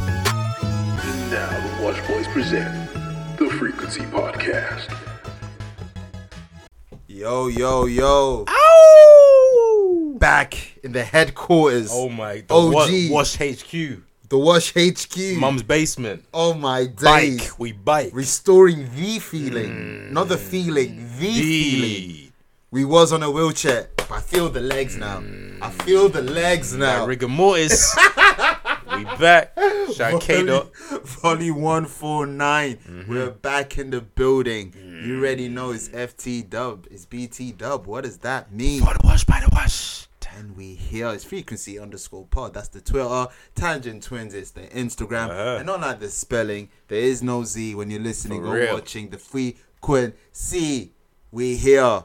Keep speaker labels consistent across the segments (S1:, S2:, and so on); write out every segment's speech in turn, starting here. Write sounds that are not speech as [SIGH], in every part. S1: And now the Watch Boys present the Frequency Podcast.
S2: Yo, yo, yo. Back in the headquarters.
S3: Oh my the
S2: OG.
S3: Wa- Wash HQ.
S2: The Wash HQ.
S3: Mum's basement.
S2: oh my
S3: Bike. Mm.
S2: days.
S3: We bike.
S2: Restoring the feeling. Not the feeling. The feeling.
S3: D.
S2: We was on a wheelchair. but I feel the legs now. I
S3: Mm.
S2: feel the legs now. [LAUGHS]
S3: Rigor mortis. we back. Shout K
S2: Volley,
S3: dot.
S2: volley 149.
S3: Mm-hmm.
S2: We're back in the building. You already know it's
S3: Mm.
S2: FT dub. It's BT dub. What does that mean?
S3: the wash by the wash.
S2: And we here is frequency underscore pod. That's the Twitter. Tangent Twins is the Instagram.
S3: Uh-huh.
S2: And unlike the spelling, there is no Z when you're listening
S3: For
S2: or
S3: real.
S2: watching the frequency. We here.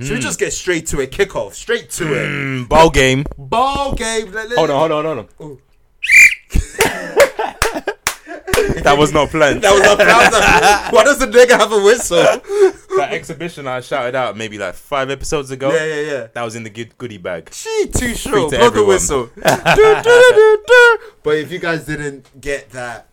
S2: Should we just get straight to it? Kickoff. Straight to it.
S3: Mm-hmm. Mm, ball game.
S2: Ball game. Let- let-
S3: Hold on, hold on, hold
S2: Oh.
S3: on. [LAUGHS] that was not planned.
S2: That was a, that was
S3: [LAUGHS]
S2: a, why does the nigga have a whistle?
S3: that exhibition I shouted out maybe like five episodes ago.
S2: yeah, yeah, yeah.
S3: That was in the good goodie bag.
S2: She too short.
S3: to
S2: Blow the
S3: everyone. [LAUGHS]
S2: whistle. Do, do, do, do, do. But if you guys didn't get that,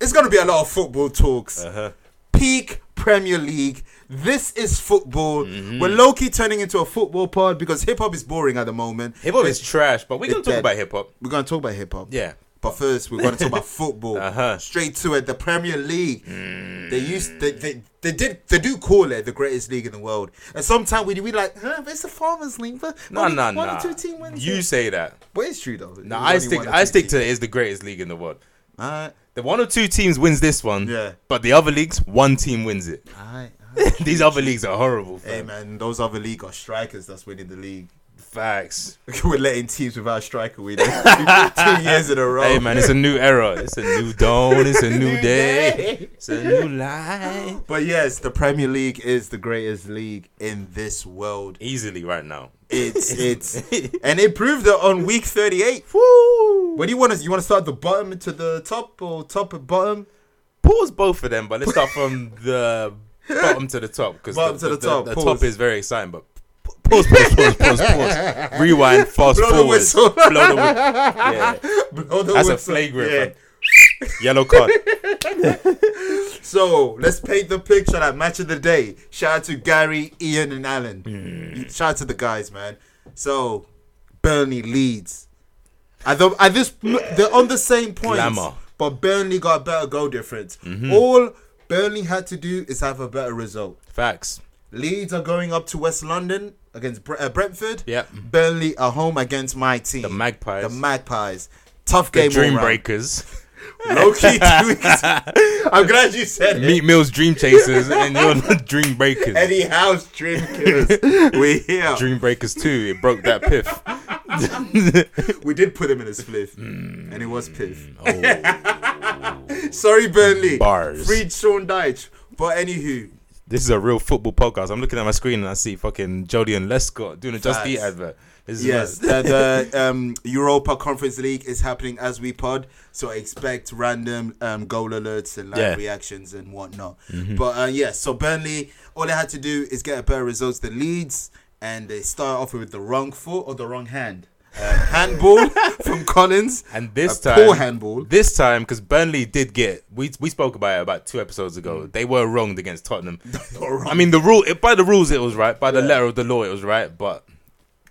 S2: it's gonna be a lot of football talks.
S3: Uh-huh.
S2: Peak Premier League. This is football.
S3: Mm-hmm.
S2: We're low key turning into a football pod because hip hop is boring at the moment.
S3: Hip hop is trash, but we
S2: It's
S3: can talk
S2: dead.
S3: about hip hop.
S2: We're gonna talk about hip hop.
S3: Yeah.
S2: But first, we're going to talk
S3: [LAUGHS]
S2: about football.
S3: Uh-huh. Mm.
S2: Straight to it, the Premier League. They used they, they they did they do call it the greatest league in the world, and sometimes we we like, huh, it's a farmers league, but
S3: No,
S2: only
S3: no,
S2: one or
S3: no.
S2: two team wins.
S3: You
S2: it.
S3: say that.
S2: but it's true though.
S3: No, I stick. I stick to it is the greatest league in the world.
S2: Alright,
S3: The one or two teams wins this one.
S2: Yeah.
S3: But the other leagues, one team wins it.
S2: [LAUGHS]
S3: [LAUGHS]
S2: alright.
S3: These other leagues are horrible.
S2: Hey
S3: fam.
S2: man, those other league are strikers. That's winning the league. [LAUGHS]
S3: Facts.
S2: We're letting teams without a striker win
S3: [LAUGHS]
S2: it. [LAUGHS] two years in a row.
S3: Hey
S2: [LAUGHS]
S3: man, it's a new era. It's a new dawn. It's a new day. It's a new life.
S2: But yes, the Premier League is the greatest league in this world.
S3: Easily right now. [LAUGHS]
S2: It's it's and it proved it on week thirty eight.
S3: Woo!
S2: What do you want to you want to start the bottom to the top or top and bottom? [LAUGHS]
S3: Pause both of them, but let's start from the bottom to the top because
S2: Bottom to
S3: the,
S2: the
S3: the-
S2: top,
S3: The,
S2: pause.
S3: top is very exciting, but. p- Pause, pause, pause,
S2: [LAUGHS]
S3: pause, pause. Rewind, fast
S2: Blow the
S3: forward.
S2: whistle.
S3: Blow
S2: [LAUGHS]
S3: the whi- Yeah.
S2: Blow the
S3: That's a
S2: whistle.
S3: flagrant.
S2: Yeah.
S3: man. Yellow card.
S2: So let's paint the picture that match of the day. Shout out to Gary, Ian, and Alan. Shout out to the guys, man. So Burnley leads. At the at this they're on the same point.
S3: Glamour. Mm-hmm.
S2: But Burnley got a better goal difference. All Burnley had to do is have a better result.
S3: Facts.
S2: Leeds are going up to West London against Bre- uh, Brentford.
S3: Yep.
S2: Burnley are home against my team.
S3: The Magpies.
S2: The Magpies. Tough
S3: The
S2: game.
S3: Dream
S2: all round.
S3: Breakers.
S2: Low
S3: [LAUGHS]
S2: key tweaks. I'm glad you said it.
S3: Meat
S2: [LAUGHS]
S3: Mill's Dream Chasers and you're the Dream Breakers.
S2: Eddie House Dream [LAUGHS] Killers. We're here.
S3: Dream Breakers 2, it broke
S2: [LAUGHS]
S3: that piff.
S2: We did put him in a spliff. And it was piff. [LAUGHS]
S3: Oh.
S2: Sorry, Burnley.
S3: Bars.
S2: Freed Sean Dyche. But anywho,
S3: This is a real football podcast. I'm looking at my screen and I see fucking Jody and Lescott doing a Just
S2: Facts.
S3: Eat advert. This is
S2: yes, [LAUGHS]
S3: mad.
S2: the, the um, Europa Conference League is happening as we pod. So expect random um, goal alerts and live
S3: Yeah.
S2: reactions and whatnot. But uh, yeah, so Burnley, all they had to do is get a better results than Leeds. And they start off with the wrong foot or the wrong hand. Um, [LAUGHS] handball from Collins.
S3: and this
S2: a
S3: time,
S2: poor [LAUGHS] handball.
S3: This time, because Burnley did get we we spoke about it about two episodes ago.
S2: Mm.
S3: They were wronged
S2: [LAUGHS]
S3: against Tottenham. I mean, the rule it, by the rules it was right. By the letter of the law it was right. But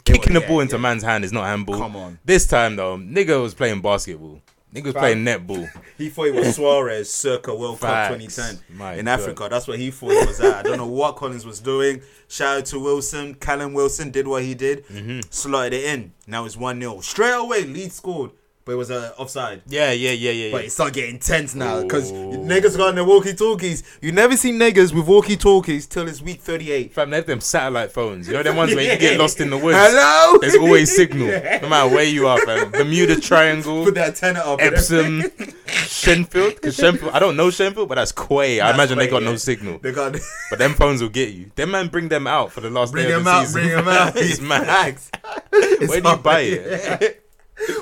S3: kicking the
S2: yeah,
S3: ball into man's hand is not handball.
S2: Come on.
S3: This time though, nigga was playing basketball. Nigga was playing
S2: [LAUGHS]
S3: netball.
S2: He thought he
S3: [LAUGHS]
S2: was Suarez circa World
S3: Facts.
S2: Cup 2010
S3: My
S2: in
S3: God.
S2: Africa. That's what he thought he was at. I don't know what Collins was doing. Shout out to Wilson. Callum Wilson did what he did,
S3: Mm-hmm.
S2: slotted it in. Now it's 1 0. Straight away, Leeds scored, but it was uh, offside.
S3: Yeah, yeah, yeah, yeah.
S2: But
S3: yeah.
S2: it started getting tense now because
S3: Ooh.
S2: niggas got on their walkie talkies. You never see niggas with walkie talkies till it's week 38.
S3: Fam, they have them satellite phones. You know them ones where you get lost in the woods.
S2: Hello?
S3: There's always
S2: [LAUGHS]
S3: signal, no matter where you are, fam. Bermuda Triangle,
S2: Put that tenor up. and
S3: Epsom, Shenfield. Because Shenfield, I don't know Shenfield, but that's Quay. I
S2: That's
S3: imagine they
S2: Quay,
S3: got
S2: yeah.
S3: no signal.
S2: They got. [LAUGHS]
S3: But them phones will get you. Them man bring them out for the last
S2: Bring
S3: day of
S2: him
S3: the [LAUGHS]
S2: out,
S3: season.
S2: bring him out.
S3: it's mad.
S2: Facts. [LAUGHS] It's
S3: Where do you buy
S2: alright.
S3: it?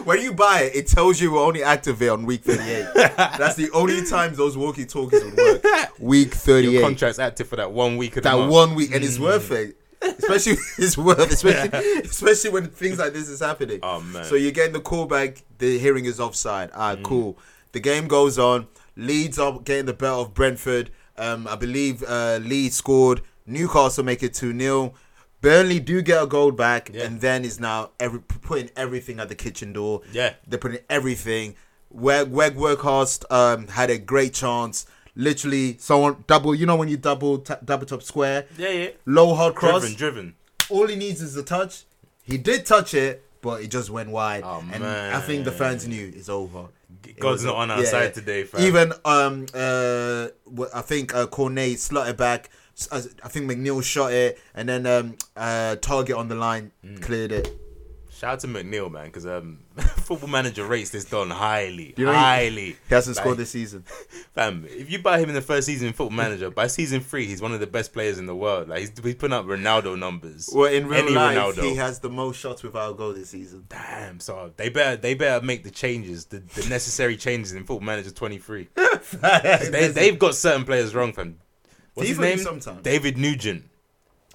S2: When you buy it, it tells you we're only active on week
S3: [LAUGHS]
S2: 38. That's the only time those walkie talkies would work. Week
S3: Your Mm.
S2: 38.
S3: contract's active for that one week of the
S2: That
S3: month.
S2: one week, and it's worth it. Especially [LAUGHS] it's worth, especially [LAUGHS] especially when things like this is happening.
S3: Oh, man. Mm.
S2: So you're getting the call back. The hearing is offside. Ah, cool. The game goes on. Leeds are getting the better of Brentford. Um, I believe uh, Leeds scored. Newcastle make it two 0 Burnley do get a goal back, and then is now every, putting everything at the kitchen door.
S3: Yeah.
S2: they're putting everything. Weg Weg Workhorst um, had a great chance. Literally, someone double. You know when you double ta double top square.
S3: Yeah, yeah.
S2: Low hard cross
S3: Driven, driven.
S2: all he needs is a touch. He did touch it, but it just went wide.
S3: Oh,
S2: and
S3: man.
S2: I think the fans knew it's over. It
S3: God's
S2: was-
S3: not on our
S2: yeah,
S3: side
S2: yeah.
S3: today, fam.
S2: Even um uh, wh- I think uh, Cornet slotted back. S- uh, I think McNeil shot it, and then um uh target on the line
S3: Mm.
S2: cleared it.
S3: Shout out to McNeil, man, because um, [LAUGHS] Football Manager rates this Don highly,
S2: You know he-
S3: highly.
S2: He hasn't
S3: Like,
S2: scored this season.
S3: Fam, if you buy him in the first season in Football Manager, by season three, he's one of the best players in the world. Like he's, he's putting up Ronaldo numbers.
S2: Well, in real
S3: Any
S2: life, he has the most shots without goal this season.
S3: Damn, so they better they better make the changes, the, the necessary changes in Football Manager [LAUGHS] 23. 'Cause they, they've got certain players wrong, fam. What's
S2: FIFA
S3: his name?
S2: sometimes.
S3: David Nugent.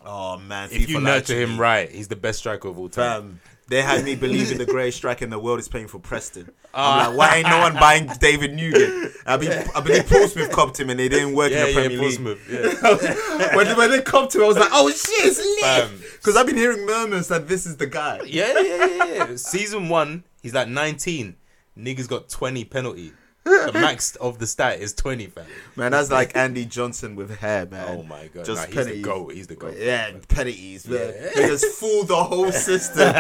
S2: Oh man!
S3: If you
S2: FIFA lied
S3: nurture
S2: to me.
S3: him right, he's the best striker of all time.
S2: Um, they had me believing
S3: [LAUGHS]
S2: the greatest striker in the world is playing for Preston.
S3: Ah.
S2: I'm like, why ain't no one buying David Nugent? I believe,
S3: [LAUGHS]
S2: I believe Portsmouth copped him and it didn't work in
S3: yeah,
S2: the
S3: yeah,
S2: Premier League.
S3: Portsmouth. Um, Yeah.
S2: [LAUGHS] when, when they copped him, I was like, oh shit, it's
S3: Fam.
S2: lit. Because I've been hearing murmurs that this is the guy.
S3: [LAUGHS] [LAUGHS] Yeah, yeah, yeah, yeah. Season one, he's like 19. Niggas got 20 penalty. [LAUGHS] The max of the stat is 20, fam.
S2: Man, that's like Andy Johnson with hair, man.
S3: Oh my god,
S2: Just
S3: nah, he's the
S2: pennies.
S3: goat. He's the goat.
S2: Yeah, penalties. man. They just fool the
S3: [LAUGHS]
S2: whole system.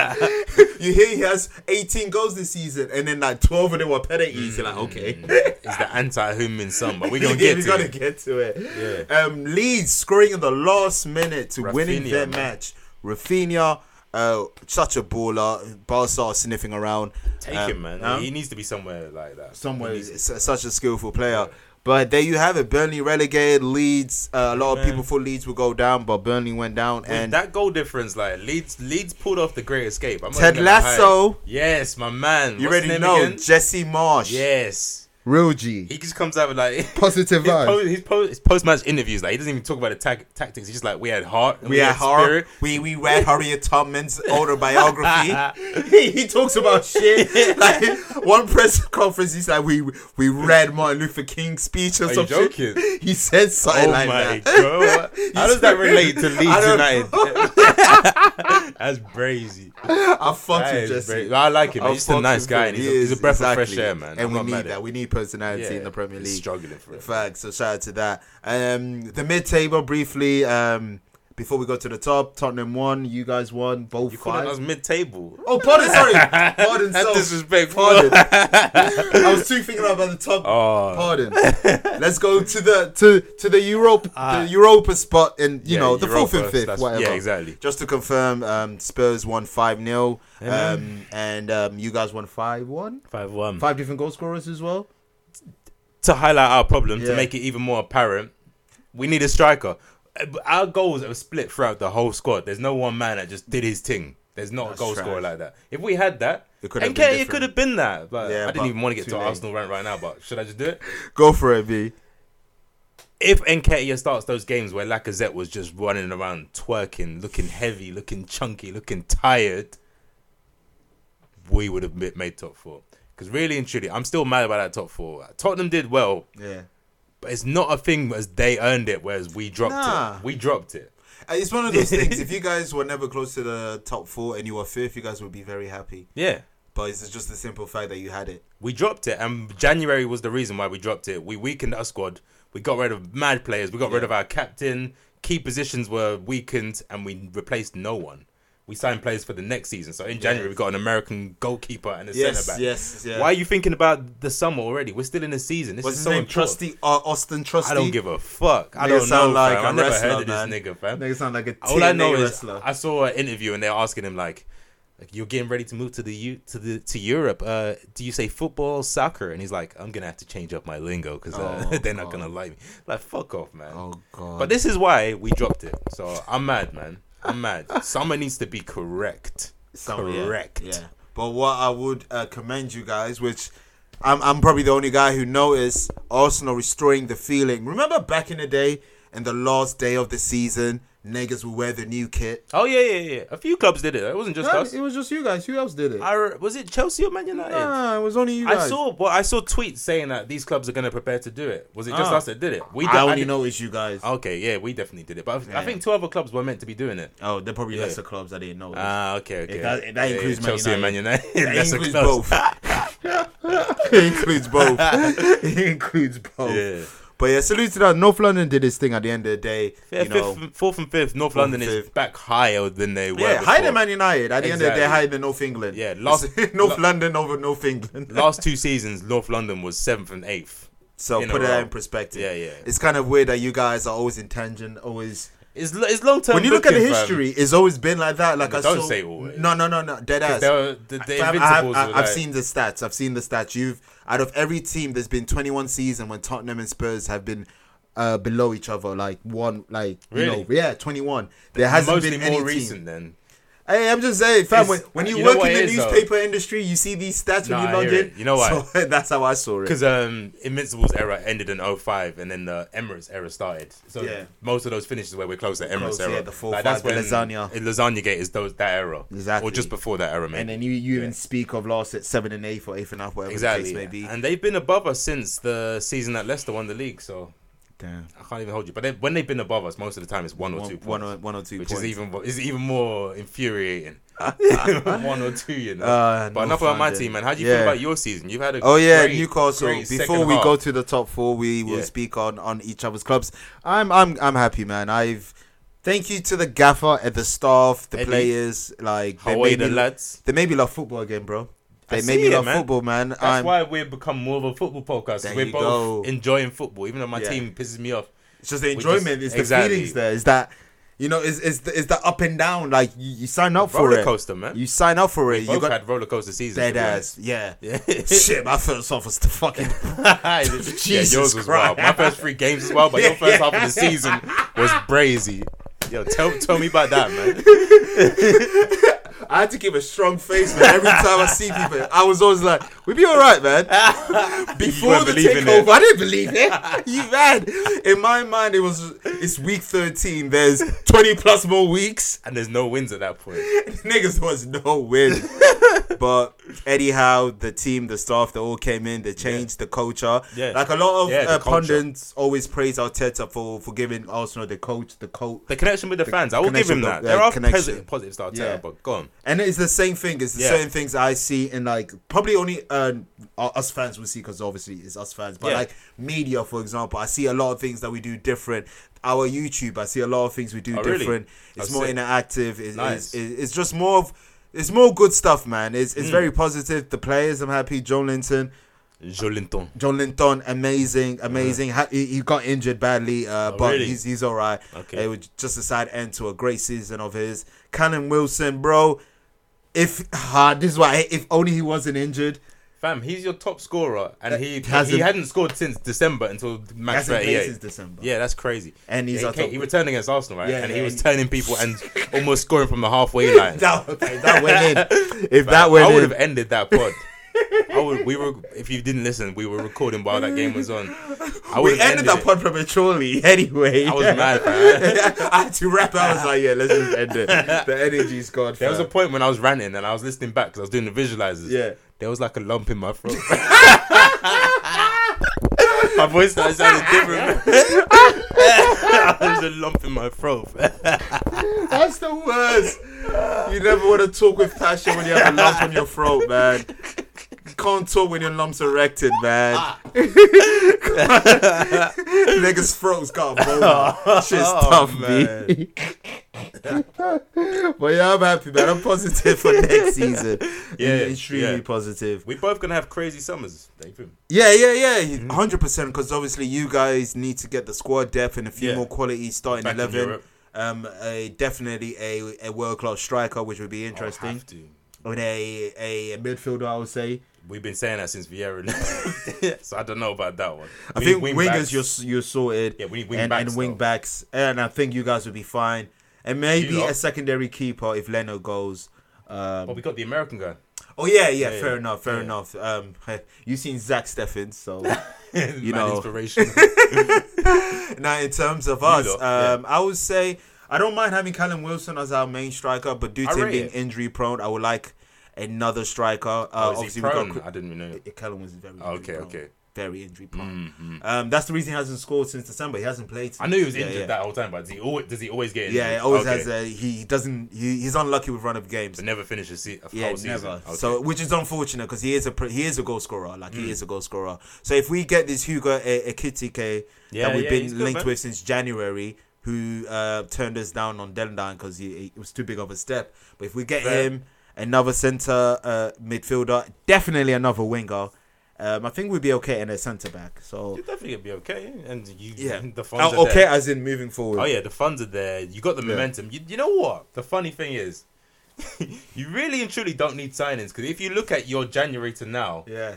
S2: you hear he has 18 goals this season, and then like 12 of them were penalties. You're like, okay.
S3: He's the anti-human son, but [LAUGHS] we're
S2: We're
S3: Mm.
S2: [LAUGHS]
S3: gonna get to
S2: gotta
S3: it.
S2: get to it. Um, Leeds scoring in the last minute to winning
S3: Rafinha,
S2: their
S3: man.
S2: match. Rafinha, uh, such a baller. Barca are sniffing around.
S3: Take
S2: Um,
S3: him, man.
S2: huh?
S3: He needs to be somewhere like that.
S2: Somewhere,
S3: He needs-
S2: s- such a skillful player. But there you have it. Burnley relegated. Leeds. Uh, a lot of
S3: Man.
S2: people thought Leeds would go down, but Burnley went down.
S3: With
S2: and
S3: that goal difference, like Leeds, Leeds pulled off the great escape. I'm not
S2: Ted
S3: even gonna
S2: Lasso.
S3: hide. Yes, my man.
S2: you
S3: What's
S2: already
S3: his name
S2: know
S3: again?
S2: Jesse Marsh,
S3: Yes.
S2: real G,
S3: He just comes out with like [LAUGHS]
S2: positive
S3: his,
S2: vibe.
S3: po- his, po- his post-match interviews. Like he doesn't even talk about the tac tactics. He's just like, we had heart, and
S2: we had
S3: spirit.
S2: Har- we we read Harriet Tubman's
S3: [LAUGHS]
S2: autobiography. [LAUGHS] he, he talks about shit. Like one press conference, he's like, "We we read Martin Luther King's speech or
S3: you
S2: something."
S3: joking?
S2: He said something
S3: Oh
S2: like
S3: my
S2: that. [LAUGHS]
S3: god! How does that relate to Leeds
S2: I don't
S3: United? [LAUGHS] That's brazy.
S2: I fucked
S3: That
S2: with
S3: is
S2: Jesse. Oh,
S3: brazy. I like him.
S2: I
S3: man. He's just a
S2: fucked
S3: nice
S2: with
S3: guy,
S2: him.
S3: and he's,
S2: He
S3: a, he's a
S2: is,
S3: breath
S2: exactly.
S3: of fresh air, man.
S2: And
S3: I'm
S2: we
S3: not
S2: need
S3: mad at
S2: that.
S3: him.
S2: We need personality
S3: Yeah,
S2: in the Premier
S3: he's
S2: League.
S3: struggling for it.
S2: Facts. So shout out to that. Um, the mid table briefly. Um, before we go to the top, Tottenham won. You guys won. Both
S3: You calling us
S2: five.
S3: mid-table?
S2: Oh, pardon,
S3: [LAUGHS]
S2: sorry. Pardon,
S3: That's
S2: self.
S3: disrespectful. [LAUGHS]
S2: Pardon. I was too thinking about the top.
S3: Oh. [LAUGHS]
S2: Pardon. Let's go to the to to the Europe the Europa spot and you
S3: Ah. Yeah,
S2: know the fourth
S3: Europa,
S2: and fifth
S3: that's-
S2: whatever.
S3: yeah, exactly.
S2: Just to confirm, um, Spurs won five 0 um, and um, you guys won five one.
S3: Five-one.
S2: Five different goal scorers as well.
S3: to highlight our problem
S2: Yeah.
S3: to make it even more apparent, we need a striker. Uh, but Our goals are split throughout the whole squad. There's no one man that just did his thing. There's not
S2: That's
S3: a goal
S2: trash.
S3: scorer like that. If we had that,
S2: It
S3: it
S2: could
S3: could
S2: have
S3: have
S2: been
S3: been,
S2: different.
S3: that. But
S2: Yeah,
S3: I didn't
S2: but
S3: even want to get
S2: too
S3: to
S2: late.
S3: Arsenal rant right now. But should I just do it?
S2: Go for it, B.
S3: If Nketiah starts those games where Lacazette was just running around twerking, looking heavy, looking chunky, looking tired, we would have ma- made top four. Because really and truly, I'm still mad about that top four. Tottenham did well,
S2: Yeah.
S3: But it's not a thing as they earned it, whereas we dropped
S2: Nah.
S3: it. We dropped it.
S2: Uh, It's one of those things. If you guys were never close to the top four and you were fifth, you guys would be very happy.
S3: Yeah.
S2: But it's just the simple fact that you had it.
S3: We dropped it. And January was the reason why we dropped it. We weakened our squad. We got rid of mad players. We got rid of our captain. Key positions were weakened and we replaced no one. We signed players for the next season. So in January, we got an American goalkeeper and a
S2: Yes,
S3: centre back.
S2: yes, yeah.
S3: Why are you thinking about the summer already? We're still in the season. This
S2: What's
S3: is
S2: his
S3: so
S2: name?
S3: important.
S2: Trusty uh, Austin Trusty.
S3: I don't give a fuck. I
S2: Nigga
S3: don't know.
S2: sound like
S3: fam.
S2: a
S3: I never heard
S2: wrestler,
S3: of
S2: man.
S3: this nigga, fam.
S2: Nigga sound like a
S3: All I
S2: TNA
S3: know
S2: wrestler.
S3: is I saw an interview and they were asking him like, like, "You're getting ready to move to the U- to the to Europe. Uh, do you say football, soccer?" And he's like, "I'm gonna have to change up my lingo because uh,
S2: Oh,
S3: [LAUGHS] they're not gonna like me." Like, fuck off, man.
S2: Oh, God.
S3: But this is why we dropped it. So I'm mad, man. I'm mad. Summer needs to be correct.
S2: Some- yeah,
S3: correct.
S2: Yeah. But what I would uh, commend you guys, which I'm, I'm probably the only guy who noticed, Arsenal restoring the feeling. Remember back in the day, in the last day of the season, niggas would wear the new kit.
S3: Oh yeah, yeah, yeah. A few clubs did it. It wasn't just us.
S2: was just you guys. Who else did it?
S3: I re- was it Chelsea or Man United?
S2: Nah, it was only you guys.
S3: I saw, well, I saw tweets saying that these clubs are going to prepare to do it. Was it just
S2: Ah.
S3: us that did Oh. it? We
S2: I
S3: don't
S2: only noticed you guys.
S3: Okay, yeah, we definitely did it, but I, I
S2: Yeah.
S3: think two other clubs were meant to be doing it.
S2: Oh, they're probably
S3: Yeah.
S2: lesser clubs I didn't notice.
S3: Ah, okay, okay.
S2: that- that includes Man
S3: Chelsea and Man United.
S2: [LAUGHS]
S3: [LAUGHS]
S2: It
S3: That's a
S2: includes
S3: close.
S2: both. [LAUGHS] it includes both.
S3: [LAUGHS]
S2: it includes both.
S3: Yeah.
S2: But yeah, salute to that. North London did his thing at the end of the day.
S3: Yeah,
S2: you know,
S3: fifth, fourth and fifth. North
S2: Fourth
S3: London
S2: and
S3: is
S2: fifth.
S3: back higher than they were.
S2: yeah,
S3: before.
S2: higher than Man United. At the end of the day,
S3: Exactly.
S2: higher than North England.
S3: Yeah, last-
S2: [LAUGHS] North
S3: la-
S2: London over North England.
S3: Last two seasons, North London was seventh and eighth.
S2: so
S3: in a
S2: put that
S3: row.
S2: in perspective.
S3: Yeah, yeah.
S2: It's kind of weird that you guys are always in tangent, always.
S3: It's, lo- it's long term.
S2: When you look at the history, it's always been like that. Like I
S3: Don't
S2: saw,
S3: say always.
S2: No, no, no, no. Dead ass.
S3: they were, the, the
S2: Fam,
S3: Invincibles.
S2: I have,
S3: were
S2: I,
S3: like-
S2: have seen the stats. I've seen the stats. You've out of every team, there's been 21 season when Tottenham and Spurs have been uh, below each other, like one, like you
S3: Really?
S2: know, yeah, 21. There hasn't
S3: mostly
S2: been
S3: more
S2: any team.
S3: recent then.
S2: Hey, I'm just saying, fam. When,
S3: It's-
S2: when you,
S3: you know
S2: work
S3: what
S2: in the
S3: it is, though?
S2: newspaper industry, you see these stats
S3: Nah,
S2: when you
S3: I
S2: log
S3: hear
S2: in.
S3: it. You know why?
S2: [LAUGHS] So, that's how I saw it.
S3: Because um, Invincibles era ended in 05 and then the Emirates era started. So
S2: Yeah.
S3: most of those finishes where we're close to Emirates
S2: Close,
S3: era.
S2: yeah, the four,
S3: Like,
S2: five, the lasagna.
S3: eh, Lasagna Gate is those, that era.
S2: Exactly.
S3: Or just before that era, man.
S2: And then you, you even speak of last at seven and eighth or eighth and half, whatever
S3: exactly.
S2: the case may be.
S3: And they've been above us since the season that Leicester won the league. So
S2: Damn.
S3: I can't even hold you. But they, when they've been above us, most of the time it's one or
S2: One,
S3: two points.
S2: one or, one or two
S3: which
S2: points.
S3: is even is even
S2: [LAUGHS]
S3: more infuriating. [LAUGHS] one or two, you know.
S2: Ah, North
S3: but enough about my
S2: London.
S3: team, man. How do you
S2: Yeah.
S3: feel about your season? You've had a
S2: Oh yeah,
S3: great,
S2: Newcastle.
S3: great
S2: Before
S3: second
S2: we
S3: half.
S2: go to the top four, we will
S3: Yeah.
S2: speak on on each other's clubs. I'm I'm I'm happy, man. I've thank you to the gaffer and the staff, the
S3: Eddie.
S2: players. Like
S3: How
S2: they
S3: are
S2: made
S3: you,
S2: me
S3: the lads?
S2: They made me love football again, bro.
S3: I
S2: They
S3: see
S2: made me
S3: it,
S2: love
S3: man.
S2: football, man.
S3: That's
S2: I'm,
S3: why we've become more of a football podcast.
S2: There
S3: We're
S2: you
S3: both
S2: go.
S3: enjoying football, even though my
S2: Yeah.
S3: team pisses me off.
S2: it's just the
S3: just-
S2: enjoyment. it's the
S3: exactly.
S2: feelings there. It's that you know. It's it's the, it's the up and down. Like you, you sign up for
S3: Roller
S2: it.
S3: coaster, man.
S2: You sign up for it.
S3: Both
S2: You got
S3: had roller coaster seasons.
S2: dead
S3: to be
S2: ass. Yeah.
S3: Yeah.
S2: [LAUGHS] Shit, my first off was the fucking.
S3: [LAUGHS]
S2: [LAUGHS]
S3: honest. yeah, yours
S2: Jesus
S3: was
S2: Christ.
S3: wild. My first three games as well, but your first half
S2: [LAUGHS]
S3: of the season was brazy. Yo, tell tell me about
S2: [LAUGHS]
S3: that, man.
S2: I had to keep a strong face, man. Every time I see people, I was always like, "We be all right,
S3: [LAUGHS]
S2: man." Before
S3: weren't
S2: the
S3: believing
S2: takeover,
S3: it.
S2: I didn't believe it. [LAUGHS] you mad? In my mind, it was it's week thirteen. There's twenty plus more weeks.
S3: And there's no wins at that point.
S2: [LAUGHS] Niggas was no
S3: [LAUGHS]
S2: win. but anyhow, the team, the staff, they all came in. They changed the culture.
S3: Yeah.
S2: Like a lot of
S3: Yeah, the
S2: uh,
S3: culture.
S2: pundits always praise Arteta for for giving Arsenal the coach, the coach,
S3: The connection with the, fans, I will give
S2: connection
S3: him
S2: with-
S3: that.
S2: yeah,
S3: there are
S2: connection.
S3: positive, positive style
S2: Yeah.
S3: but go on.
S2: And it's the same thing. It's the
S3: Yeah.
S2: same things I see, and like probably only uh, us fans will see because obviously it's us fans. But
S3: Yeah.
S2: like media, for example, I see a lot of things that we do different. Our YouTube, I see a lot of things we do
S3: Oh, really?
S2: different. It's
S3: I've
S2: more
S3: seen-
S2: interactive. It's,
S3: Nice. Hmm.
S2: it's, it's, it's just more of it's more good stuff, man. It's it's very positive. The players, I'm happy. John Linton,
S3: Jolinton.
S2: John Linton, amazing, amazing. Ha- he, he got injured badly, uh, but
S3: Uh-huh. Oh, really?
S2: he's he's all right.
S3: Okay.
S2: It was just a sad end to a great season of his. Callum Wilson, bro. If ah, this is why, I- if only he wasn't injured. [LAUGHS]
S3: Fam, he's your top scorer, and he
S2: hasn't-
S3: he hadn't scored since December until match
S2: Hasn't played
S3: 38.
S2: since December.
S3: Yeah, that's crazy.
S2: And he's
S3: yeah,
S2: our
S3: he, came-
S2: top-
S3: he returned against Arsenal, right?
S2: Yeah,
S3: and
S2: yeah,
S3: he was
S2: and-
S3: turning people
S2: [LAUGHS]
S3: and almost scoring from the halfway line.
S2: That, okay, that went
S3: [LAUGHS]
S2: in. If that went
S3: I would
S2: in,
S3: have ended that pod. I would. We were. If you didn't listen, we were recording while that game was on. I would
S2: we
S3: have
S2: ended that
S3: it.
S2: pod prematurely. [LAUGHS] Anyway,
S3: I was mad. Man.
S2: [LAUGHS] I had to wrap. I was like, yeah, let's just end
S3: [LAUGHS]
S2: it. The energy's gone.
S3: There was
S2: [LAUGHS]
S3: a [LAUGHS]
S2: fam.
S3: point when I was ranting and I was listening back because I was doing the visualizers.
S2: Yeah.
S3: There was like a lump in
S2: [LAUGHS]
S3: my throat. [LAUGHS] my voice started sounding different. there was a lump in my throat.
S2: That's the worst. You never want to talk with passion when you have a lump on your throat, man. You can't talk when your lump's erected, man.
S3: Ah.
S2: [LAUGHS] Niggas' throats got a
S3: [LAUGHS]
S2: bone. Shit's
S3: Oh,
S2: tough, man. [LAUGHS] but yeah, I'm happy, man. I'm positive for next season.
S3: Yeah,
S2: extremely
S3: yeah.
S2: positive.
S3: we both gonna have crazy summers, David.
S2: Yeah, yeah, yeah, hundred percent. Because obviously, you guys need to get the squad depth and a few
S3: Yeah.
S2: more quality starting
S3: Back in
S2: eleven.
S3: Europe.
S2: Um, a definitely a, a world class striker, which would be interesting,
S3: Have to.
S2: and a, a a midfielder, I would say.
S3: We've been saying that since Vieira
S2: [LAUGHS]
S3: left, so I don't know about that one.
S2: I
S3: We
S2: think
S3: need
S2: wingers
S3: backs.
S2: you're s- you're sorted.
S3: Yeah, we need wing
S2: and,
S3: backs,
S2: and wing
S3: though.
S2: backs, and I think you guys would be fine. And maybe
S3: lot.
S2: a secondary keeper if Leno goes.
S3: But
S2: Um, [LAUGHS]
S3: we got the American guy.
S2: Oh yeah, yeah.
S3: Yeah,
S2: fair
S3: yeah.
S2: enough. Fair
S3: Yeah.
S2: enough. Um, you've seen Zach Steffens, [LAUGHS] so
S3: you
S2: know. [LAUGHS] Uh,
S3: inspiration.
S2: now in terms of us,
S3: lot, yeah.
S2: um, I would say I don't mind having Callum Wilson as our main striker, but due to
S3: I
S2: him
S3: rate
S2: being
S3: it.
S2: injury prone, I would like another striker. Uh,
S3: oh, is
S2: obviously,
S3: he
S2: we
S3: prone?
S2: got
S3: I didn't even know.
S2: Yeah, Callum was very
S3: Oh,
S2: injury
S3: okay,
S2: prone.
S3: okay. Mm-hmm.
S2: Very injury prone. Um, that's the reason he hasn't scored since December. He hasn't played.
S3: I knew he was
S2: Yeah,
S3: injured
S2: yeah.
S3: that whole time, but does he always, does he always get injured?
S2: Yeah, it always
S3: Okay.
S2: has. A, he doesn't. He, he's unlucky with run of games.
S3: So never finish a se- a
S2: Yeah,
S3: whole season.
S2: never.
S3: Okay.
S2: So, which is unfortunate because he is a pr- he is a goal scorer. Like
S3: Hmm.
S2: he is a goal scorer. So if we get this Hugo E- Ekitike
S3: Yeah,
S2: that we've
S3: yeah, he's
S2: been
S3: good,
S2: linked
S3: man.
S2: with since January, who uh, turned us down on Delandan because he it was too big of a step. But if we get
S3: Fair.
S2: him, another centre uh, midfielder, definitely another winger. Um, I think we'd be okay in a centre back. So
S3: you definitely gonna be okay, and you
S2: yeah,
S3: [LAUGHS] the funds
S2: Oh,
S3: are
S2: okay,
S3: there.
S2: as in moving forward.
S3: Oh yeah, the funds are there. You got the momentum. You, you know what? The funny thing is, [LAUGHS] you really and truly don't need signings because if you look at your January to now,
S2: yeah,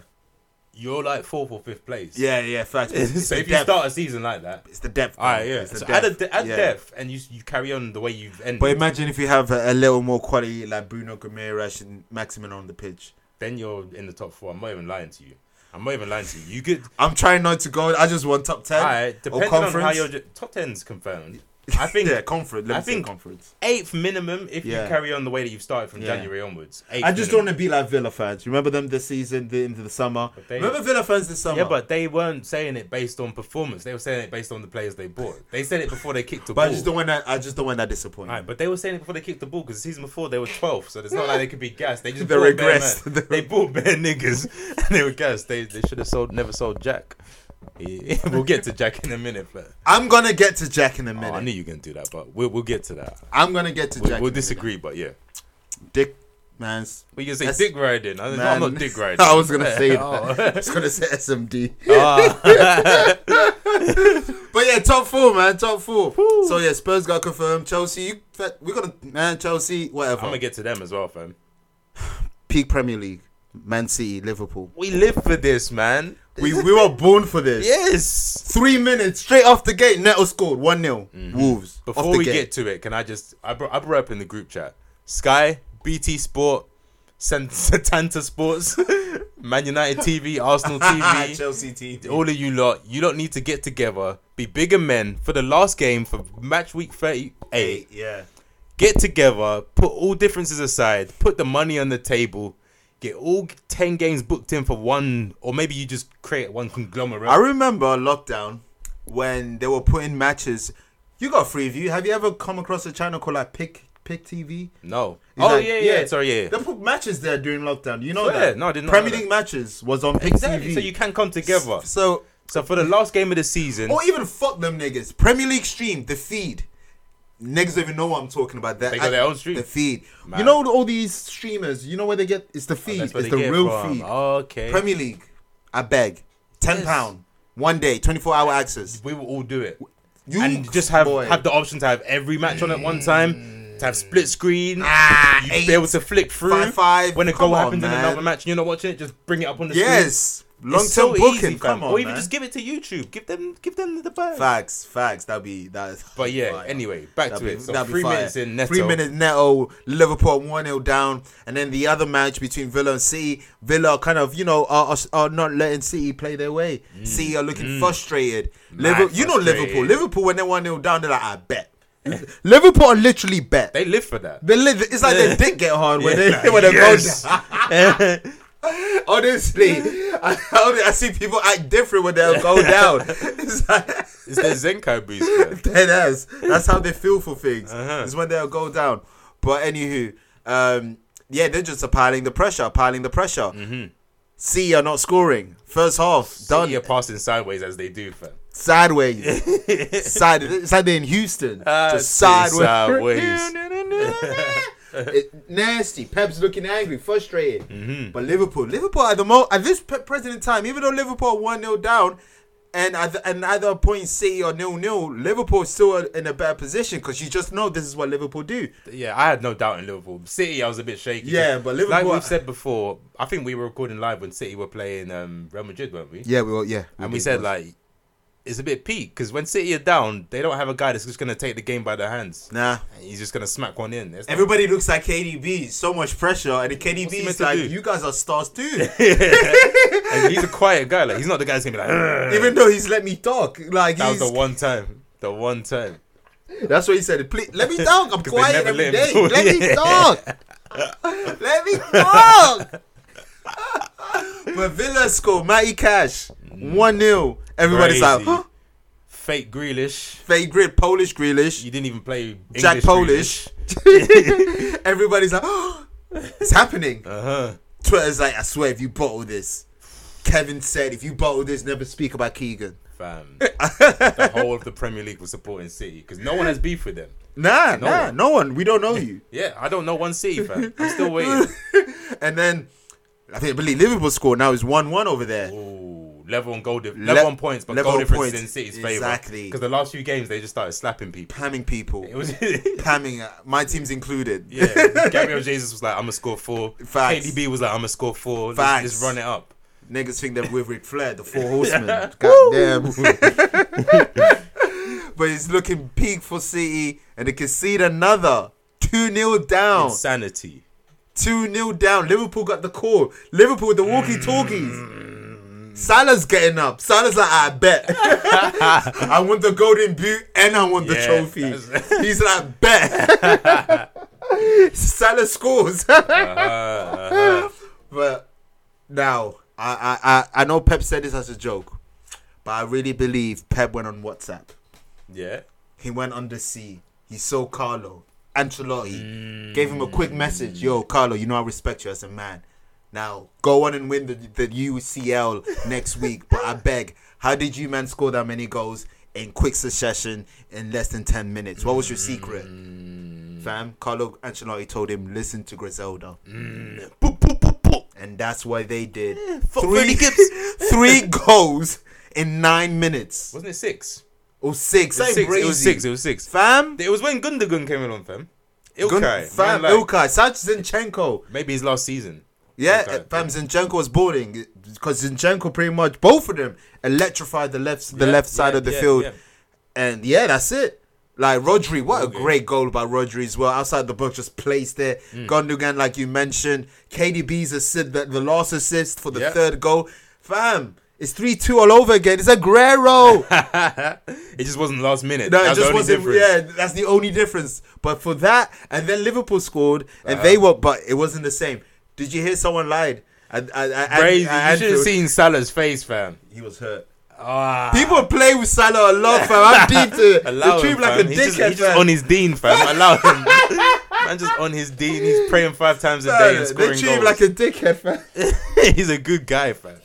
S3: you're like fourth or fifth place.
S2: yeah, [LAUGHS] yeah. Facts. It's
S3: so
S2: the
S3: if you
S2: depth.
S3: start a season like that,
S2: it's the depth.
S3: all right,
S2: man.
S3: yeah.
S2: It's the
S3: So add, a
S2: depth.
S3: de- add
S2: Yeah.
S3: depth, and you you carry on the way you've ended.
S2: But imagine if you have a, a little more quality like Bruno Guimaraes and Maximin on the pitch.
S3: then you're in the top four. I'm not even lying to you. I'm not even lying to you.
S2: [LAUGHS]
S3: You could.
S2: I'm trying not to go. I just want top ten
S3: All right,
S2: or
S3: depending on
S2: conference.
S3: how your top ten's
S2: [LAUGHS]
S3: confirmed. I think
S2: yeah, conference. Let
S3: I
S2: me say
S3: think-
S2: conference.
S3: eighth minimum if
S2: Yeah.
S3: you carry on the way that you've started from
S2: Yeah.
S3: January onwards. Eighth
S2: I just don't
S3: minimum.
S2: want to be like Villa fans. Remember them this season, the into the summer.
S3: But they-
S2: Remember Villa fans this summer.
S3: Yeah, but they weren't saying it based on performance. They were saying it based on the players they bought. They said it before they kicked the
S2: but I
S3: ball.
S2: just don't want that. I just don't want that disappointment.
S3: Alright, but they were saying it before they kicked the ball because season before they were 12th, so it's not like they could be gassed. They just
S2: They
S3: bought
S2: regressed.
S3: Bare man. They bought bare niggas [LAUGHS] and they were gassed. They they should have sold never sold Jack. Yeah, [LAUGHS] we'll get to Jack in a minute, but
S2: I'm gonna get to Jack in a
S3: Oh, I
S2: minute.
S3: knew you were gonna do that, but we'll we'll get to that.
S2: I'm gonna get to
S3: We'll,
S2: Jack.
S3: we'll
S2: in a minute.
S3: disagree, but yeah.
S2: Dick, man's.
S3: Well, you say
S2: That's-
S3: dick riding. I, I'm
S2: man. [LAUGHS]
S3: not dick riding.
S2: I was gonna [LAUGHS] say that.
S3: Oh.
S2: I was gonna say SMD.
S3: Ah.
S2: [LAUGHS] But yeah, top four, man, top four. So yeah, Spurs got confirmed. Chelsea, you, that- we got to man, Chelsea, whatever.
S3: I'm gonna get to them as well, fam.
S2: Peak Premier League, Man City, Liverpool.
S3: We live for this, man.
S2: We we were born for this.
S3: yes.
S2: Three minutes straight off the gate, Neto scored one 0 Wolves. off
S3: Mm-hmm. Before
S2: the
S3: we
S2: gate.
S3: get to it, can I just I brought, I brought up in the group chat Sky, BT Sport, San- [LAUGHS] Satanta Sports, [LAUGHS] Man United TV, Arsenal
S2: [LAUGHS]
S3: TV,
S2: Chelsea TV.
S3: all of you lot, you lot need to get together, be bigger men for the last game for match week
S2: Eight,
S3: 38.
S2: yeah.
S3: Get together, put all differences aside, put the money on the table. Get all ten games booked in for one, or maybe you just create one conglomerate.
S2: I remember lockdown when they were putting matches. You got free view. Have you ever come across a channel called like Pick Pick TV?
S3: no.
S2: He's
S3: Oh
S2: like,
S3: yeah, yeah, Sorry, yeah.
S2: They put matches there during lockdown. You know
S3: Swear,
S2: that?
S3: no, I did not
S2: Premier
S3: know that.
S2: League matches was on Pick
S3: Exactly.
S2: TV.
S3: So you can come together.
S2: So,
S3: So for the last game of the season,
S2: or even fuck them niggas. Premier League stream the feed. Niggas don't even know what I'm talking about. That
S3: They got their own stream.
S2: The feed. You
S3: Man. Oh,
S2: know all these streamers. You know where they get? It's the feed.
S3: that's where
S2: it's the
S3: they get
S2: real
S3: from.
S2: feed.
S3: Okay.
S2: Premier League. I beg, ten
S3: Yes.
S2: pound, one day, twenty four hour access.
S3: we will all do it.
S2: You
S3: and just have
S2: boy.
S3: have the option to have every match on at one time, to have split screen,
S2: Ah,
S3: you
S2: eight,
S3: be able to flick through.
S2: five, five.
S3: When a
S2: Come
S3: goal
S2: on,
S3: happens in
S2: man.
S3: another match and you're not watching it, just bring it up on the
S2: yes,
S3: screen.
S2: long term
S3: It's so
S2: booking.
S3: easy, fam.
S2: Come on,
S3: or even
S2: man.
S3: just give it to YouTube. Give them give them the bag.
S2: facts, facts. That'd be that's.
S3: But yeah,
S2: fire.
S3: anyway, back to it. So
S2: that'd
S3: three
S2: fire.
S3: minutes in Neto.
S2: Three minutes Neto, Liverpool 1 0 down. And then the other match between Villa and City, Villa kind of, you know, are, are, are not letting City play their way. City are looking frustrated. Liverpool, you know
S3: Mm. frustrated.
S2: Liverpool. Liverpool, when they're 1 0 down, they're like, I bet. [LAUGHS] Liverpool are literally bet. They,
S3: They live for that.
S2: li- it's like their dick get hard when
S3: Yeah,
S2: they,
S3: like,
S2: when they
S3: yes.
S2: go down. Honestly, [LAUGHS] I, I see people act different when they
S3: [LAUGHS]
S2: go down. It's like,
S3: It's their Zenkai
S2: [LAUGHS]
S3: boost. man.
S2: dead ass. That's how they feel for things. It's when they'll go down. But anywho, um, yeah, they're just piling the pressure, piling the pressure. Mm-hmm. C are not scoring. First half
S3: Done.
S2: done
S3: You're passing sideways as they do, fam.
S2: sideways.
S3: [LAUGHS]
S2: Side. It's like they're in Houston.
S3: Ah,
S2: just
S3: it's
S2: sideways.
S3: sideways.
S2: [LAUGHS] It- nasty. Pep's looking angry, frustrated.
S3: Mm-hmm.
S2: But Liverpool, Liverpool at the mo at this pe- present in time, even though Liverpool one 0 down, and at the, and either a point City or nil nil, Liverpool still are in a bad position because you just know this is what Liverpool do.
S3: Yeah, I had no doubt in Liverpool. City, I was a bit shaky.
S2: Yeah, but
S3: like
S2: Liverpool-
S3: we've said before, I think we were recording live when City were playing um, Real Madrid, weren't we?
S2: Yeah, we were, yeah,
S3: and we said like is a bit peak because when City are down, they don't have a guy that's just gonna take the game by the hands.
S2: Nah.
S3: And he's just gonna smack one in. It's not-
S2: Everybody looks like KDB. So much pressure, and the KDB
S3: he meant
S2: is
S3: to
S2: like,
S3: do?
S2: you guys are stars
S3: [LAUGHS]
S2: too.
S3: and he's a quiet guy. Like he's not the guy that's gonna be like. "Ugh."
S2: Even though he's let me talk, like
S3: That was
S2: he's,
S3: the one time. The one time.
S2: that's what he said. Please let me talk. I'm
S3: [LAUGHS] 'Cause they
S2: quiet
S3: never
S2: every
S3: let
S2: day.
S3: him
S2: Let me
S3: [LAUGHS] talk.
S2: talk. let me talk. but Villa scored. Matty Cash one 0 Everybody's like,
S3: Crazy.
S2: huh?
S3: Fake Grealish.
S2: fake grit Polish Grealish.
S3: You didn't even play English
S2: Jack Polish.
S3: Grealish.
S2: [LAUGHS] Everybody's like, oh, it's happening.
S3: Uh huh.
S2: Twitter's like, I swear, if you bottle this, Kevin said, if you bottle this, never speak about Keegan. [LAUGHS]
S3: Fam. the whole of the Premier League was supporting City because no one has beef with them.
S2: Nah,
S3: No
S2: nah,
S3: one.
S2: no one. We don't
S3: [LAUGHS]
S2: know you.
S3: Yeah, I don't know one City fan.
S2: [LAUGHS]
S3: I'm still waiting.
S2: and then I think I believe Liverpool score now is one one over there.
S3: Ooh, level on goal, dif-
S2: Le-
S3: level on points, but
S2: level
S3: goal
S2: on
S3: difference
S2: points.
S3: is in City's favour.
S2: Exactly.
S3: Because the last few games they just started slapping people.
S2: Pamming people,
S3: It was [LAUGHS]
S2: pamming uh, my team's included. [LAUGHS]
S3: yeah. Gabriel Jesus was like, "I'm gonna score four.
S2: Facts.
S3: KDB was like, "I'm gonna score four.
S2: Facts.
S3: Let's, just run it up."
S2: Niggas think that with Ric Flair, the
S3: [LAUGHS]
S2: four horsemen. Goddamn. [LAUGHS] but it's looking peak for City, and they concede another. 2 0 down.
S3: Insanity.
S2: 2 0 down. Liverpool got the call. Liverpool with the walkie talkies. Salah's getting up. Salah's like, I bet. [LAUGHS] I want the golden boot and I want
S3: Yeah,
S2: the
S3: that's- [LAUGHS]
S2: trophy. He's like, bet. [LAUGHS] Salah scores. [LAUGHS]
S3: Uh-huh,
S2: But now, I, I, I, I know Pep said this as a joke, but I really believe Pep went on WhatsApp.
S3: Yeah.
S2: He went under sea. He saw Carlo. Ancelotti gave him a quick message. Yo, Carlo, you know I respect you as a man. Now go on and win the, the UCL next week. But I beg, how did you man score that many goals in quick succession in less than ten minutes? What was your secret? Fam, Carlo Ancelotti told him, listen to Griselda.
S3: Boop, boop, boop, boop.
S2: And that's why they did.
S3: fuck Freddie Gibbs.
S2: [LAUGHS] three goals in nine minutes.
S3: Wasn't it six?
S2: Or six.
S3: It was
S2: something
S3: six. It was
S2: crazy.
S3: six. It was six.
S2: Fam,
S3: It was when Gundogan came along, fam. Ilkay.
S2: Gun-
S3: man,
S2: fam,
S3: like,
S2: Ilkay, Sad Zinchenko.
S3: Maybe his last season.
S2: Yeah,
S3: Ilkay.
S2: fam, Zinchenko was boarding because Zinchenko pretty much both of them electrified the left the
S3: Yeah,
S2: left side
S3: yeah,
S2: of the
S3: yeah,
S2: field,
S3: yeah.
S2: and yeah, that's it. Like Rodri, what
S3: Okay.
S2: a great goal by Rodri as well. Outside the box, just placed there.
S3: Mm.
S2: Gundogan, like you mentioned, KDB's assist, the, the last assist for the
S3: Yeah.
S2: third goal. Fam, it's three two all over again. It's Aguero.
S3: It just wasn't last minute.
S2: No,
S3: That
S2: it
S3: was the
S2: just
S3: only
S2: wasn't.
S3: difference.
S2: Yeah, that's the only difference. But for that, and then Liverpool scored, and
S3: Uh-huh.
S2: they were, but it wasn't the same. Did you hear someone lied? And, and, and,
S3: Crazy. You
S2: and
S3: should have
S2: Anfield?
S3: seen Salah's face, fam.
S2: He was hurt.
S3: Ah.
S2: People play with Salah a lot, fam. I'm
S3: [LAUGHS]
S2: deep to
S3: Allow
S2: the
S3: him,
S2: tube like
S3: fam.
S2: a
S3: he's
S2: dickhead,
S3: just, he's just
S2: fam.
S3: on his
S2: [LAUGHS]
S3: dean, fam. Allow him. Man, just on his dean. He's praying five times a day
S2: Fam,
S3: and scoring
S2: They treat him like
S3: goals.
S2: a dickhead,
S3: [LAUGHS]
S2: fam.
S3: he's a good guy, fam.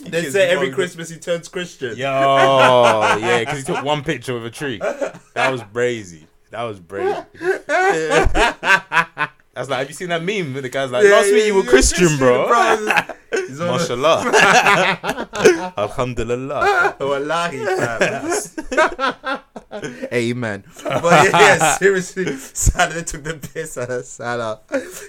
S2: they
S3: gives
S2: say
S3: me
S2: every
S3: one-
S2: Christmas he turns
S3: [LAUGHS]
S2: Christian.
S3: Yo, yeah, because he [LAUGHS] took one picture with a tree. That was brazy. That
S2: [LAUGHS]
S3: was brazy. That's like, have you seen that meme with the guys like,
S2: Yeah,
S3: last
S2: yeah,
S3: week you were
S2: you're
S3: Christian,
S2: [LAUGHS]
S3: bro. [LAUGHS]
S2: bro. He's on a-
S3: Mashallah.
S2: [LAUGHS]
S3: Alhamdulillah.
S2: Wallahi, fam.
S3: [LAUGHS]
S2: Amen. But yeah, seriously, Salah took the piss out of Salah.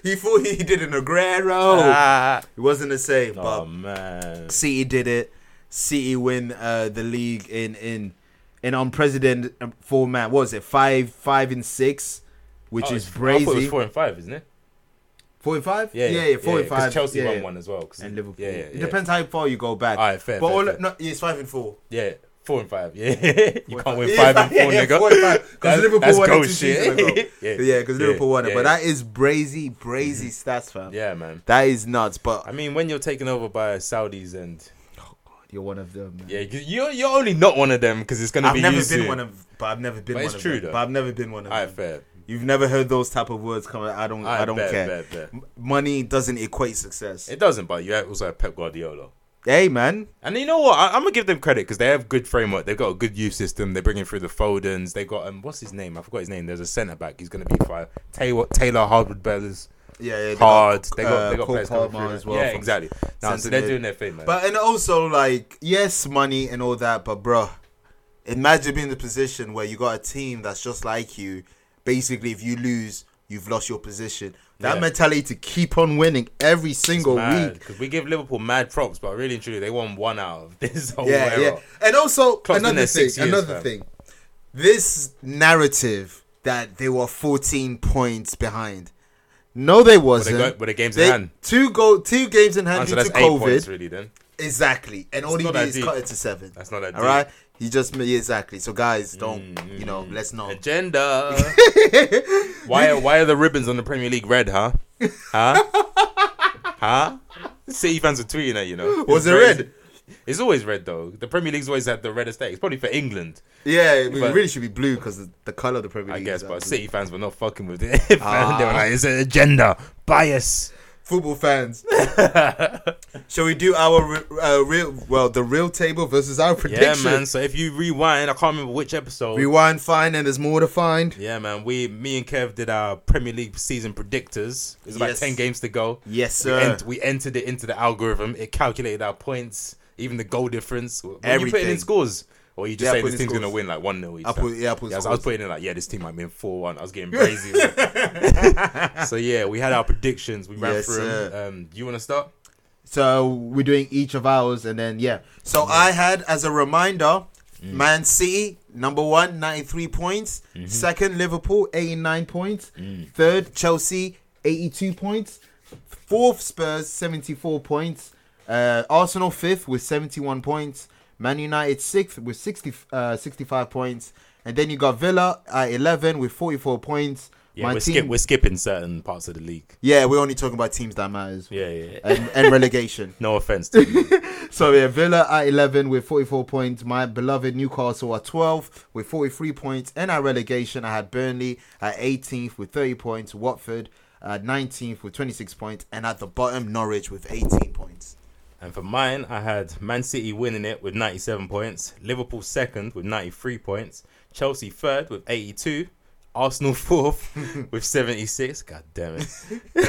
S2: He thought he did an Aguero.
S3: Ah.
S2: It wasn't the same,
S3: Oh,
S2: Oh. but
S3: man.
S2: City did it. City win uh, the league in in in unprecedented um, format. What was it? Five, five, and six, which
S3: Oh,
S2: is
S3: it's- I thought it was
S2: crazy.
S3: four and five, isn't it?
S2: Four and five?
S3: Yeah,
S2: yeah, yeah, four and
S3: 'cause
S2: five.
S3: Chelsea
S2: yeah,
S3: won
S2: yeah.
S3: one as well. 'cause-
S2: And Liverpool.
S3: Yeah, yeah,
S2: It
S3: yeah.
S2: depends how far you go back.
S3: Alright, fair,
S2: But
S3: fair,
S2: all
S3: fair.
S2: no, yeah, it's five and four.
S3: Yeah, four and five. Yeah, [LAUGHS] you can't
S2: [LAUGHS]
S3: win
S2: Yeah,
S3: five and four,
S2: yeah,
S3: nigga.
S2: four and five. 'Cause
S3: That's-
S2: Liverpool
S3: that's
S2: won it
S3: goat
S2: two
S3: shit.
S2: seasons ago.
S3: [LAUGHS] Yeah.
S2: yeah, because
S3: Yeah,
S2: Liverpool won it.
S3: yeah,
S2: But
S3: yeah. Mm-hmm.
S2: that is brazy, brazy stats, fam.
S3: Yeah, man.
S2: That is nuts. But
S3: I mean, when you're taken over by Saudis and
S2: you're one of them. Man.
S3: yeah, 'cause you're you're only not one of them because it's gonna
S2: I've
S3: be
S2: never
S3: you
S2: been
S3: soon.
S2: one of, but I've never been
S3: But
S2: one
S3: it's
S2: of
S3: true,
S2: them.
S3: though.
S2: But I've never been one of
S3: Alright,
S2: them.
S3: fair.
S2: You've never heard those type of words come. out. I don't. I,
S3: Alright,
S2: don't
S3: bet,
S2: care.
S3: bet, bet.
S2: M- Money doesn't equate success.
S3: It doesn't, but you also have Pep Guardiola.
S2: hey man,
S3: And you know what? I, I'm gonna give them credit because they have good framework. They've got a good youth system. They're bringing through the Fodens. They got um, what's his name? I forgot his name. There's a centre back. He's gonna be fire. Taylor Taylor Hardwood Bellas.
S2: yeah, yeah they
S3: Hard. They got they
S2: uh,
S3: got
S2: Cole
S3: players coming
S2: Palmer
S3: through.
S2: as well.
S3: yeah,
S2: from-
S3: exactly. Now, so
S2: centre
S3: they're
S2: mid.
S3: doing their thing, man.
S2: But and also like yes, money and all that, but bruh, imagine being in the position where you got a team that's just like you. Basically, if you lose, you've lost your position. That
S3: Yeah.
S2: mentality to keep on winning every single week.
S3: Because we give Liverpool mad props, but really and truly, they won one out of [LAUGHS] this whole
S2: yeah,
S3: era.
S2: yeah. And also
S3: Klopp's Oh, been
S2: another
S3: there
S2: thing,
S3: six years,
S2: another
S3: fam.
S2: thing. This narrative that they were 14 points behind. No, they wasn't.
S3: got- but the game's in hand.
S2: Two go, two games in hand
S3: And so
S2: due
S3: that's
S2: to
S3: eight
S2: COVID.
S3: points, really. Then
S2: Exactly, and all
S3: It's
S2: he
S3: not
S2: did
S3: that
S2: is
S3: deep.
S2: cut it to seven.
S3: That's not that
S2: All
S3: deep. Mm,
S2: right, he just made exactly. So guys, don't you know? Let's not. [LAUGHS]
S3: agenda. why are why are the ribbons on the Premier League red? Huh?
S2: [LAUGHS]
S3: Huh? huh? City fans are tweeting at you know. It's
S2: Was it
S3: crazy.
S2: red?
S3: It's always red though. The Premier League's always had the red estate. It's probably for England,
S2: Yeah, it
S3: But-
S2: really should be blue because the, the color of the Premier
S3: I
S2: League.
S3: guess.
S2: is
S3: But
S2: that blue.
S3: City fans were not fucking with it. [LAUGHS] fam.
S2: Ah.
S3: they were like, it's an agenda bias.
S2: football
S3: [LAUGHS]
S2: fans, [LAUGHS] shall we do our re- uh, real? Well, the real table versus our
S3: Yeah,
S2: prediction.
S3: man. So if you rewind, I can't remember which episode.
S2: Rewind, find, and there's more to find.
S3: Yeah, man. We, me and Kev did our Premier League season predictors. There's about
S2: Yes.
S3: ten games to go.
S2: Yes,
S3: We,
S2: sir.
S3: ent- we entered it into the algorithm. It calculated our points, even the goal difference. When you put it in
S2: Everything.
S3: scores, or you just
S2: Yeah, I
S3: say
S2: put
S3: this
S2: in
S3: team's gonna
S2: scores.
S3: win like one 0 each.
S2: I put-
S3: time.
S2: yeah, I put
S3: so I was
S2: scores.
S3: putting in like, yeah, this team might win four one. I was
S2: [LAUGHS]
S3: getting crazy. [LAUGHS] so yeah, we had our predictions. We ran
S2: Yes,
S3: through
S2: sir.
S3: them. Um, you want to start?
S2: So we're doing each of ours, and then yeah. So I had as a reminder,
S3: Mm.
S2: Man City number one, 93 points.
S3: Mm-hmm.
S2: Second, Liverpool, 89 points.
S3: Mm.
S2: Third, Chelsea, 82 points. Fourth, Spurs, 74 points. Uh, Arsenal fifth with 71 points. Man United sixth with 60, uh, 65 points. And then you got Villa at 11 with 44 points.
S3: Yeah, we're, skip- we're skipping certain parts of the league.
S2: yeah, we're only talking about teams that matters.
S3: Yeah, yeah. yeah.
S2: And, and
S3: [LAUGHS]
S2: relegation.
S3: no offense. To you.
S2: So yeah, Villa at 11 with 44 points. My beloved Newcastle at 12 with 43 points. And our relegation, I had Burnley at 18th with 30 points. Watford at 19th with 26 points. And at the bottom, Norwich with 18 points.
S3: And for mine, I had Man City winning it with 97 points, Liverpool second with 93 points, Chelsea third with 82, Arsenal fourth with 76. God damn it.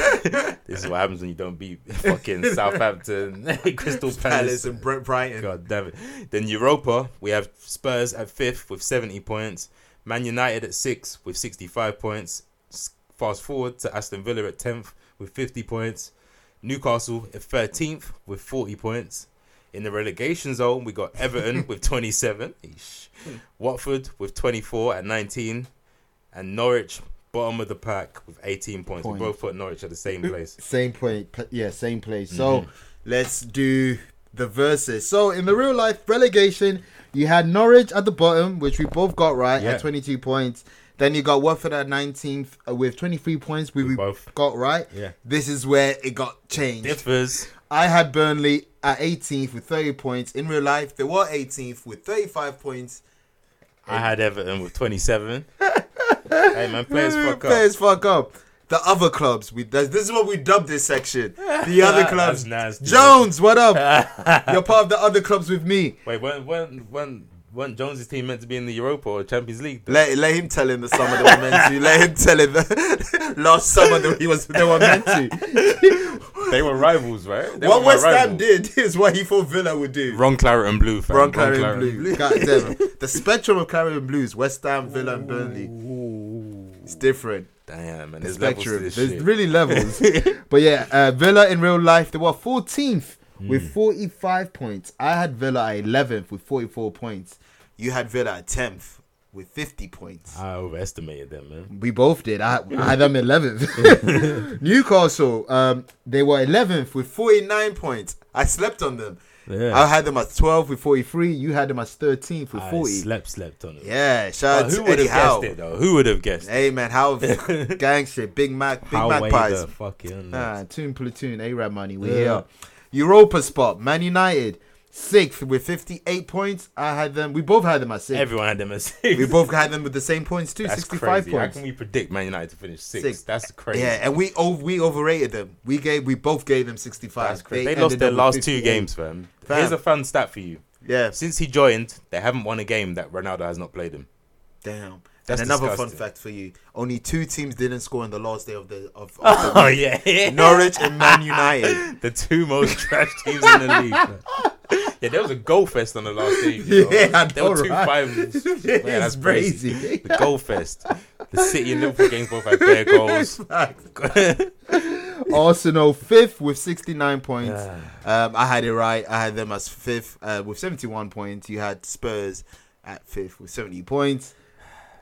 S3: this is what happens when you don't beat fucking Southampton, [LAUGHS] Crystal Palace.
S2: and Brent Brighton.
S3: God damn it. Then Europa, we have Spurs at fifth with 70 points, Man United at sixth with 65 points. S- Fast forward to Aston Villa at 10th with 50 points, Newcastle at 13th with 40 points. In the relegation zone, we got Everton with 27, Eesh. Watford with 24 at 19, and Norwich bottom of the pack with 18 points.
S2: Point.
S3: We both put Norwich at the same place.
S2: Same place. Yeah, same place. So let's do the verses. So in the real life relegation, you had Norwich at the bottom, which we both got right
S3: Yeah.
S2: at 22 points. Then you got Watford at 19th uh, with 23 points. We, we
S3: both.
S2: both got right.
S3: Yeah.
S2: This is where it got changed.
S3: Differs.
S2: I had Burnley at 18th with 30 points. In real life, they were 18th with 35 points.
S3: I had Everton
S2: [LAUGHS]
S3: with 27. hey man, players fuck up.
S2: Players fuck up. The other clubs. We this is what we dubbed this section. The other
S3: [LAUGHS] That's
S2: clubs.
S3: nasty.
S2: Jones, what
S3: [LAUGHS]
S2: up? You're part of the other clubs with me.
S3: Wait, when when when when Jones's team meant to be in the Europa or Champions League?
S2: Let, let him tell in the summer they were meant to. Let him tell in the last summer that he was they were meant to.
S3: They were rivals, right? [LAUGHS] They
S2: what
S3: were my
S2: West Ham
S3: rivals.
S2: did [LAUGHS] is what he thought Villa would do.
S3: Wrong claret and blue. Fam.
S2: Wrong claret and blue. God damn
S3: [LAUGHS]
S2: it. The spectrum of claret and blues, West Ham, Villa, and Burnley.
S3: Ooh.
S2: It's different.
S3: Damn, man.
S2: The
S3: There's
S2: spectrum. There's
S3: levels to this shit.
S2: really
S3: [LAUGHS]
S2: levels. but yeah, uh, Villa in real life, they were 14th
S3: Hmm.
S2: with 45 points. I had Villa at 11th with 44 points. You had Villa at 10th with 50 points.
S3: I overestimated them, man.
S2: We both did. I, I had them
S3: [LAUGHS]
S2: 11th. [LAUGHS] Newcastle, um, they were 11th with 49 points. I slept on them.
S3: Yeah.
S2: I had them at 12 with 43. You had them as 13th with
S3: I
S2: 40.
S3: slept slept on it.
S2: Yeah, shout
S3: But
S2: out
S3: who
S2: to
S3: would
S2: Eddie
S3: have
S2: Howe.
S3: guessed it though? Who would have guessed? it?
S2: Hey man, how
S3: [LAUGHS]
S2: gangster, Big Mac, Big
S3: Howe
S2: Mac
S3: way
S2: pies.
S3: the fucking.
S2: Ah, Toon Platoon, A-Rap money. We
S3: Yeah.
S2: here. Europa spot, Man United, sixth with 58 points. I had them. We both had them at six.
S3: Everyone had them as six.
S2: we both had them with the same points too,
S3: That's
S2: 65
S3: crazy. How
S2: points.
S3: can we predict Man United to finish six?
S2: Six.
S3: That's crazy.
S2: Yeah, and we over, we overrated them. We gave we both gave them 65.
S3: That's crazy. They,
S2: ended
S3: lost their
S2: up with
S3: last two
S2: 58.
S3: games, fam.
S2: Fam.
S3: Here's a fun stat for you.
S2: Yeah,
S3: Since he joined, they haven't won a game that Ronaldo has not
S2: [LAUGHS]
S3: played in.
S2: damn.
S3: That's
S2: and another
S3: disgusting.
S2: fun fact for you: only two teams didn't score on the last day of the of, of
S3: [LAUGHS]
S2: the
S3: Oh yeah,
S2: Norwich and Man United.
S3: the two most [LAUGHS] trash teams in the league. man. Yeah, there was a goal fest on the last day.
S2: Yeah, I
S3: there were
S2: know, [LAUGHS]
S3: two
S2: right?
S3: finals. Man,
S2: It's
S3: that's crazy.
S2: crazy.
S3: The goal fest. The City and Liverpool games both
S2: [LAUGHS]
S3: had their goals.
S2: Arsenal fifth with 69 points. Um, I had it right. I had them as fifth uh, with 71 points. You had Spurs at fifth with 70 points.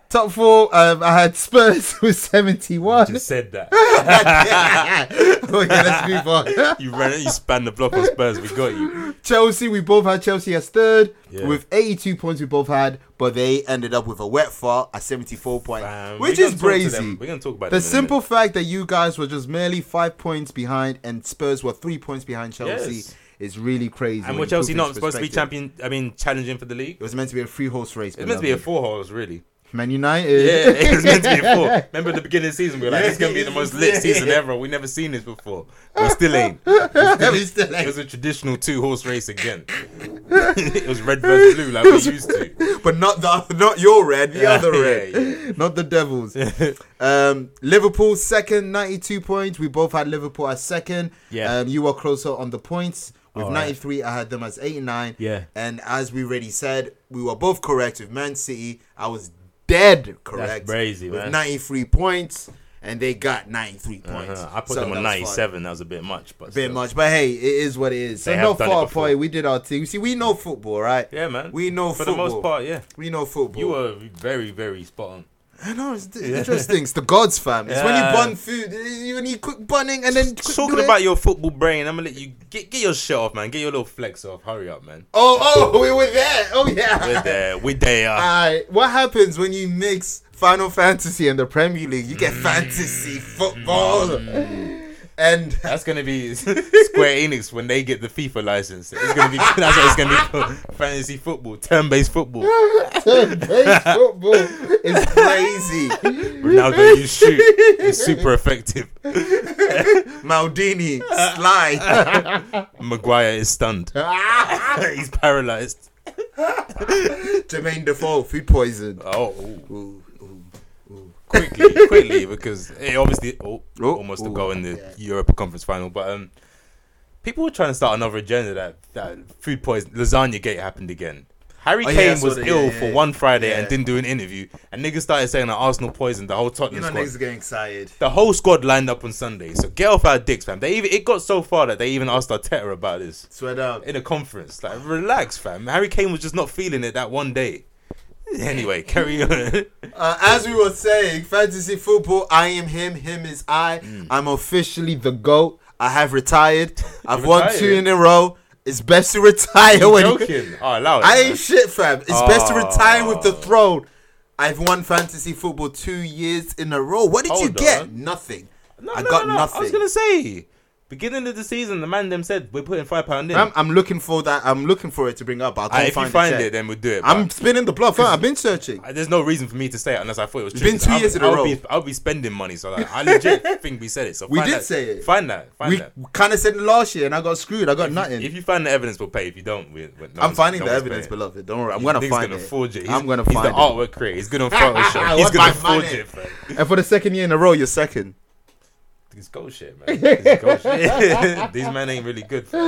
S2: Top four, um, I had Spurs [LAUGHS] with 71.
S3: Just [LAUGHS] said that.
S2: [LAUGHS] okay, let's move on. [LAUGHS]
S3: You ran it, you span the block on Spurs, we got you.
S2: Chelsea, we both had Chelsea as third
S3: Yeah.
S2: with 82 points. We both had, but they ended up with a wet fart at 74 points,
S3: Um,
S2: which
S3: we're
S2: is
S3: gonna talk to them-
S2: crazy.
S3: We're going to talk about
S2: The
S3: them in a minute.
S2: simple fact that you guys were just merely five points behind and Spurs were three points behind Chelsea
S3: Yes.
S2: is really crazy.
S3: And
S2: when
S3: were
S2: you
S3: Chelsea
S2: put it into
S3: not supposed to be
S2: perspective.
S3: champion? I mean, challenging for the league.
S2: It was meant to be a free horse race.
S3: It's meant to be a four horse, really.
S2: Man
S3: [LAUGHS] Yeah,
S2: United.
S3: [LAUGHS] it was meant to be a four. [LAUGHS] Remember at the beginning of the season, we were like, "It's gonna be the most lit season ever. We never seen this before. We still ain't.
S2: [LAUGHS] We still
S3: It
S2: ain't.
S3: was a traditional two horse race again. [LAUGHS] it was red versus blue, like we used to.
S2: but not the not your red, the
S3: Yeah,
S2: other
S3: yeah,
S2: red, [LAUGHS] not the
S3: [LAUGHS]
S2: Devils. um, Liverpool second, ninety-two points. We both had Liverpool as second.
S3: Yeah.
S2: Um, you were closer on the points with
S3: All right.
S2: ninety-three. I had them as eighty-nine.
S3: Yeah.
S2: And as we already said, we were both correct with Man City. I was dead correct.
S3: crazy,
S2: with
S3: man.
S2: ninety-three points, and they got ninety-three points.
S3: Uh-huh. I put
S2: So
S3: them on
S2: that's fine
S3: ninety-seven. That was a bit much, but
S2: bit
S3: still.
S2: much, but hey, it is what it is. So
S3: They
S2: no
S3: have done it
S2: far
S3: before.
S2: point. We did our thing. You see, we know football, right?
S3: Yeah, man.
S2: We know
S3: for
S2: football
S3: the most part. Yeah,
S2: We know football.
S3: you were very, very spot on.
S2: I know it's d- interesting. It's the gods, fam. It's when you
S3: Yeah.
S2: bun food, eh, you need quick bunning and then quick
S3: Talking
S2: do it.
S3: about your football brain, I'm gonna let you get get your shit off, man. Get your little flex off. Hurry up, man.
S2: Oh, oh, we were there. Oh yeah.
S3: We're there. We're there.
S2: Alright, what happens when you mix Final Fantasy and the Premier League? You get fantasy football. Mm. And [LAUGHS]
S3: That's gonna be [LAUGHS] Square Enix when they get the FIFA license. It's gonna be [LAUGHS] that's what it's gonna be called. fantasy football, turn-based football.
S2: turn-based football is crazy.
S3: Ronaldo, you shoot, it's super effective.
S2: Maldini, [LAUGHS] slide.
S3: Maguire is stunned. He's paralyzed.
S2: Jermaine Defoe, food poison.
S3: Oh, ooh. quickly, quickly, because it obviously oh,
S2: Oh,
S3: almost
S2: ooh,
S3: a goal in the Europa Conference Final. But um, people were trying to start another agenda that that food poison, lasagna gate happened again. Harry
S2: Oh, yeah, I
S3: Kane
S2: saw
S3: was
S2: that,
S3: ill
S2: yeah,
S3: for
S2: yeah,
S3: one Friday and
S2: yeah.
S3: didn't do an interview, and niggas started saying that Arsenal poisoned the whole
S2: You
S3: Tottenham
S2: know,
S3: squad.
S2: niggas are getting excited.
S3: The whole squad lined up on Sunday, so get off our dicks, fam. They even it got so far that they even asked Arteta about this
S2: Sweat up.
S3: in a conference. Like, relax, fam. Harry Kane was just not feeling it that one day. Anyway, [LAUGHS] carry on.
S2: Uh, as we were saying, fantasy football, I am him, him is I. I'm officially the GOAT. I have retired. I've
S3: Mm. [LAUGHS] You
S2: won
S3: retired?
S2: two in a row. It's best to retire when
S3: joking. Oh, allow it.
S2: [LAUGHS] I
S3: man.
S2: ain't shit, fam. It's best to retire with the
S3: Oh.
S2: throne. I've won fantasy football two years in a row. What did you
S3: Hold
S2: get?
S3: on.
S2: Nothing.
S3: No,
S2: I
S3: no,
S2: got
S3: no, no.
S2: nothing.
S3: I was gonna say, beginning of the season, the man them said we're putting five pound in.
S2: I'm, I'm looking for that. I'm looking for it to bring up. but I
S3: Ah,
S2: can't
S3: if
S2: find,
S3: you find
S2: it,
S3: it,
S2: yet.
S3: then we'll do it.
S2: I'm
S3: but
S2: spinning the block. fam. I've been searching.
S3: I- there's no reason for me to say it unless I thought it was true.
S2: been two
S3: I'll-
S2: years in a
S3: I'll
S2: row.
S3: Be, I'll be spending money, so like,
S2: [LAUGHS]
S3: I legit think we said it. So
S2: We
S3: find
S2: did
S3: that-
S2: say it.
S3: Find that. Find
S2: We
S3: that.
S2: kind of said it last year, and I got screwed. I got nothing.
S3: If you find the evidence, we'll pay. If you don't, we, we- no
S2: I'm
S3: one's-
S2: finding
S3: no
S2: the
S3: one's
S2: evidence,
S3: paying.
S2: beloved. Don't worry, I'm
S3: You
S2: gonna
S3: think's
S2: find
S3: gonna
S2: it.
S3: forge it. He's,
S2: I'm gonna
S3: he's
S2: find
S3: the
S2: it.
S3: artwork creator.
S2: [LAUGHS]
S3: He's gonna Photoshop.
S2: I
S3: he's
S2: want
S3: gonna
S2: my
S3: forge
S2: money.
S3: it. Bro.
S2: And for the second year in a row, you're second. [LAUGHS]
S3: It's gold shit, man. It's gold shit. [LAUGHS] These men ain't really good.
S2: [LAUGHS]
S3: fam.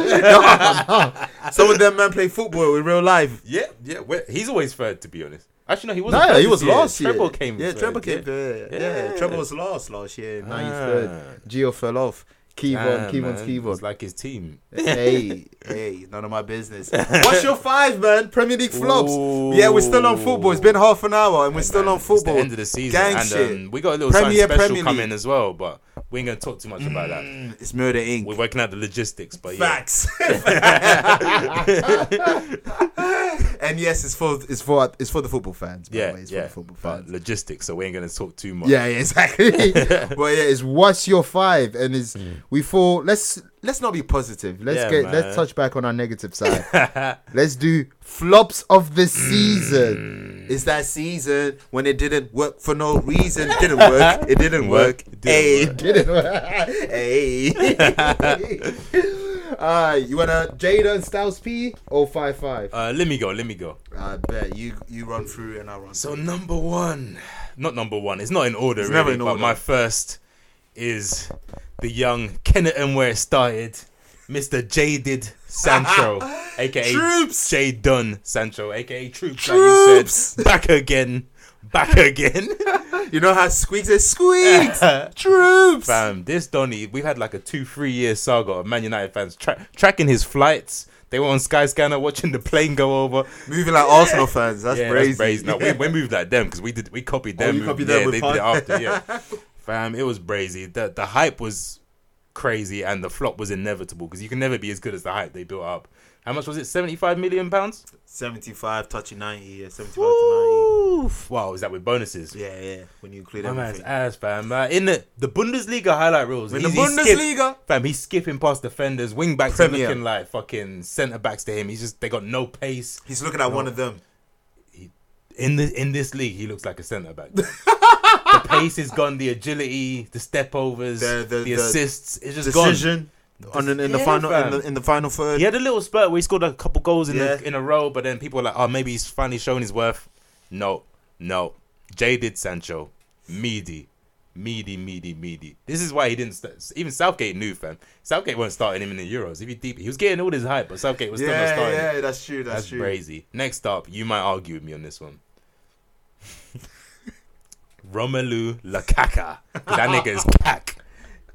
S2: Some of them man play football in real life.
S3: Yeah, yeah. we he's always third, to be honest. Actually, no, he wasn't.
S2: No,
S3: third
S2: he was
S3: this year.
S2: last year.
S3: Treble came.
S2: Yeah,
S3: third,
S2: Trevor came.
S3: yeah.
S2: Yeah, yeah.
S3: Yeah.
S2: Trevor was last last year. Now he's
S3: Ah.
S2: third. Gio fell off. Keyvon,
S3: Damn,
S2: Keyvon's
S3: man. It's [LAUGHS]
S2: Keyvon.
S3: like his team.
S2: hey, hey, none of my business. What's your five, man? Premier League flops. Yeah, we're still on football. It's been half an hour and we're still on
S3: It's the
S2: football.
S3: end of the season,
S2: Gang
S3: and
S2: shit.
S3: um, we got a little
S2: Premier,
S3: something special
S2: Premier
S3: coming
S2: League. Mm.
S3: as well. But we ain't gonna talk too much about that.
S2: it's Murder Inc.
S3: We're working out the logistics, but yeah.
S2: Facts.
S3: [LAUGHS]
S2: and yes, it's for it's for it's for the football fans. By
S3: Yeah,
S2: the way. it's
S3: yeah.
S2: for the football
S3: but
S2: fans.
S3: logistics, so we ain't gonna talk too much.
S2: Yeah, yeah, exactly. [LAUGHS] well, yeah, it's what's your five, and it's we thought let's let's not be positive. Let's
S3: Yeah,
S2: get
S3: man.
S2: let's touch back on our [LAUGHS] negative side. let's do flops of the season. It's that season when it didn't work for no reason. It didn't [LAUGHS] work. It didn't work.
S3: It didn't
S2: Hey,
S3: work.
S2: it didn't [LAUGHS] work. [LAUGHS] Hey. Alright, you wanna Jada and Styles P or five five?
S3: Uh, let me go. Let me go.
S2: I bet you you run through and I run.
S3: So number one, not number one. It's not in order.
S2: It's
S3: really,
S2: never in
S3: but
S2: order.
S3: my first is the young Kenneton where it started, Mister Jaded
S2: [LAUGHS]
S3: Sancho, aka
S2: Troops.
S3: J Dunn Sancho, aka Troops.
S2: Troops.
S3: [LAUGHS] Like you said, back again, [LAUGHS] back again.
S2: You know how Squeaks is [LAUGHS] Squeaks troops.
S3: Fam, this Donny, we've had like a two, three year saga of Man United fans tra- tracking his flights. They were on Skyscanner watching the plane go over.
S2: Moving like Arsenal fans. That's
S3: yeah,
S2: crazy.
S3: that's brazy. No,
S2: [LAUGHS]
S3: we, we moved like them because we did we copied
S2: Oh,
S3: them.
S2: you copied
S3: yeah,
S2: them with
S3: they did it
S2: Pod. [LAUGHS]
S3: after. Yeah, fam, it was brazy. The the hype was crazy and the flop was inevitable because you can never be as good as the hype they built up. How much was it? Seventy five million pounds.
S2: 75 touching 90. Yeah, 75 to
S3: Oof. Wow, is that with bonuses?
S2: 90. Yeah, yeah. When you include
S3: My man's
S2: everything.
S3: ass, fam. Uh, in the, the Bundesliga highlight reels,
S2: In the
S3: he's- he's skip-
S2: Bundesliga.
S3: fam, he's skipping past defenders, wing backs are
S2: Premier.
S3: looking like fucking centre backs to him. He's just they got no pace.
S2: He's looking at one of them.
S3: in the in this league, he looks like a
S2: [LAUGHS]
S3: centre back. the pace is gone, the agility, the step overs,
S2: The-
S3: the,
S2: the- the
S3: assists. It's just gone.
S2: Decision on in, in the
S3: Yeah,
S2: final in
S3: fam.
S2: the, in the final third.
S3: He had a little spurt where he scored a couple goals in
S2: Yeah.
S3: a, in a row, but then people were like, "Oh, maybe he's finally shown his worth." No, no. Jay did Sancho, meaty, meaty, meaty, meaty. This is why he didn't. St- even Southgate knew, fam. Southgate wasn't starting him in the Euros. If you deep, he was getting all this hype, but Southgate was still not
S2: Yeah,
S3: starting. him.
S2: yeah, that's true. That's,
S3: That's
S2: true.
S3: crazy. Next up, you might argue with me on
S2: [LAUGHS]
S3: this one. Romelu Lukaku. That
S2: [LAUGHS]
S3: nigga is cack.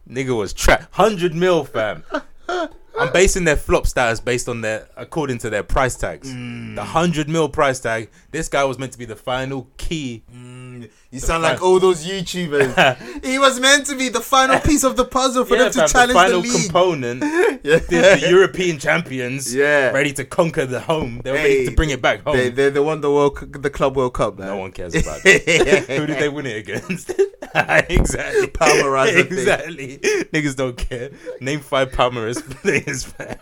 S3: Nigga was trapped. 100 mil, fam. I'm basing their flop status based on their, according to their price tags.
S2: Hmm.
S3: The 100 mil price tag, this guy was meant to be the final key.
S2: Mm, You sound like all those
S3: [LAUGHS]
S2: YouTubers. he was meant to be the final piece of the puzzle for
S3: Yeah,
S2: them to
S3: fam,
S2: challenge
S3: the final
S2: the league.
S3: component.
S2: [LAUGHS] Yeah.
S3: the, the European champions.
S2: Yeah.
S3: Ready to conquer the home. They were
S2: Hey,
S3: ready to bring it back home.
S2: They, they, they won the World, Cu- the Club World Cup, man.
S3: No
S2: [LAUGHS]
S3: one cares about that. Who did they win it against? [LAUGHS] exactly.
S2: Palmeiras, I think.
S3: Exactly. Niggas don't care. Name five Palmeiras [LAUGHS] players, fam.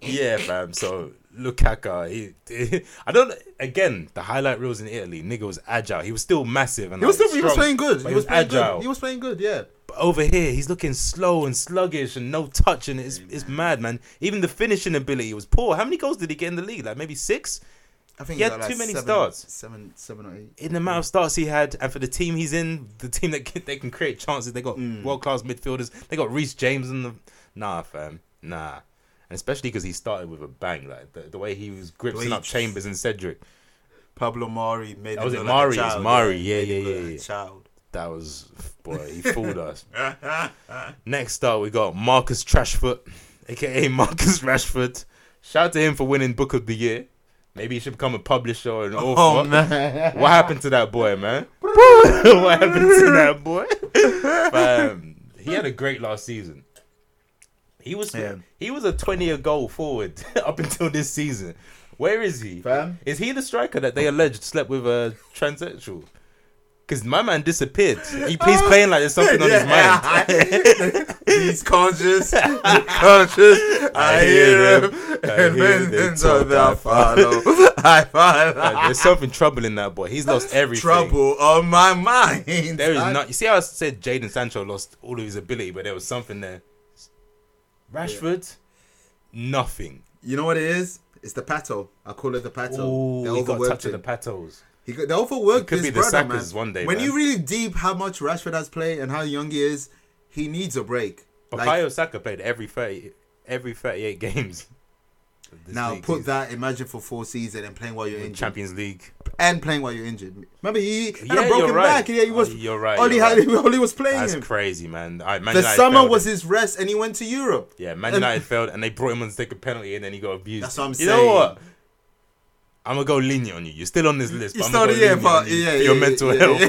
S3: yeah, fam. So Lukaku, he, I don't. Again, the highlight reels in Italy. Nigga was agile. He was still massive and
S2: He was,
S3: like,
S2: still, he was
S3: strong,
S2: playing good.
S3: but
S2: He was playing
S3: agile.
S2: good. He was playing good. Yeah.
S3: But over here, he's looking slow and sluggish and no touch, and it's it's mad, man. Even the finishing ability was poor. How many goals did he get in the league? Like maybe six.
S2: I think
S3: He had too many starts.
S2: Seven, seven or eight.
S3: in the amount of starts he had, and for the team he's in, the team that can, they can create chances, they got
S2: Mm.
S3: world class midfielders. They got Reece James in the nah, fam, nah, and especially because he started with a bang, like the, the way he was
S2: The
S3: gripping
S2: way
S3: up
S2: he-
S3: Chambers and Cedric.
S2: Pablo Mari made.
S3: Oh,
S2: him
S3: was it
S2: look
S3: Mari?
S2: Like a
S3: It's
S2: child,
S3: Mari. Yeah,
S2: Made him
S3: yeah,
S2: look
S3: yeah,
S2: like a
S3: yeah.
S2: Child.
S3: That was boy, he
S2: [LAUGHS]
S3: fooled us. Next up, we got Marcus Trashfoot, aka Marcus [LAUGHS] Rashford. Shout out to him for winning Book of the Year. Maybe he should become a publisher or an author.
S2: Oh man.
S3: What happened to that boy, man? [LAUGHS] what happened to that [LAUGHS] boy? um, he had a great last season. He was
S2: Yeah.
S3: he was a twenty a goal forward [LAUGHS] up until this season. Where is he?
S2: Fam.
S3: Is he the striker that they alleged slept with a transsexual? Because my man disappeared. He, he's playing like there's something on his mind.
S2: [LAUGHS] He's conscious. He's
S3: [LAUGHS]
S2: conscious. I, hear him.
S3: I
S2: And
S3: hear
S2: then
S3: them
S2: then so
S3: talk. I
S2: I follow.
S3: [LAUGHS]
S2: I
S3: Like,
S2: follow.
S3: there's something trouble in that boy. He's lost everything.
S2: Trouble on my mind.
S3: There is
S2: I-
S3: not. You see how I said Jaden Sancho lost all of his ability, but there was something there. Rashford, nothing.
S2: You know what it is? It's the pato. I call it the pato.
S3: Ooh,
S2: they
S3: he got
S2: overworked
S3: touch of
S2: him.
S3: the patos.
S2: He got, they overworked
S3: It could
S2: his
S3: be the
S2: brother,
S3: Sackers
S2: man.
S3: one day,
S2: When
S3: man.
S2: you really deep how much Rashford has played and how young he is, he needs a break.
S3: But Kayo Saka played every thirty, every thirty-eight games. [LAUGHS] This
S2: now
S3: league,
S2: put
S3: this
S2: that imagine for four season and playing while you're injured
S3: Champions League.
S2: and playing while you're injured. Remember he had
S3: Yeah,
S2: a broken
S3: you're right.
S2: back. Yeah, he was.
S3: Oh, you're right,
S2: Oli
S3: you're
S2: had, Oli was playing
S3: That's
S2: him.
S3: crazy, man. I, man
S2: The
S3: United
S2: summer
S3: failed
S2: was
S3: him.
S2: his rest, and he went to Europe.
S3: Yeah, Man
S2: and-
S3: United failed, and they brought him on to take a penalty, and then he got abused.
S2: That's what I'm
S3: you
S2: saying.
S3: know what? I'm gonna go lenient on you. You're still on this list.
S2: You
S3: but I'm gonna
S2: started,
S3: go
S2: yeah,
S3: lenient
S2: but yeah, yeah,
S3: on you for your
S2: yeah,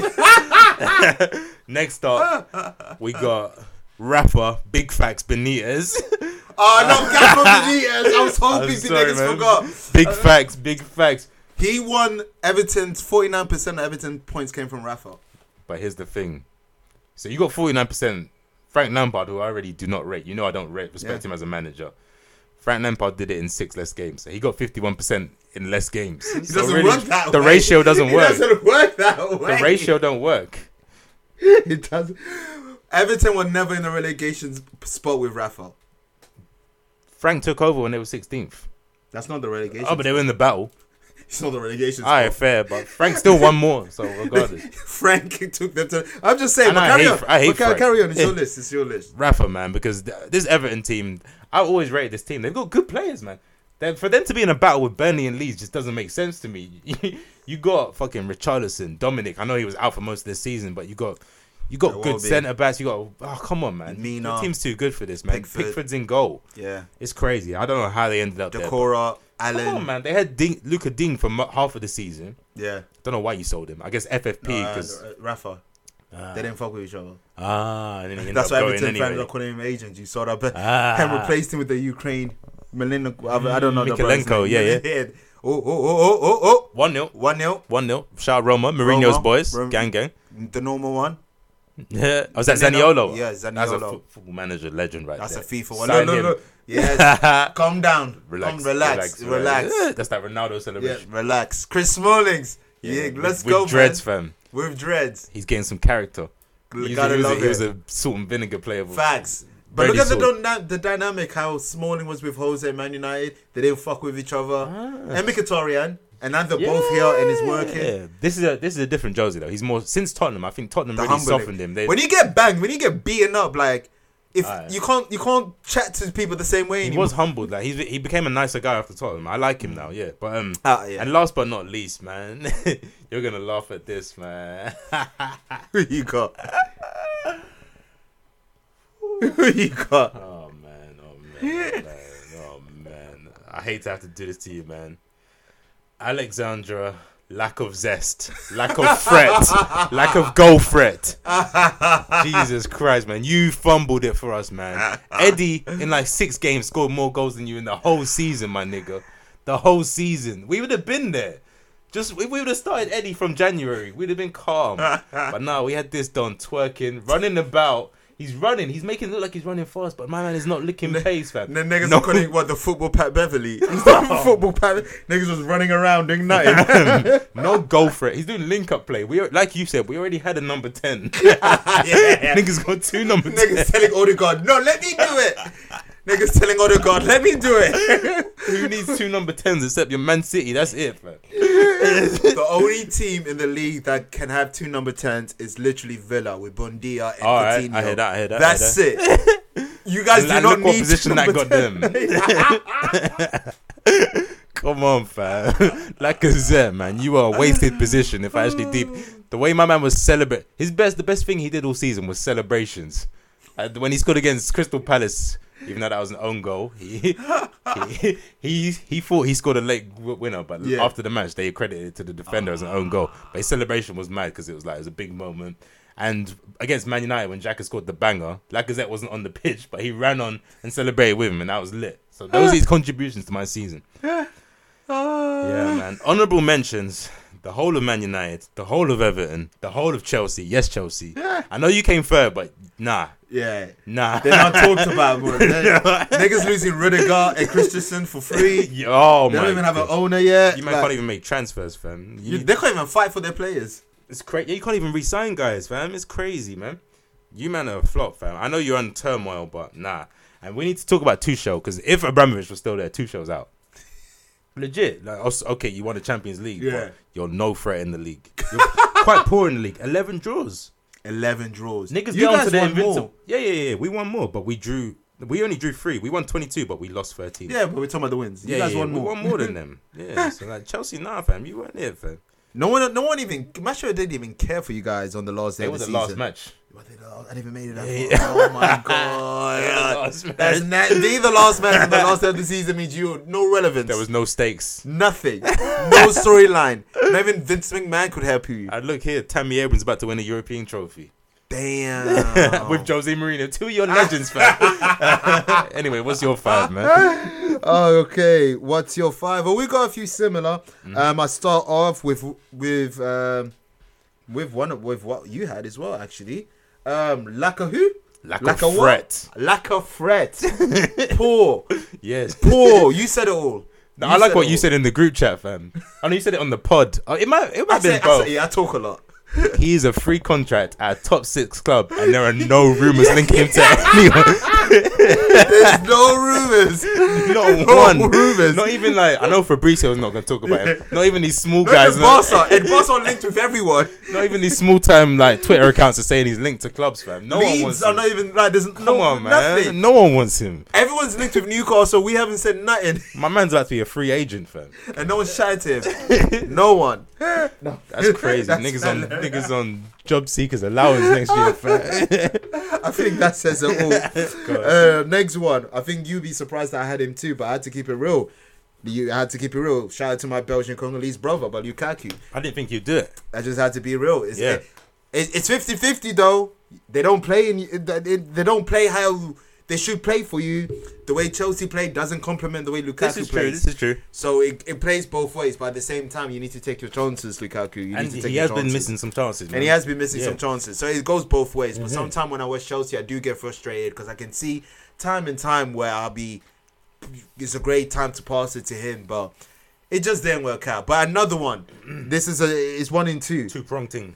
S2: yeah,
S3: mental
S2: [LAUGHS]
S3: health. Next up, we got rapper Big
S2: [LAUGHS]
S3: Facts Benitez.
S2: Oh no, Gabriel Oh, Benitez. I was
S3: [LAUGHS] I'm
S2: hoping the
S3: sorry,
S2: niggas
S3: man.
S2: forgot.
S3: Big Facts, Big Facts.
S2: He won Everton's forty nine percent of Everton points came from Rafa.
S3: But here's the thing. So you got 49%. Frank Lampard, who I already do not rate. You know I don't rate, respect
S2: Yeah.
S3: him as a manager. Frank Lampard did it in six less games. So he got 51% in less games. It
S2: It doesn't work that
S3: The
S2: way. [LAUGHS]
S3: ratio doesn't
S2: it
S3: work.
S2: doesn't work that way.
S3: the ratio don't work.
S2: [LAUGHS] It does. Everton were never in a relegation spot with Rafa.
S3: Frank took over when they were 16th.
S2: That's not the relegation.
S3: Oh, but they were in the battle.
S2: it's not the relegation
S3: All right,
S2: spot.
S3: fair. But Frank still won more. So regardless.
S2: [LAUGHS] Frank took them to. I'm just saying.
S3: And
S2: But
S3: I
S2: carry
S3: hate
S2: on.
S3: Fra- I hate
S2: But ca-
S3: Frank.
S2: carry on. It's your list. It's your list.
S3: Rafa, man, because th- this Everton team, I always rated this team. They've got good players, man. Then for them to be in a battle with Burnley and Leeds just doesn't make sense to me. [LAUGHS] you got fucking Richarlison, Dominic. I know he was out for most of the season, but you got you got
S2: Yeah,
S3: good
S2: Welbeck.
S3: centre backs. You got oh come on man,
S2: Mina.
S3: Your team's too good for this man.
S2: Pickford.
S3: Pickford's in goal.
S2: Yeah.
S3: It's crazy. I don't know how they ended up there. but-
S2: Decora, Allen.
S3: Come on man, they had Ding, Luca Ding for mo- half of the season.
S2: Yeah.
S3: Don't know why you sold him. I guess FFP
S2: Uh,
S3: because
S2: Rafa. they didn't fuck with each other. [LAUGHS]
S3: ah, and then he ended
S2: That's
S3: up
S2: why
S3: going
S2: Everton fans
S3: anyway.
S2: are calling him agents. You saw that, but
S3: Ah.
S2: and replaced him with the Ukraine Melina. I don't know. the brother's
S3: Mikalenko,
S2: name.
S3: yeah, yeah.
S2: [LAUGHS] Oh, oh, oh, oh, oh, oh.
S3: One 0
S2: One nil.
S3: one 0 Shout out Roma, Mourinho's
S2: Roma,
S3: boys,
S2: Rom-
S3: gang gang.
S2: The normal one.
S3: Yeah, was that
S2: Zaniolo?
S3: Zaniolo?
S2: Yeah,
S3: That's a
S2: Zaniolo.
S3: fo- football manager legend, right
S2: That's
S3: there.
S2: a FIFA one.
S3: Sign
S2: no, no,
S3: him. [LAUGHS]
S2: no. Yes. Calm down.
S3: Relax,
S2: Come, relax. Relax. Relax.
S3: Yeah, That's that Ronaldo
S2: Yeah,
S3: celebration.
S2: relax. Chris Smallings. Yeah,
S3: with-
S2: let's
S3: with
S2: go.
S3: dreads,
S2: man.
S3: fam.
S2: With dreads.
S3: He's getting some character.
S2: You
S3: He's-
S2: gotta
S3: he was,
S2: love
S3: a, he
S2: it.
S3: was a salt and vinegar player. bro.
S2: Facts. But look
S3: Brady
S2: at the,
S3: sword.
S2: dyna- the dynamic how Smalling was with Jose at Man United. They didn't fuck with each other. And Mkhitaryan. And now they're both here and it's working.
S3: Ah. Yeah. This is a this is a different Josie though. He's more since Tottenham. I think Tottenham
S2: The
S3: really
S2: humbling.
S3: softened him. They,
S2: when you get banged, when you get beaten up, like if
S3: Aye.
S2: you can't you can't chat to people the same way
S3: he
S2: anymore.
S3: was humbled. Like he's, he became a nicer guy after Tottenham. I like him now. Yeah, but um,
S2: Ah, yeah.
S3: and last but not least, man, [LAUGHS] you're gonna laugh at this, man. [LAUGHS]
S2: Who you [LAUGHS] got? Who you got?
S3: Oh man, oh man, oh, man, oh man. I hate to have to do this to you, man. Alexandra, lack of zest, lack of threat, lack of
S2: [LAUGHS]
S3: goal threat. Jesus Christ, man. You fumbled it for us, man. Eddie, in like six games, scored more goals than you in the whole season, my nigga. The whole season. We would have been there. Just if we would have started Eddie from January, we'd have
S2: [LAUGHS]
S3: been calm. but no, we had this done twerking, running about. He's running. He's making it look like he's running fast, but my man is not licking pace, fam.
S2: The niggas
S3: No.
S2: are calling it, what the football Pat
S3: [LAUGHS]
S2: Beverly. It's not football Pat. Niggas was running around doing nothing.
S3: no go for it. He's doing link up play. We al- like you said, we already had a number ten.
S2: [LAUGHS] Yeah.
S3: Niggas got two number ten.
S2: Niggas telling Odegaard, no, let me do it. Niggas telling Odegaard, let me do it.
S3: Who needs two number tens except your Man City? That's it, fam.
S2: the only team in the league that can have two number tens is literally Villa with Bondia and
S3: All right,
S2: Coutinho.
S3: I hear that, I hear that, I
S2: That's it. You guys do
S3: And
S2: not
S3: look what
S2: need
S3: position
S2: two
S3: that
S2: number 10.
S3: got them. Come on, fam. [LAUGHS] Lacazette, man, you are a wasted position. If I actually deep, the way my man was celebrate his best, the best thing he did all season was celebrations. And when he scored against Crystal Palace, even though that was an own goal, he [LAUGHS] he he, he thought he scored a late w- winner, but
S2: Yeah.
S3: after the match they credited it to the defender as an own goal. But his celebration was mad because it was like it was a big moment. And against Man United, when Jack scored the banger, Lacazette wasn't on the pitch, but he ran on and celebrated with him, and that was lit. So those are his contributions to my season. Yeah, man. Honorable mentions. The whole of Man United, the whole of Everton, the whole of Chelsea. Yes, Chelsea. I know you came third, but nah,
S2: [LAUGHS] Yeah.
S3: nah. [LAUGHS]
S2: They're not talked about. Bro. They're- Niggas losing Rudiger and Christensen for free.
S3: Yeah, oh
S2: They
S3: my
S2: don't even have an
S3: God.
S2: owner yet.
S3: You man
S2: Like,
S3: can't even make transfers, fam. You,
S2: you- they can't even fight for their players.
S3: it's crazy. you can't even re-sign guys, fam. It's crazy, man. You man are a flop, fam. I know you're on turmoil, but nah. And we need to talk about Tuchel because if Abramovich was still there, Tuchel's out. Legit. Like, also- okay, you won the Champions League,
S2: Yeah.
S3: but you're no threat in the league. You're [LAUGHS] quite poor in the league. Eleven draws.
S2: 11 draws.
S3: Niggas
S2: you
S3: get
S2: guys
S3: onto the
S2: won
S3: invincible.
S2: more.
S3: Yeah, yeah, yeah. We won more, but we drew. We only drew three. We won twenty-two, but we lost thirteen.
S2: Yeah, but we're talking about the wins. You guys won
S3: we
S2: more.
S3: won more
S2: [LAUGHS]
S3: than them. Yeah. So like Chelsea, nah, fam. You weren't it, fam.
S2: No one, no one even. Masho didn't even care for you guys on the last day
S3: It
S2: of
S3: was
S2: the
S3: the
S2: season.
S3: last match.
S2: But they don't- I didn't even made it. That far. Oh
S3: [LAUGHS]
S2: my god!
S3: last match.
S2: that is not being the last match and the last day of the season means you had no relevance.
S3: There was no stakes.
S2: nothing, no storyline. Not even Vince McMahon could help you.
S3: And look here, Tammy Abrams about to win a European trophy [LAUGHS]
S2: Damn.
S3: with Jose Mourinho. Two of your
S2: [LAUGHS]
S3: legends, fam. anyway, what's your five, man?
S2: oh, okay. What's your five? Well, we got a few similar.
S3: Mm-hmm.
S2: Um, I start off with with um, with one of with what you had as well, actually. Um, lack of who?
S3: Lack of
S2: what?
S3: threat.
S2: Lack of threat.
S3: [LAUGHS]
S2: Poor.
S3: Yes.
S2: Poor. You said it all.
S3: No, I like
S2: it
S3: what
S2: all.
S3: you said in the group chat, fam. I know you said it on the pod. Oh, it might, it might
S2: I
S3: have
S2: say,
S3: been
S2: I
S3: both.
S2: say, yeah, I talk a lot. [LAUGHS]
S3: He is a free contract at a top six club, and there are no rumors linking him to anyone. [LAUGHS]
S2: There's no rumors.
S3: Not
S2: No
S3: one.
S2: rumors.
S3: Not even like I know Fabrizio's not going to talk about him. Not even these small
S2: Guys,
S3: guys.
S2: Ed
S3: Not,
S2: Barca. Ed Barca linked with everyone.
S3: not even these small time like Twitter accounts are saying he's linked to clubs, fam. No one wants
S2: Leeds are
S3: him.
S2: not even like. There's
S3: Come
S2: no
S3: on, man.
S2: nothing.
S3: No one wants him.
S2: Everyone's linked with Newcastle. We haven't said nothing,
S3: My man's about to be a free agent, fam.
S2: and no one's shouted to
S3: [LAUGHS]
S2: him. No one.
S3: That's crazy.
S2: That's
S3: niggas on niggas on job seekers allowance next year, [LAUGHS] fam.
S2: [LAUGHS] I think that says it
S3: [LAUGHS]
S2: all. uh, next one. I think you'd be surprised that I had him too, but I had to keep it real. You I had to keep it real. Shout out to my Belgian Congolese brother, but Lukaku.
S3: I didn't think you'd do it.
S2: I just had to be real. It's,
S3: Yeah.
S2: it, it's 50 50 though. They don't play in, they, they don't play how they should play for you. The way Chelsea play doesn't complement the way Lukaku
S3: This is
S2: plays.
S3: true. This is true.
S2: So it, it plays both ways, but at the same time, you need to take your chances, Lukaku. You
S3: And
S2: need to take
S3: he
S2: your
S3: has
S2: chances.
S3: been missing some chances. Man.
S2: And he has been missing
S3: Yeah.
S2: some chances. So it goes both ways. But sometimes when I watch Chelsea, I do get frustrated because I can see time and time where I'll be. It's a great time to pass it to him, but it just didn't work out. But another one. This is a. It's one in two.
S3: two prong thing.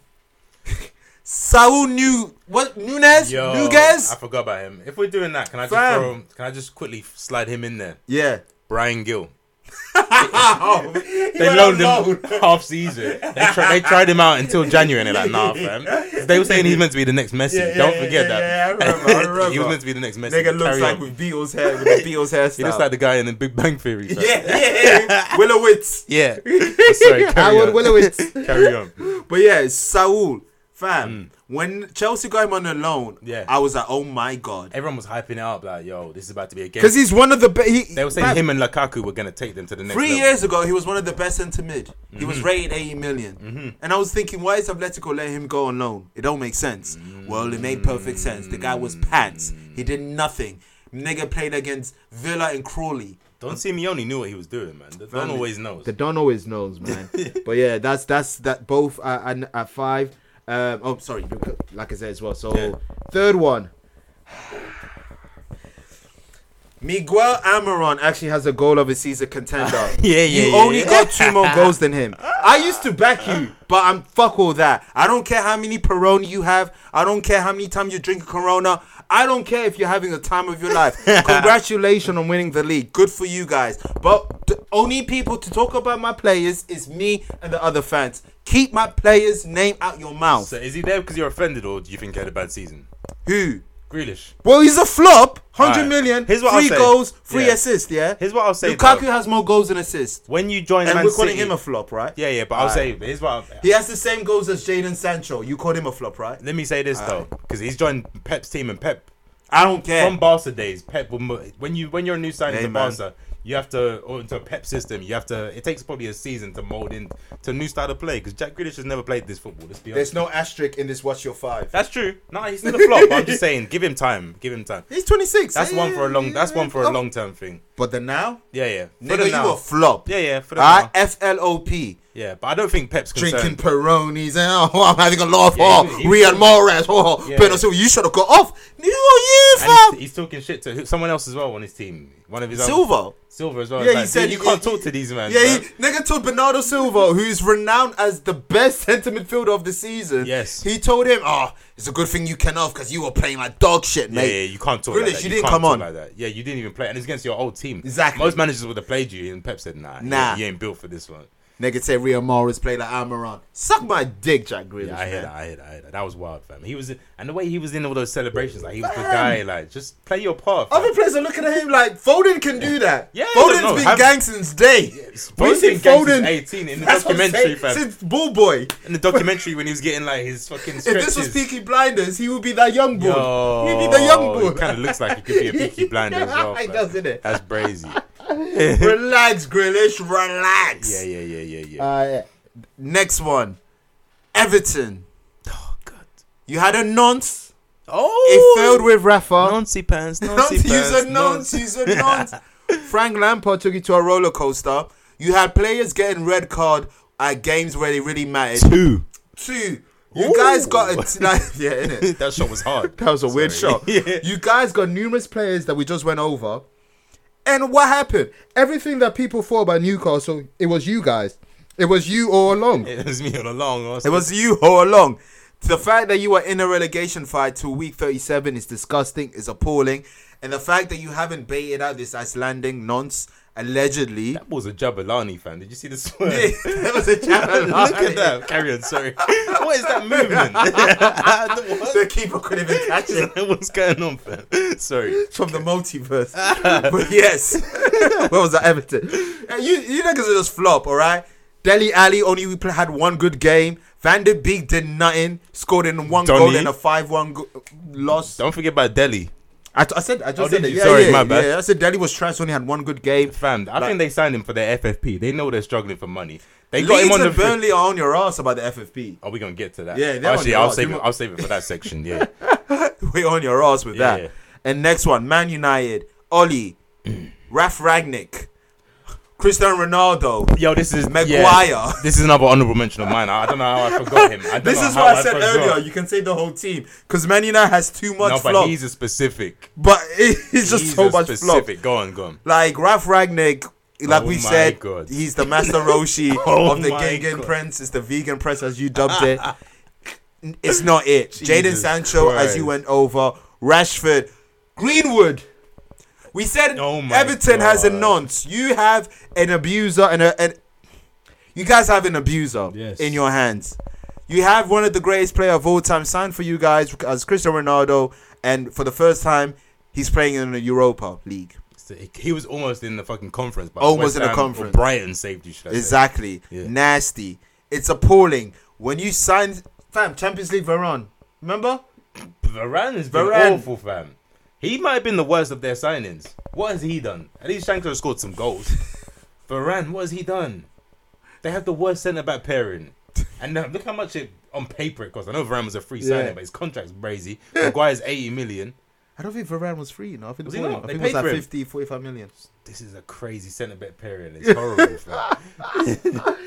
S2: Saul New what Nunes
S3: Yo,
S2: Nunes.
S3: I forgot about him. If we're doing that, can I just
S2: Fam.
S3: throw, can I just quickly slide him in there?
S2: Yeah.
S3: Brian Gill.
S2: Oh,
S3: They loaned him [LAUGHS] half season. They, tri- they tried him out until January and they're like,
S2: [LAUGHS]
S3: nah, fam. They were saying he's meant to be the next Messi.
S2: Yeah, yeah,
S3: Don't
S2: yeah, yeah,
S3: forget [LAUGHS]
S2: yeah, I
S3: that.
S2: remember, I [LAUGHS] remember.
S3: he was meant to be the next Messi.
S2: Nigga looks
S3: Carry
S2: like
S3: on.
S2: with Beatles hair with [LAUGHS] the Beatles hairstyle.
S3: he looks like the guy in the Big Bang Theory. fam.
S2: yeah, yeah, [LAUGHS] yeah. Willowitz.
S3: [LAUGHS] Yeah. Sorry, carry
S2: Howard
S3: on.
S2: [LAUGHS] Willowitz.
S3: Carry on.
S2: But yeah, Saul, fam. When Chelsea got him on the loan,
S3: Mm. Yeah.
S2: I was like, oh my god,
S3: Everyone was hyping it up like, yo, this is about to be a game.
S2: because he's one of the best. He,
S3: They were saying
S2: fam,
S3: him and Lukaku were going to take them to the next
S2: Three
S3: level.
S2: years ago, he was one of the best centre mid. He
S3: Mm-hmm.
S2: was rated 80 million. And I was thinking, why is Atletico letting him go on loan? It don't make sense. Well, it made perfect sense. The guy was pants. He did nothing. Nigga played against Villa and Crawley.
S3: Don Simeone knew what he was doing, man. Don always knows.
S2: The Don always knows,
S3: [LAUGHS]
S2: man. but yeah, that's that's that both at, at, at five. Um, oh, sorry, like I said as well. So
S3: Yeah.
S2: third one, [SIGHS] Miguel Amaron actually has a goal of a season contender.
S3: [LAUGHS] Yeah, yeah,
S2: You
S3: yeah,
S2: only
S3: yeah.
S2: got two more
S3: [LAUGHS]
S2: goals than him. I used to back you, but I'm fuck all that. I don't care how many Peroni you have. I don't care how many times you drink Corona. I don't care if you're having the time of your
S3: [LAUGHS]
S2: life. Congratulations on winning the league. Good for you guys. But the only people to talk about my players is me and the other fans. Keep my players' name out your mouth.
S3: So is he there because you're offended, or do you think he had a bad season?
S2: Who?
S3: Grealish.
S2: Well, he's a flop. Hundred
S3: Alright.
S2: million,
S3: Here's what I'll
S2: three
S3: say.
S2: goals, three
S3: Yeah.
S2: assists. Yeah.
S3: Here's what I'll say,
S2: Lukaku
S3: though.
S2: has more goals than assists,
S3: When you join
S2: and
S3: Man
S2: we're calling
S3: City-
S2: him a flop, right?
S3: yeah, yeah, but I'll say here's what. I'll,
S2: He has the same goals as Jaden Sancho. You called him a flop, right?
S3: let me say this though, because he's joined Pep's team, and Pep
S2: I don't care.
S3: from Barca days, Pep will mo- when you when you're a new signing
S2: Hey,
S3: to
S2: man.
S3: Barca, you have to or into a Pep system. You have to. It takes probably a season to mold in to a new style of play because Jack Grealish has never played this football. Let's be honest.
S2: There's no asterisk in this. What's your five?
S3: That's true. No, he's still a flop. but I'm just saying, give him time. Give him time.
S2: He's 26.
S3: That's one for a long. That's one for a
S2: Oh.
S3: long term thing.
S2: But the now,
S3: Yeah, yeah. For the
S2: nigga, you
S3: now.
S2: a flop.
S3: Yeah, yeah. For the
S2: All right,
S3: now.
S2: F L O P.
S3: Yeah, but I don't think Pep's concerned.
S2: Drinking Peronis and [LAUGHS] oh, I'm having a laugh.
S3: Yeah,
S2: oh,
S3: he was- he was-
S2: Riyad Mahrez. Oh,
S3: Yeah.
S2: yeah. Bernardo, you should have got off. You, you
S3: And he's-
S2: fam.
S3: he's, talking shit to who- someone else as well on his team. One of his own-
S2: Silva.
S3: Silva as well.
S2: Yeah,
S3: It's
S2: he
S3: like,
S2: said
S3: dude,
S2: he-
S3: you can't
S2: he-
S3: talk to these men.
S2: Yeah, he,
S3: bruv.
S2: nigga told Bernardo Silva, who's renowned as the best centre midfielder of the season.
S3: Yes.
S2: He told him, oh, it's a good thing you can off because you were playing like dog shit,
S3: yeah,
S2: mate.
S3: yeah, you can't talk.
S2: Grealish,
S3: like that.
S2: you didn't
S3: can't
S2: come
S3: talk
S2: on.
S3: like that. Yeah, you didn't even play, and it's against your old team.
S2: Exactly.
S3: Most managers would have played you, and Pep said, "Nah, nah,
S2: Nah.
S3: you, ain't built for this one."
S2: Nigga said Rio Morris played like Amaran. Suck my dick, Jack Grealish.
S3: Yeah, I hear
S2: man.
S3: that. I hear that. I hear that. That was wild, fam. He was, and the way he was in all those celebrations, like he was the guy. Like, just play your part. fam.
S2: Other players are looking at him like Foden can do that.
S3: Yeah,
S2: Foden's
S3: no,
S2: been
S3: have-
S2: gang since day.
S3: Foden's been gang since 18 in
S2: [LAUGHS]
S3: the
S2: That's what I'm
S3: documentary,
S2: saying,
S3: fam.
S2: Since Bull Boy.
S3: In the documentary, when he was getting like his fucking
S2: If
S3: stretches.
S2: this was Peaky Blinders, he would be that young boy.
S3: Yo,
S2: He'd be the young boy.
S3: [LAUGHS] He kind of looks like he could be
S2: [LAUGHS]
S3: a Peaky Blinder as well.
S2: He
S3: fam.
S2: does, innit?
S3: That's brazy.
S2: [LAUGHS] relax, Grealish. Relax.
S3: Yeah, yeah, yeah, yeah, yeah.
S2: Uh, next one, Everton.
S3: oh God.
S2: You had a nonce.
S3: Oh.
S2: It failed with Rafa.
S3: Nancy pants.
S2: Nonce,
S3: Nancy
S2: he's
S3: pants.
S2: a nonce. He's a nonce. [LAUGHS] Frank Lampard took you to a roller coaster. You had players getting red card at games where they really mattered.
S3: Two.
S2: Two. You guys got a [LAUGHS] like, yeah, innit?
S3: that shot was
S2: [LAUGHS]
S3: hard.
S2: That was a weird
S3: Sorry.
S2: shot.
S3: [LAUGHS] Yeah.
S2: [LAUGHS] You guys got numerous players that we just went over. And what happened? Everything that people thought about Newcastle, it was you guys. It was you all along.
S3: It was me all along. I
S2: It was you all along. The fact that you are in a relegation fight till week 37 is disgusting, is appalling. And the fact that you haven't baited out this Icelandic nonce, allegedly.
S3: That was a Jabalani fan. Did you see the
S2: [LAUGHS]
S3: swear?
S2: that was a [LAUGHS] challenge.
S3: [LAUGHS] Look at that. Carry on, sorry. [LAUGHS] what is that
S2: [LAUGHS]
S3: movement? [LAUGHS] What?
S2: The keeper couldn't even catch it
S3: What's going on, fam? Sorry.
S2: [LAUGHS] from the multiverse. [LAUGHS] but yes, [LAUGHS] where was that Everton? Uh, You you niggas are just flop, all right. Deli Ali only we play, had one good game. Van der Beek did nothing. Scored in one goal
S3: Donny.
S2: and a five-one go- loss.
S3: Don't forget about Delhi.
S2: I, t- I said I just
S3: Oh,
S2: said
S3: did
S2: that.
S3: you?
S2: Yeah,
S3: Sorry,
S2: yeah,
S3: my bad.
S2: yeah. I said Delhi was trash. Only had one good game.
S3: Fam, I
S2: Like-
S3: think they signed him for their FFP. They know they're struggling for money. They got
S2: Leeds
S3: him on the
S2: and
S3: free-
S2: Burnley are on your ass about the [LAUGHS] FFP.
S3: Are we gonna get to that?
S2: Yeah, they're
S3: actually,
S2: on
S3: I'll
S2: the
S3: save
S2: arse.
S3: it. I'll save it for that
S2: [LAUGHS]
S3: section. Yeah,
S2: We're on your ass with
S3: Yeah,
S2: that.
S3: yeah.
S2: And next one, Man United,
S3: [CLEARS THROAT]
S2: Oli, Raf Ragnick, Cristiano Ronaldo.
S3: yo, this is
S2: Maguire.
S3: yeah, this is another honorable mention of mine. I I don't know how I forgot him. I don't
S2: This
S3: know
S2: is
S3: how
S2: what I said
S3: forgot.
S2: earlier. You can say the whole team because Man United has too much
S3: No, but
S2: flop,
S3: he's a specific.
S2: but [LAUGHS] it- it's just
S3: he's
S2: so
S3: a
S2: much flop.
S3: specific. Go on, go on.
S2: Like Ralph Ragnick, like
S3: Oh
S2: we
S3: my
S2: said,
S3: God.
S2: he's the
S3: [LAUGHS]
S2: master Roshi
S3: Oh
S2: of the
S3: my
S2: Gengen
S3: God.
S2: Prince. It's the vegan prince as you dubbed
S3: [LAUGHS]
S2: it. it's not it. Jaden
S3: Jesus
S2: Sancho as you
S3: Christ.
S2: went over. Rashford, Greenwood. We said
S3: Oh my
S2: Everton has a
S3: God.
S2: nonce. You have an abuser and a and you guys have an abuser
S3: Yes.
S2: in your hands. You have one of the greatest player of all time signed for you guys as Cristiano Ronaldo, and for the first time, he's playing in the Europa League.
S3: So he- He was almost in the fucking conference. But
S2: Almost
S3: West
S2: in the
S3: Ham
S2: conference.
S3: Or Brighton saved you. Should I say.
S2: Exactly.
S3: Yeah.
S2: Nasty. It's appalling when you sign. Fam, Champions League Varane. Remember?
S3: Varane has been
S2: Varane.
S3: awful, fam. He might have been the worst of their signings. What has he done? At least Shankar scored
S2: [LAUGHS]
S3: some goals. Varane, what has he done? They have the worst centre back pairing. And now, look how much it on paper it costs. I know Varane was a free
S2: Yeah.
S3: signing, but his contract's brazy. Maguire's 80 million.
S2: I don't think Varane was free. No, I think
S3: Was
S2: it
S3: he
S2: was,
S3: not?
S2: I
S3: They
S2: think it was
S3: paid
S2: like
S3: for him.
S2: 50, 45 million.
S3: This is a crazy centre back pairing. It's
S2: [LAUGHS]
S3: horrible, fam.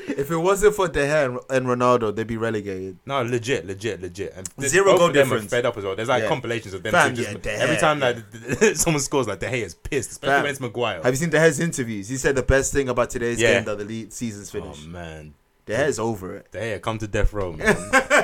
S2: If it wasn't for De Gea and Ronaldo, they'd be relegated.
S3: No, legit, legit, legit. And this-
S2: Zero
S3: both
S2: goal
S3: of them are
S2: difference.
S3: Fed up as well. There's like
S2: Yeah.
S3: compilations of them.
S2: Fam,
S3: two just,
S2: yeah, De
S3: every
S2: Gea,
S3: time that [LAUGHS] someone scores, like De Gea is pissed, especially
S2: Fam.
S3: when it's Maguire.
S2: Have you seen De Gea's interviews? He said the best thing about today's
S3: Yeah.
S2: game that the lead season's
S3: oh
S2: finished.
S3: man,
S2: De Gea's over it.
S3: Hey, come to death
S2: [LAUGHS]
S3: row, man.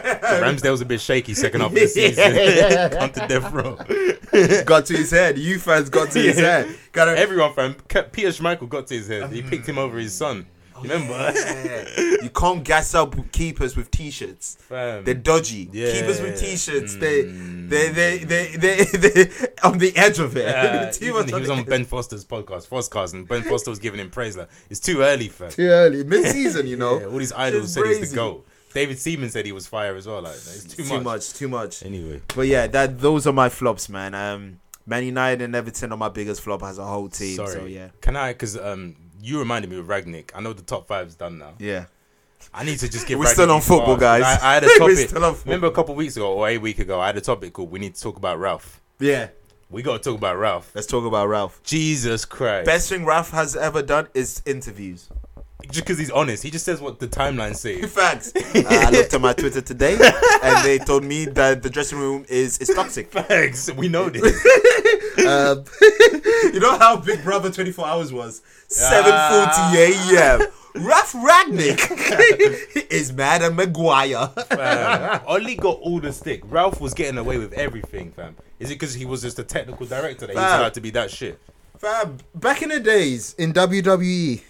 S3: Ramsdale was a bit shaky second half of the season. [LAUGHS] come to death row.
S2: got to his head. You fans got to
S3: [LAUGHS]
S2: his
S3: Yeah.
S2: head. Got to,
S3: Everyone from Peter Schmeichel got to his head. He picked him over his son. Remember?
S2: Oh, Yeah. You can't gas up keepers with t-shirts.
S3: [LAUGHS] Fam.
S2: They're dodgy.
S3: Yeah. Hmm.
S2: Keepers with t-shirts. They they they they they [LAUGHS] they on the edge of it.
S3: Yeah,
S2: [LAUGHS] Too
S3: Uh, even-
S2: much
S3: he was
S2: the
S3: on [LAUGHS]
S2: edge.
S3: Ben Foster's podcast, Fostercast, and Ben Foster was giving him praise. Like, it's too early, fam.
S2: too early mid-season.
S3: [LAUGHS]
S2: You know,
S3: Yeah, all these idols
S2: Just
S3: said he's
S2: brazy.
S3: the goat. David Seaman said he was fire as well. Like, it's too,
S2: Too,
S3: much.
S2: much. Too much.
S3: Anyway,
S2: But yeah, that those are my flops, man. Um, Man United and Everton are my biggest flop as a whole team.
S3: sorry.
S2: So yeah,
S3: Can I? Because um, you reminded me of Ragnick. I know the top five's done now.
S2: yeah.
S3: I need to just
S2: [LAUGHS]
S3: give.
S2: We're
S3: Ragnick
S2: still on
S3: his
S2: football,
S3: flowers,
S2: guys.
S3: 'cause I, I had
S2: [LAUGHS]
S3: a
S2: We're
S3: topic.
S2: still on football.
S3: Remember a couple weeks ago or a week ago, I had a topic called "We need to talk about Ralph."
S2: Yeah.
S3: We got to talk about Ralph.
S2: Let's talk about Ralph.
S3: Jesus Christ!
S2: Best thing Ralph has ever done is interviews.
S3: Just because he's honest, he just says what the
S2: [LAUGHS]
S3: timeline says. [LAUGHS]
S2: Facts. Uh, I looked at my Twitter today, and they told me that the dressing room is is toxic.
S3: Thanks. We know
S2: [LAUGHS]
S3: this.
S2: Uh, you know how Big Brother 24 Hours was? 7.40 a.m. Ralph Ragnick [LAUGHS] is mad at Maguire.
S3: Fam. [LAUGHS] Ollie got all the stick. Ralph was getting away with everything, fam. Is it because he was just a technical director that he's
S2: Fam.
S3: allowed to be that shit?
S2: Fam, back in the days in E, WWE,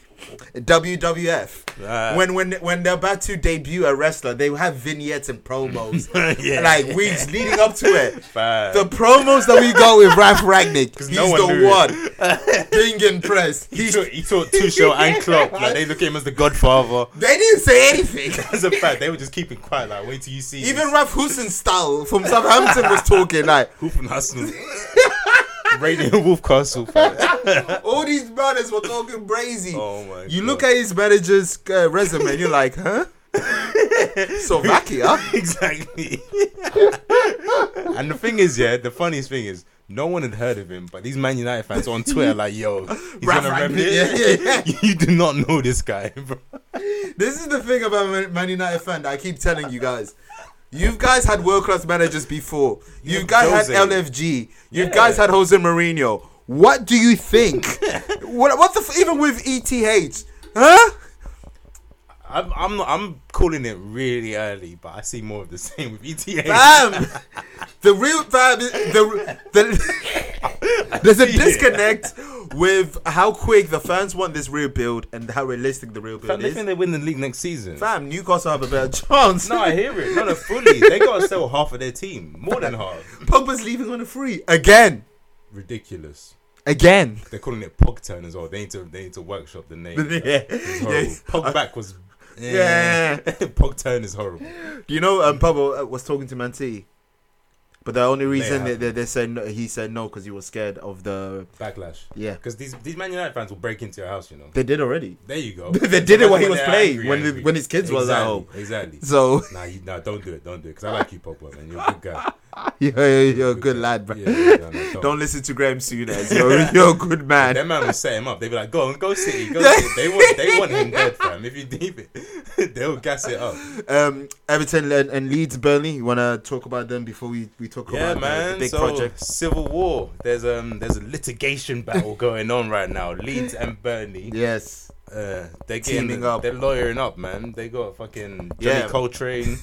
S2: WWF,
S3: Ah.
S2: when when when they're about to debut a wrestler, they have vignettes and [LAUGHS] promos,
S3: Yeah.
S2: like weeks leading up to it.
S3: Fam.
S2: The promos that we got with Ralph Ragnick, he's
S3: no one
S2: the [LAUGHS]
S3: knew
S2: one. Ding and press.
S3: He
S2: He's,
S3: taught,
S2: [LAUGHS]
S3: he taught Tuchel and Klopp. Like they look at him as the Godfather.
S2: they didn't say anything.
S3: As a fact, they were just keeping quiet. Like wait till you see
S2: Even Ralph Hussein style from Southampton was talking like
S3: Hooping
S2: [LAUGHS]
S3: Arsenal. Radio Wolf Castle. fam.
S2: all these brothers were talking crazy.
S3: Oh my
S2: you
S3: God.
S2: look at his manager's uh, resume and you're like,
S3: [LAUGHS]
S2: huh? Slovakia?
S3: exactly. [LAUGHS] and the thing is, yeah, the funniest thing is, no one had heard of him, but these Man United fans
S2: [LAUGHS]
S3: on Twitter are like, yo, he's
S2: Ralph
S3: gonna rep
S2: Ragnick,
S3: it.
S2: yeah,
S3: [LAUGHS] you do not know this guy, bro.
S2: This is the thing about Man- Man United fan that I keep telling you guys. You guys had world class managers before. You
S3: Yeah,
S2: guys had
S3: Jose.
S2: LFG. You
S3: Yeah.
S2: guys had Jose Mourinho. What do
S3: [LAUGHS]
S2: E you think? what, what the f- even with ETH? Huh?
S3: I'm, I'm not. I'm calling it really early, but I see more of the same with E ETA. [LAUGHS]
S2: Bam! the real vibe is the, the
S3: [LAUGHS]
S2: there's a
S3: see it.
S2: disconnect with how quick the fans want this rebuild and how realistic the real
S3: Fam,
S2: build
S3: they think
S2: is.
S3: they win the league next season.
S2: Fam, Newcastle have a better
S3: [LAUGHS]
S2: chance.
S3: No, I hear it. No, no, fully. they gotta sell half of their team, more than half.
S2: Pogba's leaving on a free again,
S3: Ridiculous. [LAUGHS]
S2: again.
S3: They're calling it Pogturn as well. They need to. They need to workshop the name.
S2: [LAUGHS] yeah.
S3: It's
S2: yeah.
S3: horrible. Pogback was.
S2: Yeah.
S3: Pogturn is horrible.
S2: Do you know um, Pogba uh, was talking to Manti, but the only reason that
S3: have-
S2: they, they said no, he said no because he was scared of the
S3: Backlash.
S2: yeah.
S3: Because these these Man United fans will break into your house, you know.
S2: They did already.
S3: There you
S2: [LAUGHS]
S3: go.
S2: They did it
S3: That's
S2: while he was
S3: they're
S2: playing, when the- when his kids
S3: exactly,
S2: was at home. [LAUGHS]
S3: Exactly.
S2: So
S3: Nah, you, nah, don't do it. Don't do it. Because I like you, Pogba, man. You're a good
S2: [LAUGHS]
S3: guy.
S2: you're, you're, you're a good lad, bro.
S3: Yeah, yeah, no, no,
S2: Don't listen to Graham Souness.
S3: [LAUGHS]
S2: You're, you're a good man.
S3: That man would set him up. They'd be like, "Go on, go City, go." City. They want, they want him dead, fam. If you deep it, [LAUGHS] they'll gas it up.
S2: Um, Everton and, and Leeds, Burnley. You wanna talk about them before we, we talk
S3: Yeah,
S2: about the-
S3: man.
S2: the big
S3: so,
S2: project?
S3: civil war. There's um, there's a litigation battle going on right now. Leeds and Burnley.
S2: Yes.
S3: Uh, they're
S2: Teaming
S3: getting,
S2: up.
S3: they're lawyering up, man. They got fucking Johnny
S2: Yeah.
S3: Coltrane,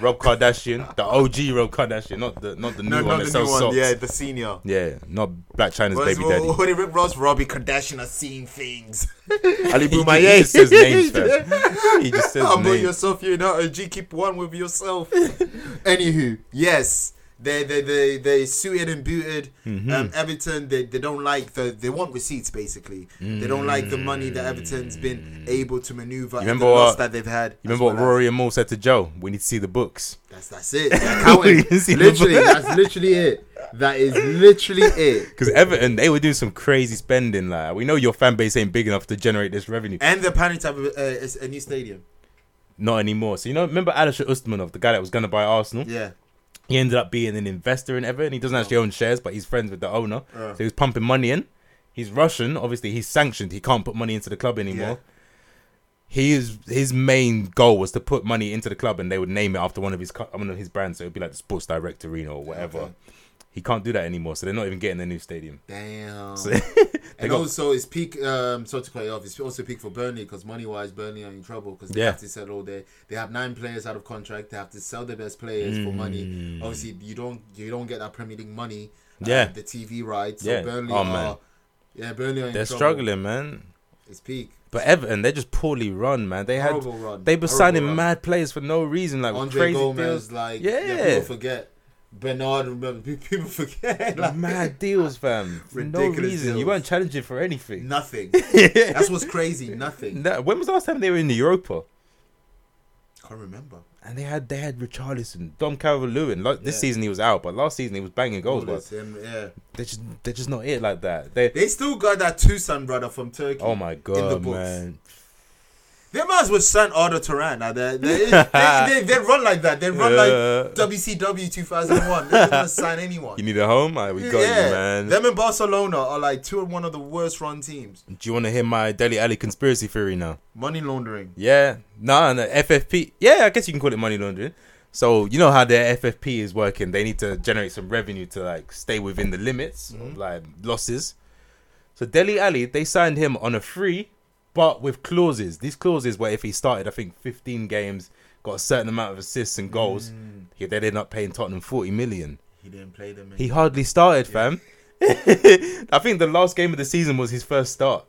S3: Rob Kardashian, the OG Rob Kardashian, not the not the new
S2: No, not
S3: one that
S2: the new
S3: sells
S2: one.
S3: socks.
S2: Yeah, the senior.
S3: Yeah, not Black China's
S2: What is-
S3: baby
S2: what-
S3: daddy.
S2: what did Rick Ross, Robbie Kardashian are seeing things. [LAUGHS] Ali
S3: He
S2: Boumaye.
S3: just says names,
S2: [LAUGHS]
S3: fam. He just says
S2: Humble
S3: names.
S2: yourself, you're not a G. Keep one with
S3: [LAUGHS]
S2: yourself. Anywho, yes, they they they they suited and booted.
S3: Mm-hmm.
S2: Um, Everton, they, they don't like the they want receipts basically. They don't like the money that Everton's been able to maneuver. and
S3: Mm. remember
S2: the loss
S3: what-
S2: that they've had.
S3: You remember
S2: as
S3: what
S2: well as-
S3: Rory and Moore said to Joe? We need to see the books.
S2: That's that's
S3: [LAUGHS]
S2: it. They're counting.
S3: You see the
S2: literally,
S3: book.
S2: that's literally it. That
S3: [LAUGHS]
S2: is literally it.
S3: Because Everton, they were doing some crazy spending. Like we know your fan base ain't big enough to generate this revenue.
S2: And they're planning to have a, a, uh, it's a new stadium.
S3: Not anymore. So you know, remember Alisher Ustmanov, the guy that was gonna buy Arsenal.
S2: Yeah.
S3: He ended up being an investor in Everton. He doesn't actually own shares, but he's friends with the owner.
S2: Uh.
S3: So he was pumping money in. He's Russian, obviously. He's sanctioned. He can't put money into the club anymore.
S2: Yeah.
S3: He is his main goal was to put money into the club, and they would name it after one of his co- one of his brands. So it'd be like the Sports Direct Arena or whatever.
S2: Okay.
S3: He can't do that anymore. So they're not even getting a new stadium.
S2: Damn.
S3: So [LAUGHS]
S2: and
S3: got-
S2: also, it's peak. Um, so to cut it off, it's also peak for Burnley because money-wise, Burnley are in trouble because they
S3: Yeah.
S2: have to sell all their. They have nine players out of contract. They have to sell their best players for money. Obviously, you don't you don't get that Premier League money. uh,
S3: Mm. Yeah.
S2: the TV rights. So
S3: Yeah.
S2: Burnley
S3: Oh,
S2: are.
S3: man.
S2: Yeah, Burnley are. In
S3: they're
S2: trouble.
S3: struggling, man.
S2: It's peak.
S3: But Everton, they're just poorly run, man. They had
S2: Horrible run.
S3: they were
S2: Horrible
S3: signing
S2: run.
S3: mad players for no reason, like with
S2: Andre
S3: crazy
S2: Gomez,
S3: deals,
S2: like yeah,
S3: Yeah.
S2: people forget. Bernard, remember people [LAUGHS] forget like, [LAUGHS]
S3: mad deals, fam. For no
S2: Ridiculous
S3: reason,
S2: deals.
S3: you weren't challenging for anything. [LAUGHS]
S2: nothing. That's what's crazy. Nothing.
S3: No, when was the last time they were in the Europa?
S2: Can't remember.
S3: And they had they had Richarlison, Dom Calvert Lewin. Like, this
S2: Yeah.
S3: season he was out, but last season he was banging goals.
S2: All
S3: But
S2: this, um, yeah.
S3: they're just they're just not it like that. They,
S2: They still got that Tucson brother from Turkey.
S3: oh my god, man.
S2: They might as well sign Arda Turan. Now they, they, they,
S3: [LAUGHS]
S2: they, they run like that. They run
S3: Yeah.
S2: like WCW 2001. They're not
S3: [LAUGHS]
S2: gonna sign anyone.
S3: You need a home? Alright, we got you, man.
S2: Them and Barcelona are like two of one of the worst run teams.
S3: Do you want to hear my Daily Alley conspiracy theory now?
S2: Money laundering.
S3: Yeah, nah, no, FFP. Yeah, I guess you can call it money laundering. So you know how their FFP is working. They need to generate some revenue to like stay within the limits of like losses. So Delhi Ali, they signed him on a free, but with clauses. These clauses where if he started, I think fifteen games, got a certain amount of assists and goals, he they ended up paying Tottenham forty million.
S2: He didn't play them.
S3: He hardly started, fam. [LAUGHS] I think the last game of the season was his
S2: [LAUGHS]
S3: first start.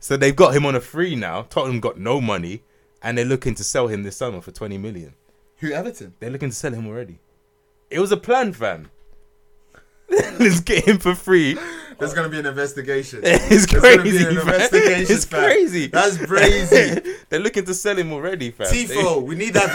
S3: so they've got him on a free now. Tottenham got no money, and they're looking to sell him this summer for 20 million.
S2: Who Everton?
S3: They're looking to sell him already. It was a plan, fam. [LAUGHS] Let's get him
S2: [LAUGHS]
S3: for free.
S2: There's gonna be an
S3: [LAUGHS]
S2: investigation.
S3: It's
S2: There's gonna be
S3: crazy,
S2: an
S3: fam.
S2: investigation,
S3: It's
S2: fam.
S3: crazy. [LAUGHS]
S2: That's crazy.
S3: they're looking to sell him already, fam.
S2: Tifo, we need that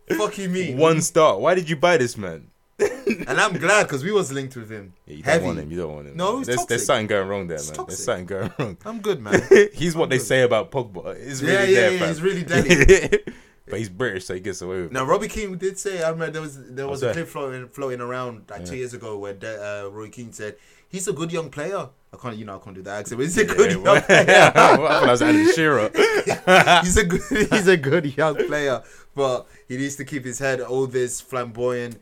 S3: [LAUGHS]
S2: video. Fuck you,
S3: They-
S2: me.
S3: One star. Why did you buy this man?
S2: And I'm glad because we was linked with him.
S3: Yeah, you don't
S2: Heavy.
S3: want him. You don't want him.
S2: No,
S3: man.
S2: he's
S3: there's, there's
S2: toxic.
S3: something going wrong there, man.
S2: toxic.
S3: There's something going [LAUGHS] wrong.
S2: I'm good, man.
S3: [LAUGHS] he's what they say about Pogba. It's really
S2: Yeah, yeah,
S3: there,
S2: yeah,
S3: fam.
S2: it's
S3: [LAUGHS]
S2: really deadly.
S3: but he's British, so he gets away with it.
S2: Now, Robbie Keane did say, I remember there was there was a
S3: Okay.
S2: clip floating, floating around like two years ago where De, uh, Roy Keane said he's a good young player. I can't, you know, I can't do that accent. But he's a good
S3: Yeah,
S2: young
S3: well,
S2: player.
S3: [LAUGHS] I thought I was Alan
S2: [LAUGHS]
S3: Shearer. [LAUGHS]
S2: he's a good, [LAUGHS] he's a good young player, but he needs to keep his head all this flamboyant.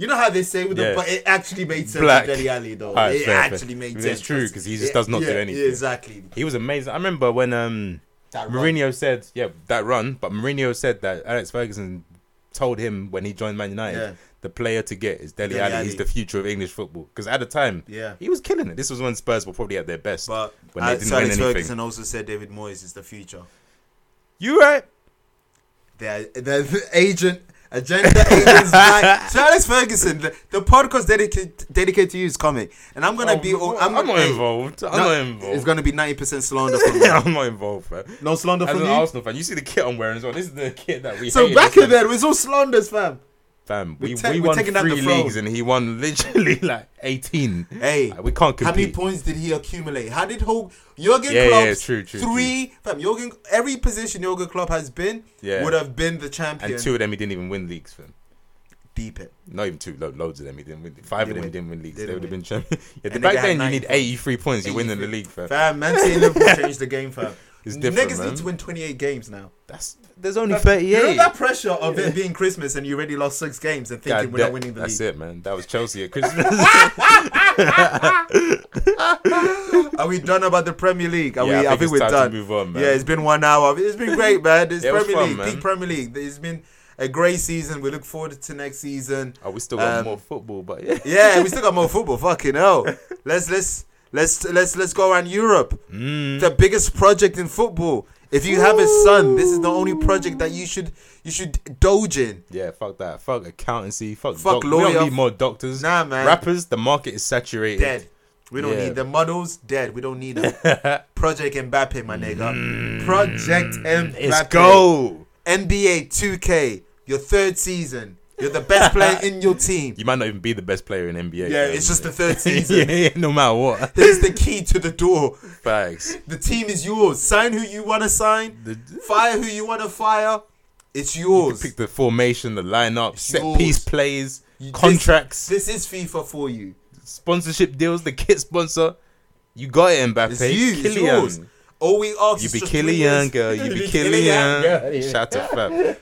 S2: You know how they say with
S3: Yeah.
S2: them, but it actually made sense.
S3: Black.
S2: Black. Deli Ali though,
S3: Alright,
S2: it
S3: fair, fair.
S2: actually made
S3: It's
S2: sense.
S3: true, 'cause he just does not do anything.
S2: Exactly.
S3: He was amazing. I remember when um
S2: That run.
S3: Mourinho said, yeah, that run, but Mourinho said that Alex Ferguson told him when he joined Man United,
S2: Yeah.
S3: the player to get is Deli
S2: Dele
S3: Ali.
S2: Alli.
S3: He's the future of English football. Because at the time,
S2: Yeah.
S3: he was killing it. This was when Spurs were probably at their best.
S2: But
S3: when they
S2: Alex
S3: didn't win anything.
S2: Ferguson also said David Moyes is the future.
S3: You right?
S2: They're, they're the agent, agenda agents. [LAUGHS] like, Charles Ferguson, the, the podcast dedicated dedicated to you is coming, and Oh, I'm gonna be. all-
S3: Oh, I'm,
S2: I'm,
S3: not
S2: hey,
S3: involved. I'm
S2: no,
S3: not
S2: It's
S3: involved.
S2: gonna be ninety percent slander from me.
S3: [LAUGHS] I'm not involved, man.
S2: [LAUGHS] No slander
S3: As
S2: from
S3: an
S2: you.
S3: Arsenal fan, you see the kit I'm wearing as well. This is the kit that we.
S2: So
S3: hated
S2: back
S3: this
S2: in there, it was all slanders, fam.
S3: fam, we,
S2: we're ta-
S3: we
S2: we're
S3: won
S2: taking down the
S3: three
S2: throne.
S3: leagues and he won [LAUGHS] literally like 18.
S2: Hey,
S3: Like, we can't
S2: How many
S3: compete.
S2: points did he accumulate? How did Ho- Jurgen
S3: Yeah, yeah,
S2: Klopp?
S3: true, true,
S2: Three, fam. Jurgen, every position Jurgen Klopp has been
S3: Yeah.
S2: would have been the
S3: and
S2: champion.
S3: two of them he didn't even win leagues, fam.
S2: deep it.
S3: Not even two, lo- loads of them he didn't win. Five of them
S2: Didn't
S3: he
S2: win.
S3: didn't win leagues.
S2: Didn't
S3: they would have
S2: win.
S3: been champion. [LAUGHS] Yeah,
S2: And
S3: back
S2: they had
S3: then you
S2: 90
S3: need 83 points. You're winning the league, fam.
S2: Fam, Man City and Liverpool changed the game, fam.
S3: It's different,
S2: Niggas
S3: man.
S2: need to win 28 games now.
S3: That's there's only
S2: You know
S3: 38.
S2: that pressure of it being Christmas and you already lost six games and thinking
S3: God
S2: we're not
S3: damn-
S2: winning the
S3: that's
S2: league.
S3: it, man. That was Chelsea at Christmas.
S2: [LAUGHS]
S3: [LAUGHS]
S2: Are we done about the Premier League? Are
S3: Yeah, I
S2: we? I
S3: think
S2: think,
S3: it's
S2: we're
S3: time to
S2: done.
S3: move on, man.
S2: Yeah, it's been one hour. It's been
S3: [LAUGHS]
S2: great, man. It's
S3: Yeah, it was
S2: Premier
S3: fun,
S2: League,
S3: man.
S2: peak Premier League. It's been a great season. We look forward to next season.
S3: oh, we still got
S2: Um,
S3: more football, but yeah.
S2: Yeah, we still got more football. Fucking
S3: [LAUGHS]
S2: hell. Let's let's let's let's let's go around Europe.
S3: Mm.
S2: The biggest project in football. If you have a son, this is the only project that you should you should doge in.
S3: Yeah, fuck that. Fuck accountancy. Fuck,
S2: Fuck
S3: doc- We
S2: lawyer.
S3: don't need more doctors.
S2: Nah, man.
S3: Rappers, the market is saturated.
S2: Dead. We don't
S3: Yeah.
S2: need the models. Dead. We don't need
S3: [LAUGHS]
S2: them. Project Mbappe, my
S3: Mm.
S2: nigga. Project Mbappe.
S3: Let's go.
S2: NBA 2K. Your third season. You're the
S3: [LAUGHS]
S2: best player in your team.
S3: You might not even be the best player in NBA.
S2: Yeah,
S3: fam.
S2: it's just the third
S3: [LAUGHS] yeah,
S2: season.
S3: yeah, no matter what.
S2: This is the key to the door.
S3: Facts.
S2: The team is yours. Sign who you want to sign.
S3: The-
S2: Fire who you want to fire. It's
S3: You
S2: yours.
S3: pick the formation, the lineup, set
S2: yours.
S3: piece plays,
S2: You- this-
S3: contracts,
S2: This, is FIFA for you.
S3: sponsorship deals, the kit sponsor. You got it, Mbappe.
S2: It's you. It's
S3: Killian.
S2: yours. All we ask
S3: You
S2: is
S3: be
S2: just
S3: Killian,
S2: winners. [LAUGHS]
S3: girl. You be Killian. Shout out to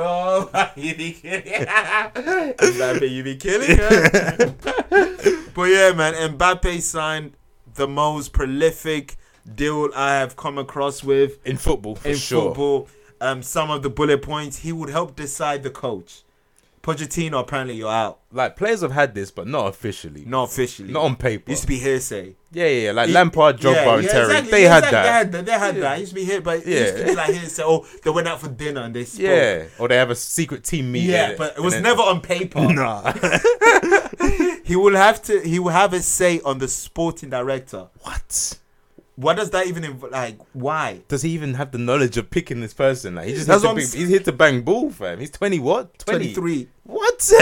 S2: Oh, [LAUGHS] you be killing. Mbappe, you be killing. her.
S3: [LAUGHS]
S2: but yeah, man, Mbappe signed the most prolific deal I have come across with
S3: [LAUGHS] in football for
S2: in
S3: sure.
S2: football. Um, some of the bullet points he would help decide the coach. Pochettino, apparently, you're out.
S3: Like players have had this, but not officially,
S2: Not officially.
S3: not on paper.
S2: Used to be hearsay.
S3: yeah, yeah, yeah. Like
S2: It-
S3: Lampard, Jogba,
S2: yeah,
S3: and
S2: yeah,
S3: Terry.
S2: exactly,
S3: They,
S2: yeah,
S3: had
S2: exactly,
S3: that.
S2: They had that. They had that. It used to be here, but it used to
S3: Yeah.
S2: be like hearsay. Oh, they went out for dinner and they spoke.
S3: Yeah, or they have a secret team meeting.
S2: Yeah, but it was
S3: and then-
S2: never on paper.
S3: [LAUGHS] Nah.
S2: [LAUGHS] He will have to. He will have a say on the sporting director.
S3: what?
S2: What does that even inv- like? Why?
S3: Does he even have the knowledge of picking this person? Like he just
S2: That's
S3: hit to
S2: what I'm
S3: pick-
S2: s-
S3: he's here to bang ball, fam. He's twenty what? 20.
S2: 23.
S3: What?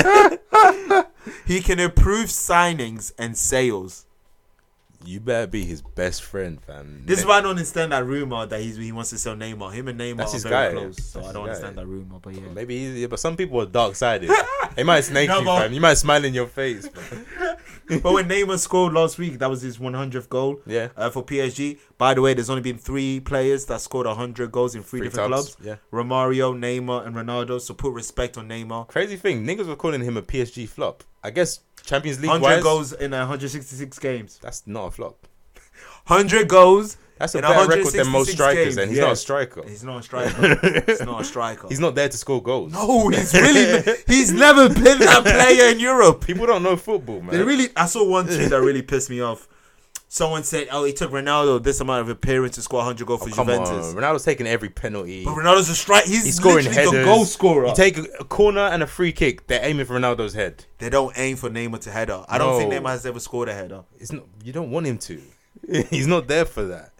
S3: [LAUGHS]
S2: He can approve signings and sales.
S3: you better be his best friend, fam.
S2: This is why I don't understand that rumor that he's, he wants to sell Neymar. Him and Neymar
S3: That's
S2: are
S3: his
S2: very
S3: guy.
S2: close, so
S3: That's
S2: I don't
S3: his
S2: understand
S3: guy.
S2: that rumor.
S3: [LAUGHS]
S2: But yeah,
S3: Maybe he's, yeah, but some people are dark
S2: [LAUGHS]
S3: sided. they might snake
S2: No,
S3: you,
S2: but-
S3: fam. You might smile in your face.
S2: [LAUGHS]
S3: Fam.
S2: but when Neymar scored last week, that was his 100th goal.
S3: Yeah.
S2: uh, for PSG. By the way, there's only been three players that scored 100 goals in three,
S3: Three
S2: different
S3: times,
S2: clubs.
S3: yeah.
S2: Romario, Neymar, and Ronaldo. So put respect on Neymar.
S3: Crazy thing, niggas were calling him a PSG flop. I guess Champions League
S2: 100
S3: wise,
S2: goals in 166 games.
S3: that's not a flop.
S2: 100 goals.
S3: That's a
S2: in
S3: better record than
S2: 166
S3: most strikers,
S2: games.
S3: and he's
S2: Yeah.
S3: not a striker.
S2: He's not a striker. he's
S3: [LAUGHS]
S2: not a striker.
S3: He's not there to score goals.
S2: no, he's really. He's never been that player in Europe.
S3: People don't know football, man.
S2: They really. I saw one tweet that really pissed me off. Someone said, "Oh, it took Ronaldo this amount of appearance to score 100 goals for
S3: Oh, Come
S2: Juventus."
S3: on, Ronaldo's taking every penalty.
S2: But Ronaldo's a strike. He's,
S3: He's scoring
S2: literally
S3: headers.
S2: the goal scorer.
S3: You take a, a corner and a free kick. They're aiming for Ronaldo's head.
S2: they don't aim for Neymar to header. I don't think
S3: No.
S2: Neymar has ever scored a header.
S3: It's not. You don't want him to. He's not there for that.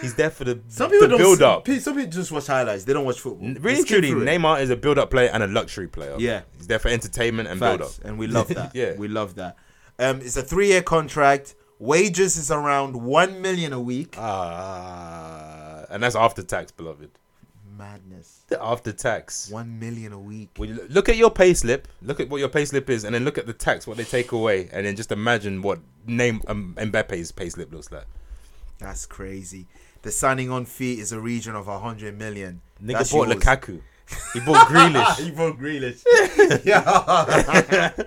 S3: He's there for the,
S2: Some people
S3: the
S2: don't.
S3: build up.
S2: Some people just watch highlights. They don't watch football.
S3: Really, truly, Neymar is a build up player and a luxury player.
S2: Yeah.
S3: he's there for entertainment and build up.
S2: Facts, and we love that.
S3: [LAUGHS] Yeah.
S2: we love that. Um, it's a three-year contract. Wages is around one million a week.
S3: Ah, and that's after tax, beloved.
S2: Madness.
S3: After tax.
S2: One million a week.
S3: When you lo- look at your pay slip, look at what your pay slip is, and then look at the tax, what they take away, and then just imagine what name um, Mbappe's pay slip looks like.
S2: That's crazy. The signing on fee is a region of 100 million.
S3: Nigga
S2: That's [LAUGHS]
S3: bought
S2: yours.
S3: Lukaku. He bought Grealish.
S2: [LAUGHS] He bought
S3: [LAUGHS]
S2: Grealish. yeah.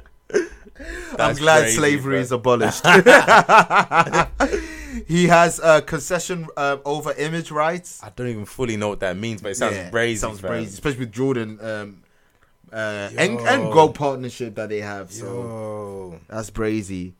S2: I'm
S3: That's
S2: glad
S3: crazy,
S2: slavery
S3: [LAUGHS] bro.
S2: is abolished. [LAUGHS] He has uh, concession uh, over image rights.
S3: I don't even fully know what that means, but it Ah, sounds
S2: Yeah,
S3: brazy.
S2: Sounds
S3: fam.
S2: brazy, especially with Jordan um, uh, and
S3: Yo.
S2: and goal partnership that they have. So
S3: Yo.
S2: that's brazy.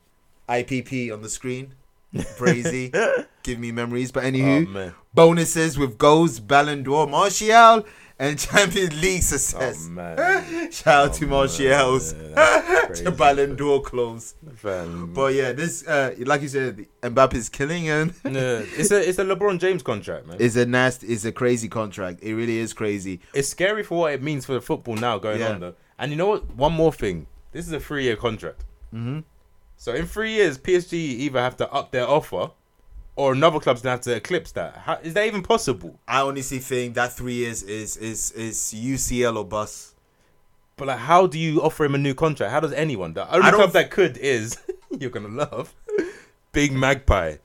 S2: IPP on the screen,
S3: [LAUGHS]
S2: brazy. Give me memories. But anywho,
S3: Oh, man.
S2: bonuses with goals, Ballon d'Or, Martial, and [LAUGHS] Champions League success.
S3: Oh, man.
S2: Shout out to
S3: Oh,
S2: Martial's
S3: man, that's
S2: to
S3: crazy,
S2: Ballon d'Or clause.
S3: fam.
S2: But yeah, this uh, like you said, Mbappe's killing him. [LAUGHS]
S3: Yeah, uh, it's a it's a LeBron James contract, man.
S2: is a nasty, is a crazy contract. It really is crazy.
S3: it's scary for what it means for the football now going
S2: Yeah.
S3: on though. And you know what? One more thing. This is a three year contract. Mm-hmm. So in three years, PSG either have to up their offer, or another club's gonna have to eclipse that. How, is that even possible?
S2: I honestly think that three years is is is UCL or bus.
S3: But like, how do you offer him a new contract? How does anyone? The only
S2: I don't
S3: club that could is [LAUGHS] you're gonna love Big Magpie.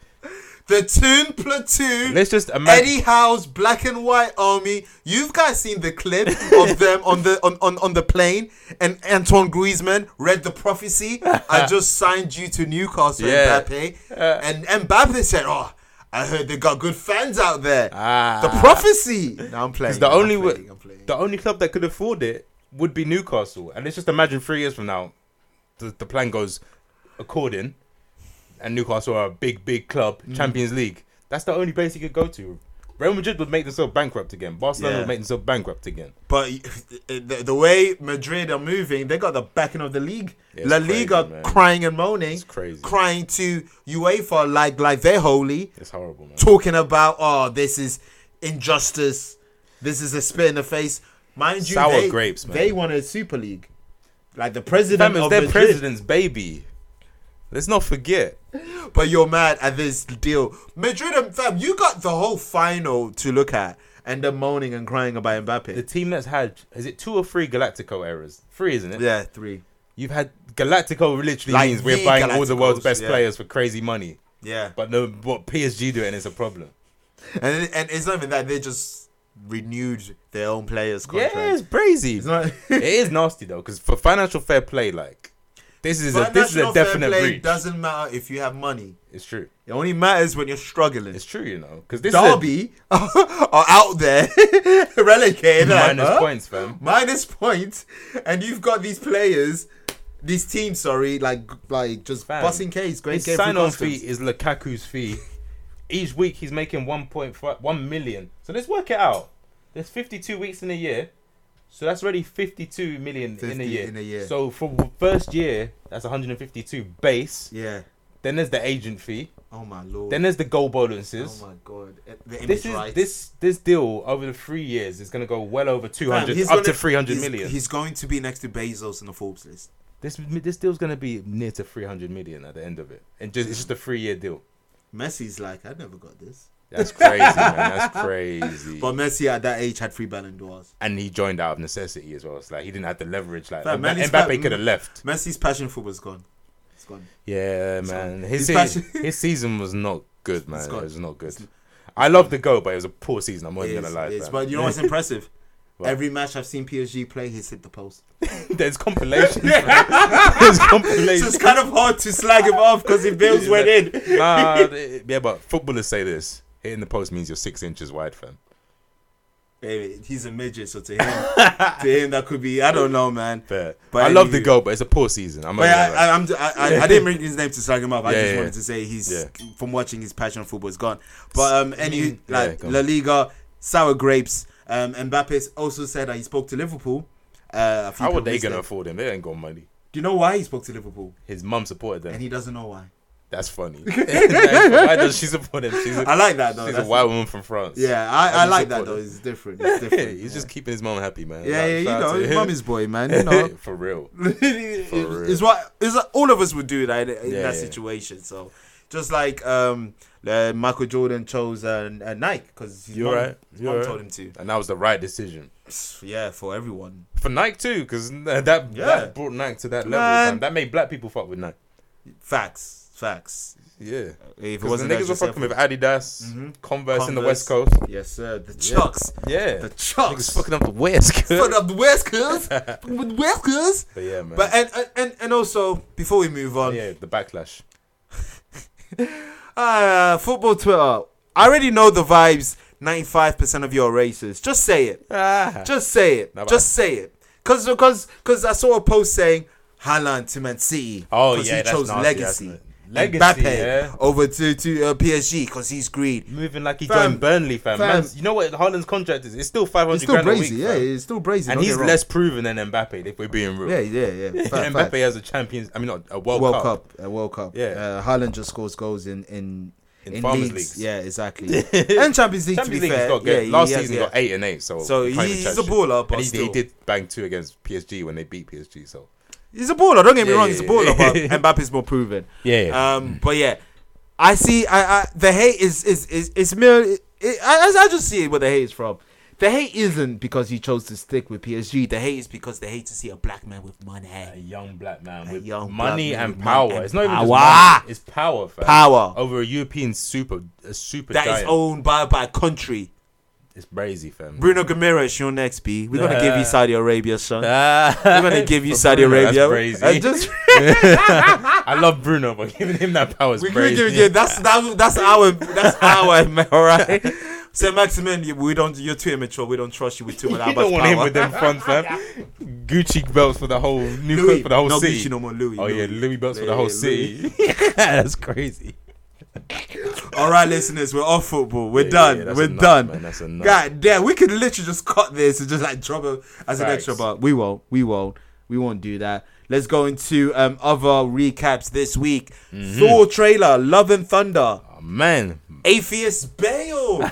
S2: The Toon Platoon.
S3: Let's just imagine.
S2: Eddie Howe's Black and White Army. You've guys seen the clip
S3: [LAUGHS]
S2: of them on the on, on, on the plane, and Antoine Griezmann read the prophecy.
S3: [LAUGHS]
S2: I just signed you to Newcastle,
S3: Yeah. Uh.
S2: Mbappe,
S3: Yeah.
S2: and Mbappe said, "Oh, I heard they got good fans out there."
S3: Ah.
S2: The prophecy. No, I'm playing.
S3: Because the
S2: I'm
S3: only wa-
S2: playing, I'm playing.
S3: the only club that could afford it would be Newcastle, and let's just imagine three years from now, the, the plan goes according, and Newcastle are a big, big club,
S2: Mm.
S3: Champions League. That's the only place he could go to. Real Madrid would make themselves bankrupt again. Barcelona
S2: Yeah.
S3: would make themselves bankrupt again.
S2: But the, the way Madrid are moving, they got the backing of the league.
S3: It's
S2: La
S3: crazy,
S2: Liga
S3: man.
S2: crying and moaning,
S3: It's crazy.
S2: crying to UEFA like like they're holy,
S3: It's horrible, man.
S2: talking about oh this is injustice, this is a spit in the face. Mind you,
S3: Sour
S2: they,
S3: grapes, man.
S2: They want a Super League, like the president
S3: Fam, it's
S2: of
S3: their
S2: Madrid.
S3: president's baby. Let's not forget.
S2: But you're mad at this deal, Madrid and fam. You got the whole final to look at, and they're moaning and crying about Mbappe.
S3: The team that's had is it two or three Galactico errors? Three, isn't it?
S2: yeah, three.
S3: You've had Galactico literally
S2: Like
S3: means we're
S2: the
S3: buying all the world's
S2: Galacticos,
S3: best
S2: yeah.
S3: players for crazy money.
S2: Yeah,
S3: But no, what PSG doing is a problem.
S2: And and it's not even that they just renewed their own players' contract.
S3: Yeah, it's crazy.
S2: It's not.
S3: [LAUGHS] it is nasty though, because for financial fair play, like this is a
S2: But
S3: this is a
S2: national fair
S3: definite
S2: play
S3: breach.
S2: Doesn't matter if you have money.
S3: It's true.
S2: It only matters when you're struggling.
S3: It's true, you know, because this is
S2: Derby [LAUGHS] are out there [LAUGHS] relegated.
S3: a
S2: like,
S3: minus
S2: huh?
S3: points, fam.
S2: Minus points, and you've got these players, these teams. Sorry, like like just
S3: Fam,
S2: busting case. Great
S3: His
S2: game.
S3: sign on
S2: on
S3: fee is Lukaku's fee. Each week he's making 1.5 1 million. So let's work it out. There's 52 weeks in a year. So that's already 52 million in, a
S2: 50
S3: year.
S2: in a year.
S3: So for first year, that's 152 base.
S2: Yeah.
S3: Then there's the agent fee.
S2: Oh my lord.
S3: Then there's the goal
S2: oh
S3: bonuses.
S2: my god. The image
S3: this is
S2: rights.
S3: this this deal over the three years is going to go well over two
S2: Fam,
S3: hundred,
S2: he's
S3: up to
S2: gonna-
S3: three hundred
S2: he's-
S3: million.
S2: He's going to be next to Bezos in the Forbes list.
S3: This this deal's going to be near to three hundred million at the end of it, and just it's just a three year deal.
S2: Messi's like, I never got this. [LAUGHS]
S3: That's crazy, man. That's crazy.
S2: But Messi at that age had three Ballon d'Ors.
S3: and he joined out of necessity as well. It's like he didn't have the leverage. Like
S2: Fam,
S3: Mb-
S2: man, he's
S3: Mbappe
S2: fam-
S3: could have left.
S2: Messi's passion for was gone. It's gone.
S3: Yeah, man. His
S2: He's passion-
S3: se- [LAUGHS] his season was not good, man. It
S2: gone.
S3: was not good. I love the goal, but it was a poor season. I'm not
S2: It
S3: even
S2: is,
S3: gonna lie.
S2: it is.
S3: fam.
S2: But you know what's impressive?
S3: What?
S2: Every match I've seen PSG play, he's hit the
S3: [LAUGHS]
S2: post.
S3: There's
S2: [LAUGHS]
S3: compilations. man. There's compilations.
S2: So it's kind of hard to slag him off because if Bills went in. [LAUGHS]
S3: nah, they- yeah, but footballers say this: hitting the post means you're six inches wide, fam.
S2: Hey, he's a midget, so to him, [LAUGHS] to him that could be. I don't know, man.
S3: Fair.
S2: But
S3: I love the
S2: anyway.
S3: goal, but it's a poor season. I'm
S2: But
S3: only
S2: I,
S3: gonna lie.
S2: I, I'm, I, I, I didn't bring his name to slag him up. I
S3: Yeah,
S2: just
S3: yeah,
S2: wanted
S3: yeah.
S2: to say he's
S3: Yeah.
S2: from watching his passion for football is gone. But um, any
S3: Yeah,
S2: like
S3: go on.
S2: La Liga, sour grapes. Um, Mbappe also said that he spoke to Liverpool. Uh, a few
S3: how are
S2: people
S3: they
S2: missed
S3: gonna
S2: it.
S3: afford him? They ain't got money.
S2: Do you know why he spoke to Liverpool?
S3: His mum supported
S2: [LAUGHS]
S3: them.
S2: And he doesn't know why. [LAUGHS]
S3: That's funny. [LAUGHS] Why does she support him? She's a,
S2: I like that though.
S3: she's a
S2: That's-
S3: white woman from France.
S2: yeah, I,
S3: I
S2: I
S3: do
S2: like that
S3: support
S2: though.
S3: it.
S2: It's different. [LAUGHS] It's
S3: [LAUGHS] Yeah,
S2: different.
S3: he's just keeping his mum happy, man.
S2: yeah,
S3: Like,
S2: yeah, you
S3: shout out
S2: know,
S3: to
S2: his
S3: him.
S2: mummy's boy, man. You know,
S3: [LAUGHS]
S2: [LAUGHS]
S3: for real. real.
S2: it's what it's what all of us would do that in
S3: Yeah,
S2: that
S3: yeah.
S2: situation. So just like um, uh, Michael Jordan chose uh, uh, Nike because his
S3: You're
S2: mom,
S3: right.
S2: his
S3: You're
S2: mom
S3: right.
S2: told him to.
S3: And that was the right decision
S2: Yeah, for everyone.
S3: for Nike too, because that
S2: Yeah.
S3: that brought Nike to that level.
S2: Man.
S3: fam. That made black people fuck with Nike.
S2: Facts, facts.
S3: Yeah.
S2: If it
S3: Because
S2: wasn't
S3: the
S2: that
S3: niggas were
S2: Joseph-
S3: fucking with Adidas, Mm-hmm. Converse, in the
S2: Converse.
S3: West Coast.
S2: Yes, sir. The Chucks.
S3: Yeah.
S2: The
S3: Niggas
S2: Chucks.
S3: fucking up the West
S2: Fucking
S3: Coast.
S2: up the West
S3: [LAUGHS]
S2: Coast. With West Coast.
S3: But yeah, man.
S2: But and, and and also before we move on,
S3: yeah, the backlash.
S2: Uh, football Twitter. I already know the vibes. 95% of you are racist. Just say it.
S3: Ah.
S2: Just say it.
S3: No, but-
S2: Just say it. Because because because I saw a post saying Haaland to Man City.
S3: Oh,
S2: 'cause
S3: yeah,
S2: he
S3: that's
S2: chose
S3: nasty,
S2: legacy.
S3: that's
S2: And
S3: nasty.
S2: Mbappe
S3: Legacy, yeah.
S2: over to to uh, PSG because he's greed.
S3: Moving like he
S2: Fam,
S3: joined Burnley, fam.
S2: fam.
S3: Man's- you know what Haaland's contract is? It's still 500
S2: It's still
S3: grand
S2: brazy,
S3: a week,
S2: yeah.
S3: fam.
S2: It's still brazy.
S3: And
S2: don't
S3: he's
S2: get wrong.
S3: less proven than Mbappe, if we're being real.
S2: Yeah, yeah,
S3: [LAUGHS]
S2: yeah. Fact,
S3: Mbappe
S2: fact.
S3: has a Champions, I mean, not a World,
S2: World
S3: Cup.
S2: Cup, a World Cup.
S3: Yeah.
S2: uh, Haaland just scores goals in in
S3: In farmers leagues.
S2: Yeah,
S3: [LAUGHS]
S2: exactly. and Champions League. to be
S3: Champions League,
S2: fair,
S3: he's got good.
S2: yeah,
S3: Last
S2: he has,
S3: season,
S2: yeah.
S3: he got eight and eight. So,
S2: So
S3: you can't even
S2: he's
S3: touch
S2: a
S3: it.
S2: baller, but
S3: and he, he
S2: still.
S3: did bang two against PSG when they beat PSG. So
S2: He's a baller. Don't get me
S3: Yeah,
S2: wrong.
S3: yeah,
S2: he's a
S3: yeah.
S2: baller, but Mbappe's more proven.
S3: [LAUGHS] Yeah, yeah. Mm.
S2: Um, but yeah, I see. I, I the hate is is is is mere. It, I I I just see where the hate is from. The hate isn't because he chose to stick with PSG. The hate is because they hate to see a black man with money,
S3: a young black man
S2: A
S3: with
S2: young
S3: money
S2: black man
S3: and
S2: with
S3: power.
S2: money and
S3: it's not even just
S2: power.
S3: money. It's power, fam.
S2: Power.
S3: over a European super, a super
S2: that
S3: giant.
S2: is owned by by a country.
S3: It's crazy, fam. [LAUGHS]
S2: Bruno Guimaraes, your next B. We're gonna give you
S3: Yeah.
S2: Saudi Arabia, son.
S3: Ah.
S2: We're gonna give you
S3: [LAUGHS] For
S2: Saudi Arabia.
S3: Bruno, That's crazy.
S2: And
S3: [LAUGHS]
S2: just
S3: I love Bruno, but giving him that power is
S2: we could
S3: crazy.
S2: give you that's that, that's our
S3: [LAUGHS]
S2: that's our man, all right. So Maximin, you- we don't you're too immature. We don't trust you with too much.
S3: you don't want him with them front, fam. Gucci belts for the whole
S2: [LAUGHS]
S3: new
S2: Louis,
S3: coat for the whole
S2: no
S3: city.
S2: Gucci, no more Louis.
S3: oh yeah, Louis belts for
S2: Yeah,
S3: the whole
S2: yeah,
S3: city. [LAUGHS] that's crazy.
S2: All right, listeners, we're off football. We're
S3: Yeah,
S2: done.
S3: yeah, that's
S2: we're
S3: enough,
S2: done.
S3: man, that's enough.
S2: God damn, we could literally just cut this and just like drop it as an
S3: Facts.
S2: extra, but we won't. We won't. We won't do that. Let's go into um, other recaps this week.
S3: Mm-hmm.
S2: Thor trailer, Love and Thunder,
S3: Oh, man,
S2: Atheist
S3: [LAUGHS]
S2: Bale,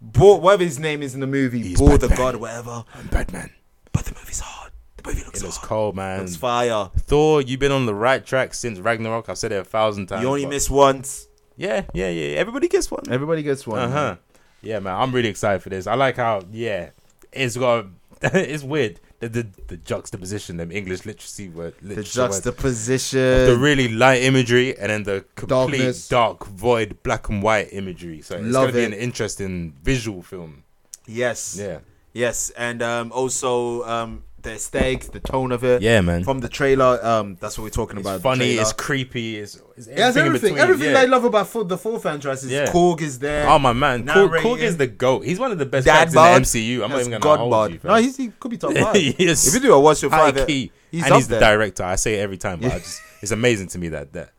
S2: Bo- whatever his name is in the movie,
S3: He's
S2: Bo the
S3: Batman.
S2: God, whatever.
S3: Batman.
S2: But the movie's hard. The movie looks
S3: It looks
S2: hard.
S3: cold, man.
S2: Looks fire.
S3: Thor, you've been on the right track since Ragnarok. I've said it a thousand times.
S2: You only
S3: but-
S2: miss once. Uh-huh.
S3: Yeah, yeah, yeah. Everybody gets one.
S2: Everybody gets one.
S3: Uh huh. Yeah, man. I'm really excited for this. I like how yeah, it's got [LAUGHS] it's weird the the, the juxtaposition them English literacy word
S2: The
S3: literature words.
S2: juxtaposition.
S3: the really light imagery and then the complete
S2: Darkness.
S3: dark void black and white imagery. So it's
S2: Love
S3: gonna be
S2: it.
S3: an interesting visual film.
S2: yes.
S3: Yeah.
S2: Yes, and um, also um, the aesthetics, the tone of it.
S3: Yeah, man.
S2: From the trailer, um, that's what we're talking about.
S3: It's
S2: the
S3: funny,
S2: trailer.
S3: it's creepy, it's, it's everything,
S2: Yeah, it's
S3: in
S2: everything.
S3: between.
S2: Everything
S3: yeah.
S2: I love about Fo- the four franchise is
S3: Yeah.
S2: Korg is there.
S3: Oh my man, Korg, Korg
S2: Narrating.
S3: is the goat. He's one of the best
S2: Dad
S3: guys in the
S2: bod.
S3: MCU. I'm not
S2: Yes,
S3: even gonna
S2: God
S3: hold
S2: bod.
S3: you. fam.
S2: No, he's, he could be
S3: [LAUGHS]
S2: top five.
S3: He is.
S2: If you do a watch your
S3: high
S2: five,
S3: key.
S2: he's
S3: and
S2: up
S3: he's the
S2: there.
S3: director. I say it every time, but I just, it's amazing to me
S2: [LAUGHS]
S3: that that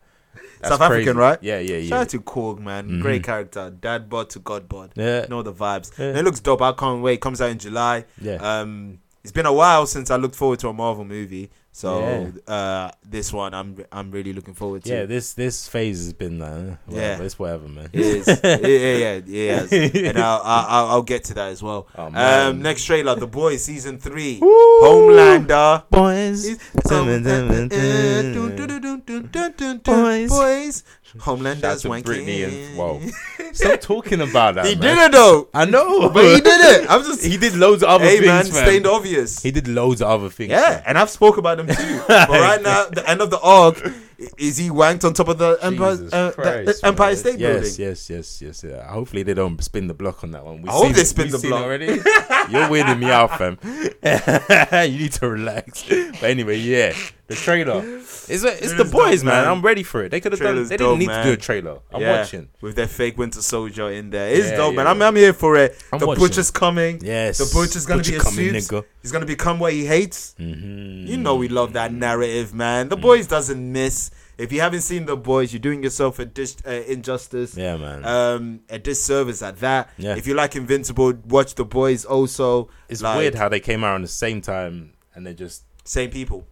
S3: that's
S2: South
S3: crazy.
S2: African, right?
S3: Yeah, yeah, yeah.
S2: Shout out to Korg, man. Great character. Dad bod to God bod.
S3: Yeah.
S2: Know the vibes.
S3: Yeah.
S2: And it looks dope. I can't wait. comes out in July.
S3: Yeah.
S2: Um, it's been a while since I looked forward to a Marvel movie. So uh, this one, I'm I'm really looking forward to.
S3: yeah, this this phase has been uh, whatever.
S2: Yeah.
S3: It's whatever, man.
S2: It
S3: [LAUGHS]
S2: is. yeah, yeah, yeah, yeah. it is. And I'll, I'll, I'll- I'll get to that as well.
S3: Oh, man.
S2: um, next trailer, The Boys season three, Homelander.
S3: Boys, dun, dun, dun, dun. Boys.
S2: Boys,
S3: Shout out
S2: Homelander's
S3: to Britney
S2: wanking.
S3: and
S2: [LAUGHS]
S3: whoa. Stop talking about that.
S2: He
S3: man.
S2: did it though,
S3: I know,
S2: but he did it. I'm just
S3: [LAUGHS] He did loads of other
S2: hey
S3: things,
S2: man,
S3: man.
S2: staying obvious.
S3: He did loads of other things.
S2: yeah,
S3: man.
S2: and I've spoke about them
S3: [LAUGHS]
S2: too. but right now, the end of the arc i- is he wanked on top of the Empire,
S3: Jesus
S2: uh, the
S3: Christ,
S2: Empire
S3: man.
S2: State
S3: yes,
S2: Building.
S3: Yes, yes, yes, yeah. Hopefully they don't spin the block on that one. We've
S2: I hope
S3: seen
S2: they
S3: it-
S2: spin
S3: we've
S2: the
S3: seen it
S2: block.
S3: already. You're weirding me out, fam. [LAUGHS] you need to relax. But anyway, yeah, the trailer. It's a, it's the
S2: Trailer's
S3: boys,
S2: dope,
S3: man.
S2: man.
S3: I'm ready for it. They could have done.
S2: Trailer's
S3: They
S2: dope,
S3: didn't need
S2: man.
S3: to do a trailer. I'm
S2: Yeah,
S3: watching.
S2: with their fake Winter Soldier in there. It's
S3: Yeah,
S2: dope, man.
S3: yeah.
S2: I'm, I'm here for it.
S3: I'm
S2: the
S3: watching.
S2: butcher's coming.
S3: Yes,
S2: the butcher's gonna
S3: Butcher
S2: be a
S3: coming,
S2: suit.
S3: nigga. Mm.
S2: He's gonna become what he hates. Mm. You know we love that narrative, man. The boys doesn't miss. If you haven't seen the boys, you're doing yourself a dis- uh, injustice.
S3: Yeah, man.
S2: Um, a disservice at that.
S3: Yeah.
S2: If you like Invincible, watch the boys. Also,
S3: it's
S2: Like,
S3: weird how they came out on the same time and they just.
S2: Same people.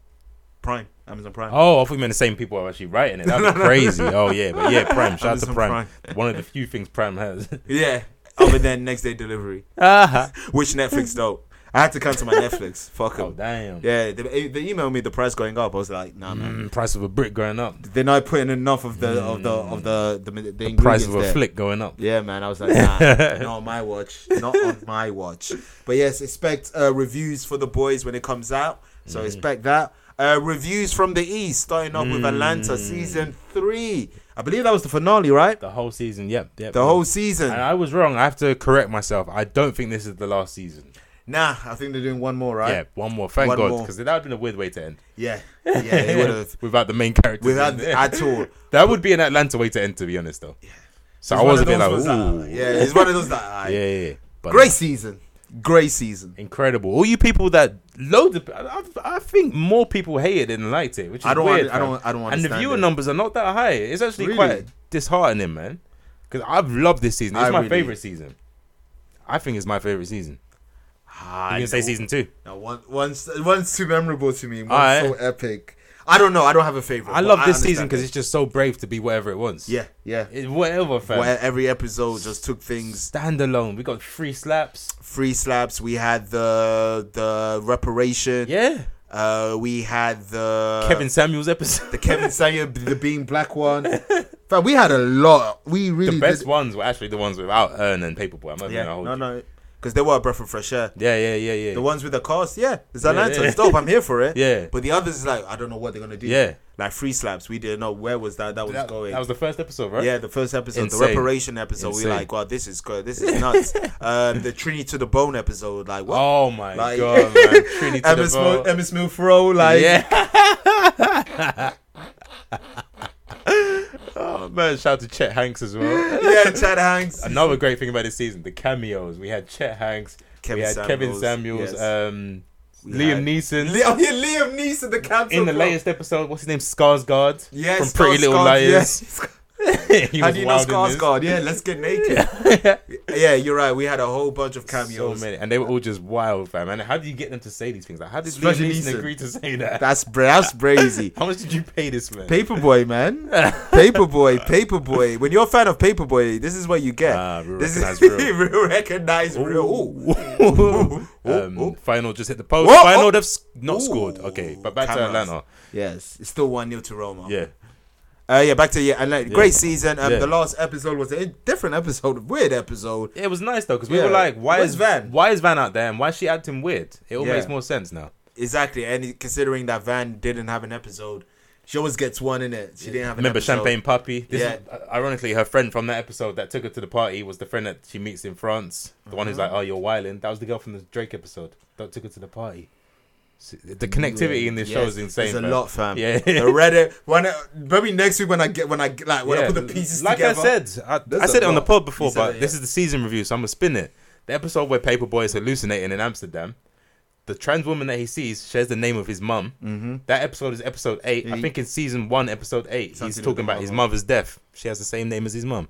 S2: Prime, Amazon Prime.
S3: Oh, I thought we meant the same people are actually writing
S2: [LAUGHS]
S3: it. That'd be crazy. Oh yeah, but yeah, Prime. Shout out to
S2: Amazon
S3: Prime. One of the few things
S2: [LAUGHS]
S3: Prime has.
S2: Yeah. Other than next day delivery, Uh-huh.
S3: Ah.
S2: which
S3: [LAUGHS]
S2: Netflix don't. I had to cancel my Netflix. Fuck 'em.
S3: Oh damn.
S2: Yeah, they, they emailed me the price going up. I was like, nah, man.
S3: Mm, price of a brick going up.
S2: They're not putting enough of the of the of the the, the, the
S3: Mm. price
S2: ingredients
S3: of a
S2: there.
S3: flick going up.
S2: Yeah, man. I was like, nah, not on my watch, not on my watch. But yes, expect uh, reviews for the boys when it comes out. So expect that. Uh, reviews from the East, starting off with Atlanta season three. I believe that was the finale, right?
S3: The whole season, yep, yep.
S2: The whole season.
S3: And I was wrong. I have to correct myself. I don't think this is the last season.
S2: Nah, I think they're doing one more, right?
S3: Yeah, one more. Thank
S2: One
S3: God,
S2: more.
S3: because that would have been a weird way to end.
S2: Yeah, yeah, they would
S3: [LAUGHS]
S2: have
S3: without the main character.
S2: without
S3: being there.
S2: at all.
S3: [LAUGHS] that would be an Atlanta way to end, to be honest, though. So I
S2: It's one
S3: was a
S2: of
S3: bit like,
S2: those ones
S3: ooh,
S2: that- yeah, it's one of those that.
S3: yeah, yeah, yeah. But
S2: great season, great season.
S3: no, incredible. All you people that loads of, I, I I think more people hated it than liked it, which is
S2: I don't
S3: weird.
S2: under- I
S3: fam.
S2: don't- I don't
S3: And the
S2: understand
S3: viewer
S2: it.
S3: numbers are not that high. It's actually
S2: Really?
S3: quite disheartening, man. Because I've loved this season. It's
S2: I
S3: my
S2: really-
S3: favorite season. I think it's my favorite season.
S2: I
S3: I'm gonna say season two.
S2: No, one, one's one's too memorable to me. One's
S3: Alright.
S2: so epic. I don't know. I don't have a favorite.
S3: I
S2: but
S3: love this season
S2: understand
S3: because
S2: it.
S3: it's just so brave to be whatever it wants.
S2: yeah, yeah.
S3: It- whatever, fam.
S2: Where every episode just took things
S3: Standalone. We got three slaps.
S2: free slaps. We had the the reparation.
S3: Yeah.
S2: Uh, we had the
S3: Uh, Kevin Samuels episode.
S2: the Kevin Sayer, the being black one. But we had a lot. We really
S3: [LAUGHS] the best
S2: did.
S3: ones were actually the ones without Earn and Paperboy. I'm not
S2: Yeah,
S3: gonna hold
S2: no,
S3: you.
S2: no, because they were a breath of fresh air.
S3: Yeah, yeah, yeah, yeah.
S2: The ones with the cast, yeah, it's Atlanta.
S3: yeah.
S2: It's dope. I'm here for it.
S3: Yeah.
S2: but the others is like I don't know what they're gonna do.
S3: Yeah.
S2: like free slaps. We didn't know where was that that was
S3: that,
S2: going.
S3: that was the first episode, right?
S2: Yeah, the first episode,
S3: Insane.
S2: the reparation episode, we
S3: Insane.
S2: like, wow, this is good, this is
S3: [LAUGHS]
S2: nuts. um, the Trinity to the Bone episode, like, what?
S3: Oh my
S2: Like- [LAUGHS]
S3: god, man. Trinity Oh, to the bone.
S2: Emma Smith Rowe, like,
S3: Yeah. [LAUGHS] oh man, shout out to Chet Hanks as well.
S2: [LAUGHS] yeah, Chad Hanks.
S3: Another great thing about this season, the cameos. We had Chet Hanks,
S2: Kevin
S3: we had Kevin
S2: Samuels,
S3: Samuels,
S2: yes.
S3: um,
S2: We
S3: [LAUGHS] Liam
S2: had-
S3: Neeson.
S2: Le- oh, yeah, Liam Neeson, the captain.
S3: in the latest episode, what's his name? Skarsgård
S2: yes,
S3: from Pretty Little
S2: Skarsgård, [LAUGHS]
S3: Liars.
S2: yes.
S3: [LAUGHS] he
S2: How
S3: was
S2: do you know
S3: wild in this.
S2: Skarsgård? Yeah, let's get naked.
S3: [LAUGHS]
S2: yeah, you're right. We had a whole bunch of
S3: So
S2: cameos.
S3: many, and they were all just wild, fam. And how do you get them to say these things? Like, how did Liam
S2: Especially
S3: Neeson,
S2: Neeson.
S3: agree to say that?
S2: That's bra- that's brazy.
S3: How much did you pay this man?
S2: Paperboy, man. Paperboy, Paperboy. When you're a fan of Paperboy, this is what you get.
S3: Ah, real
S2: this
S3: recognize
S2: is
S3: real.
S2: [LAUGHS] real recognize real. Ooh.
S3: um,
S2: ooh.
S3: Final just hit the post.
S2: Oh, Whoa,
S3: final
S2: oh.
S3: they've s- not scored.
S2: Ooh,
S3: Okay, but back
S2: cameras.
S3: to Atlanta.
S2: Yes, it's still one 0 to Roma.
S3: Yeah,
S2: uh, yeah. Back to yeah, Atlanta. Great season. Um,
S3: Yeah.
S2: the last episode was a different episode, weird episode.
S3: it was nice though because we
S2: Yeah.
S3: were like, why
S2: Where's
S3: is
S2: Van?
S3: Why is Van out there? And why is she acting weird? It all
S2: Yeah.
S3: makes more sense now.
S2: Exactly, and considering that Van didn't have an episode, she always gets one in it. She didn't have. An
S3: Remember
S2: episode.
S3: Champagne Puppy? This
S2: Yeah.
S3: is, uh, ironically, her friend from that episode that took her to the party was the friend that she meets in France. The one who's
S2: Uh-huh.
S3: like, "Oh, you're wilding." That was the girl from the Drake episode that took her to the party. S- The connectivity in this show
S2: Yes,
S3: is insane.
S2: It's a
S3: man.
S2: lot, fam.
S3: Yeah.
S2: the Reddit. When I, maybe next week when I get when I get- like when I
S3: Yeah,
S2: put the pieces
S3: like
S2: together.
S3: I said, I,
S2: There's
S3: I said
S2: a
S3: it on the
S2: lot.
S3: pod before,
S2: You said
S3: but
S2: it, yeah.
S3: this is the season review, so I'm gonna spin it. The episode where Paperboy is hallucinating in Amsterdam. The trans woman that he sees shares the name of his mum. Mm-hmm. That episode is episode eight. I
S2: He-
S3: think in season one, episode eight,
S2: Something
S3: he's
S2: with
S3: talking
S2: the
S3: about his
S2: mum. Mm-hmm.
S3: mother's death. She has the same name as his mum.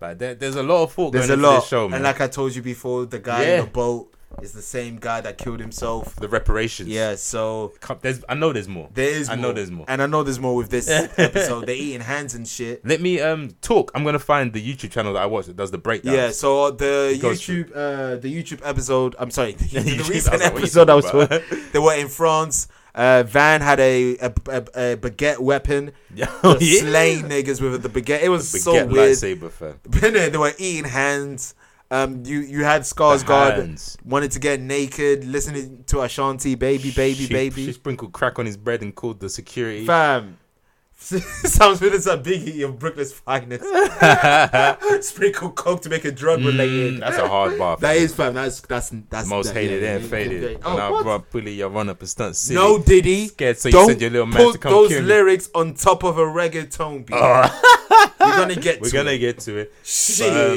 S3: Like there, there's a lot of thought
S2: There's a
S3: going
S2: lot,
S3: into this show, man.
S2: and like I told you before, the guy
S3: Yeah.
S2: in the boat is the same guy that killed himself.
S3: the reparations.
S2: Yeah, so
S3: Come- there's. I know there's more.
S2: there is.
S3: I
S2: more.
S3: know there's more.
S2: and I know there's more with
S3: [LAUGHS]
S2: this episode. They're eating hands and shit.
S3: Let me um talk. I'm gonna find the YouTube channel that I watch that does the breakdown.
S2: Yeah, so the
S3: It goes
S2: YouTube, uh, the YouTube episode. I'm sorry, [LAUGHS] the,
S3: [LAUGHS] YouTube,
S2: recent
S3: I was like, what are you
S2: episode I was
S3: talking about?
S2: talking. They were in France. Uh, Van had a a, a, a baguette
S3: [LAUGHS]
S2: weapon.
S3: Yeah.
S2: Just
S3: Oh, Yeah.
S2: slaying niggas with the baguette. It was
S3: But
S2: so
S3: get
S2: weird.
S3: lightsaber, fam.
S2: But [LAUGHS] no, they were eating hands. Um, you you had Skarsgård
S3: hands.
S2: wanted to get naked, listening to Ashanti, baby, baby,
S3: she,
S2: baby,
S3: She sprinkled crack on his bread and called the security.
S2: fam. [LAUGHS] Sounds good as a biggie of Brooklyn's
S3: [LAUGHS]
S2: finest. Sprinkle coke to make it drug related.
S3: Mm, that's a hard bar.
S2: that
S3: fam.
S2: is fam. That's that's that's that-
S3: most hated
S2: yeah,
S3: and
S2: yeah, yeah.
S3: faded.
S2: Oh,
S3: now,
S2: what?
S3: bro, bully, you run up a stunt city.
S2: No Diddy.
S3: Scared, so you
S2: Don't
S3: send your little man
S2: put
S3: to come
S2: those
S3: kill me.
S2: lyrics on top of a reggaeton beat. We're gonna get
S3: Oh. [LAUGHS] We're
S2: to
S3: gonna
S2: it.
S3: get to it.
S2: shit.
S3: But,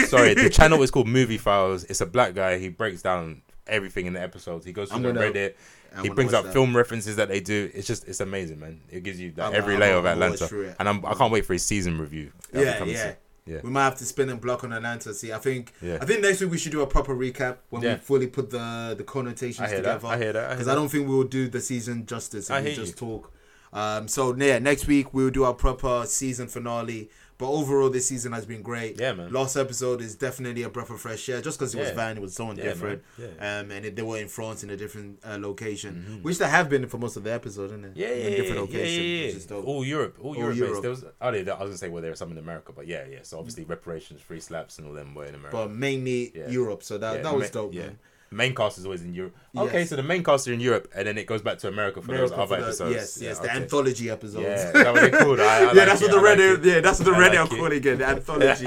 S3: um, sorry, the channel is called Movie Files. It's a black guy. He breaks down everything in the episodes. He goes
S2: I'm
S3: through the
S2: gonna-
S3: Reddit.
S2: I
S3: He
S2: wanna
S3: brings
S2: watch
S3: up
S2: that.
S3: film references that they do. It's just, it's amazing, man. It gives you like,
S2: I'm-
S3: every
S2: I'm-
S3: layer of
S2: I'm gonna watch
S3: Atlanta,
S2: through it.
S3: and I'm, I can't wait for his season review. That'll be
S2: yeah,
S3: coming
S2: yeah.
S3: soon. yeah.
S2: We might have to spin and block on Atlanta. See, I think
S3: Yeah.
S2: I think next week we should do a proper recap when
S3: Yeah.
S2: we fully put the the connotations
S3: I hear that,
S2: together.
S3: I hear that, I hear
S2: Because I,
S3: that.
S2: don't think we will do the season justice if
S3: I
S2: we
S3: hear
S2: just
S3: you.
S2: talk. Um, so yeah, next week we will do our proper season finale. But overall, this season has been great.
S3: Yeah, man.
S2: Last episode is definitely a breath of fresh air, just because it was
S3: Yeah.
S2: Van, it was someone
S3: Yeah,
S2: different,
S3: man.
S2: um, and it, they were in France in a different uh, location, which they have been for most of the episode, isn't it?
S3: Yeah,
S2: in
S3: yeah,
S2: a
S3: yeah,
S2: different
S3: yeah,
S2: location,
S3: yeah,
S2: which is dope.
S3: All Europe, all,
S2: Europe.
S3: Europe.
S2: Mm.
S3: Europe. There was, oh, yeah, I was gonna say, well, there were some in America, but yeah, yeah. So obviously reparations, free slaps, and all them were in America.
S2: but mainly
S3: Yeah.
S2: Europe. So that
S3: Yeah,
S2: that was
S3: ma-
S2: dope,
S3: yeah.
S2: man.
S3: Main cast is always in Europe. Okay,
S2: Yes.
S3: so the main cast are in Europe, and then it goes back to America for
S2: America
S3: those other
S2: for the-
S3: episodes.
S2: Yes, yes,
S3: yeah,
S2: the
S3: okay.
S2: anthology episodes. [LAUGHS]
S3: Yeah,
S2: yeah,
S3: that would be cool. I, I like
S2: that's
S3: it,
S2: what the
S3: I like
S2: red.
S3: it.
S2: yeah, that's what the
S3: [LAUGHS] I
S2: red.
S3: like
S2: I'm
S3: it.
S2: calling it the
S3: [LAUGHS]
S2: anthology.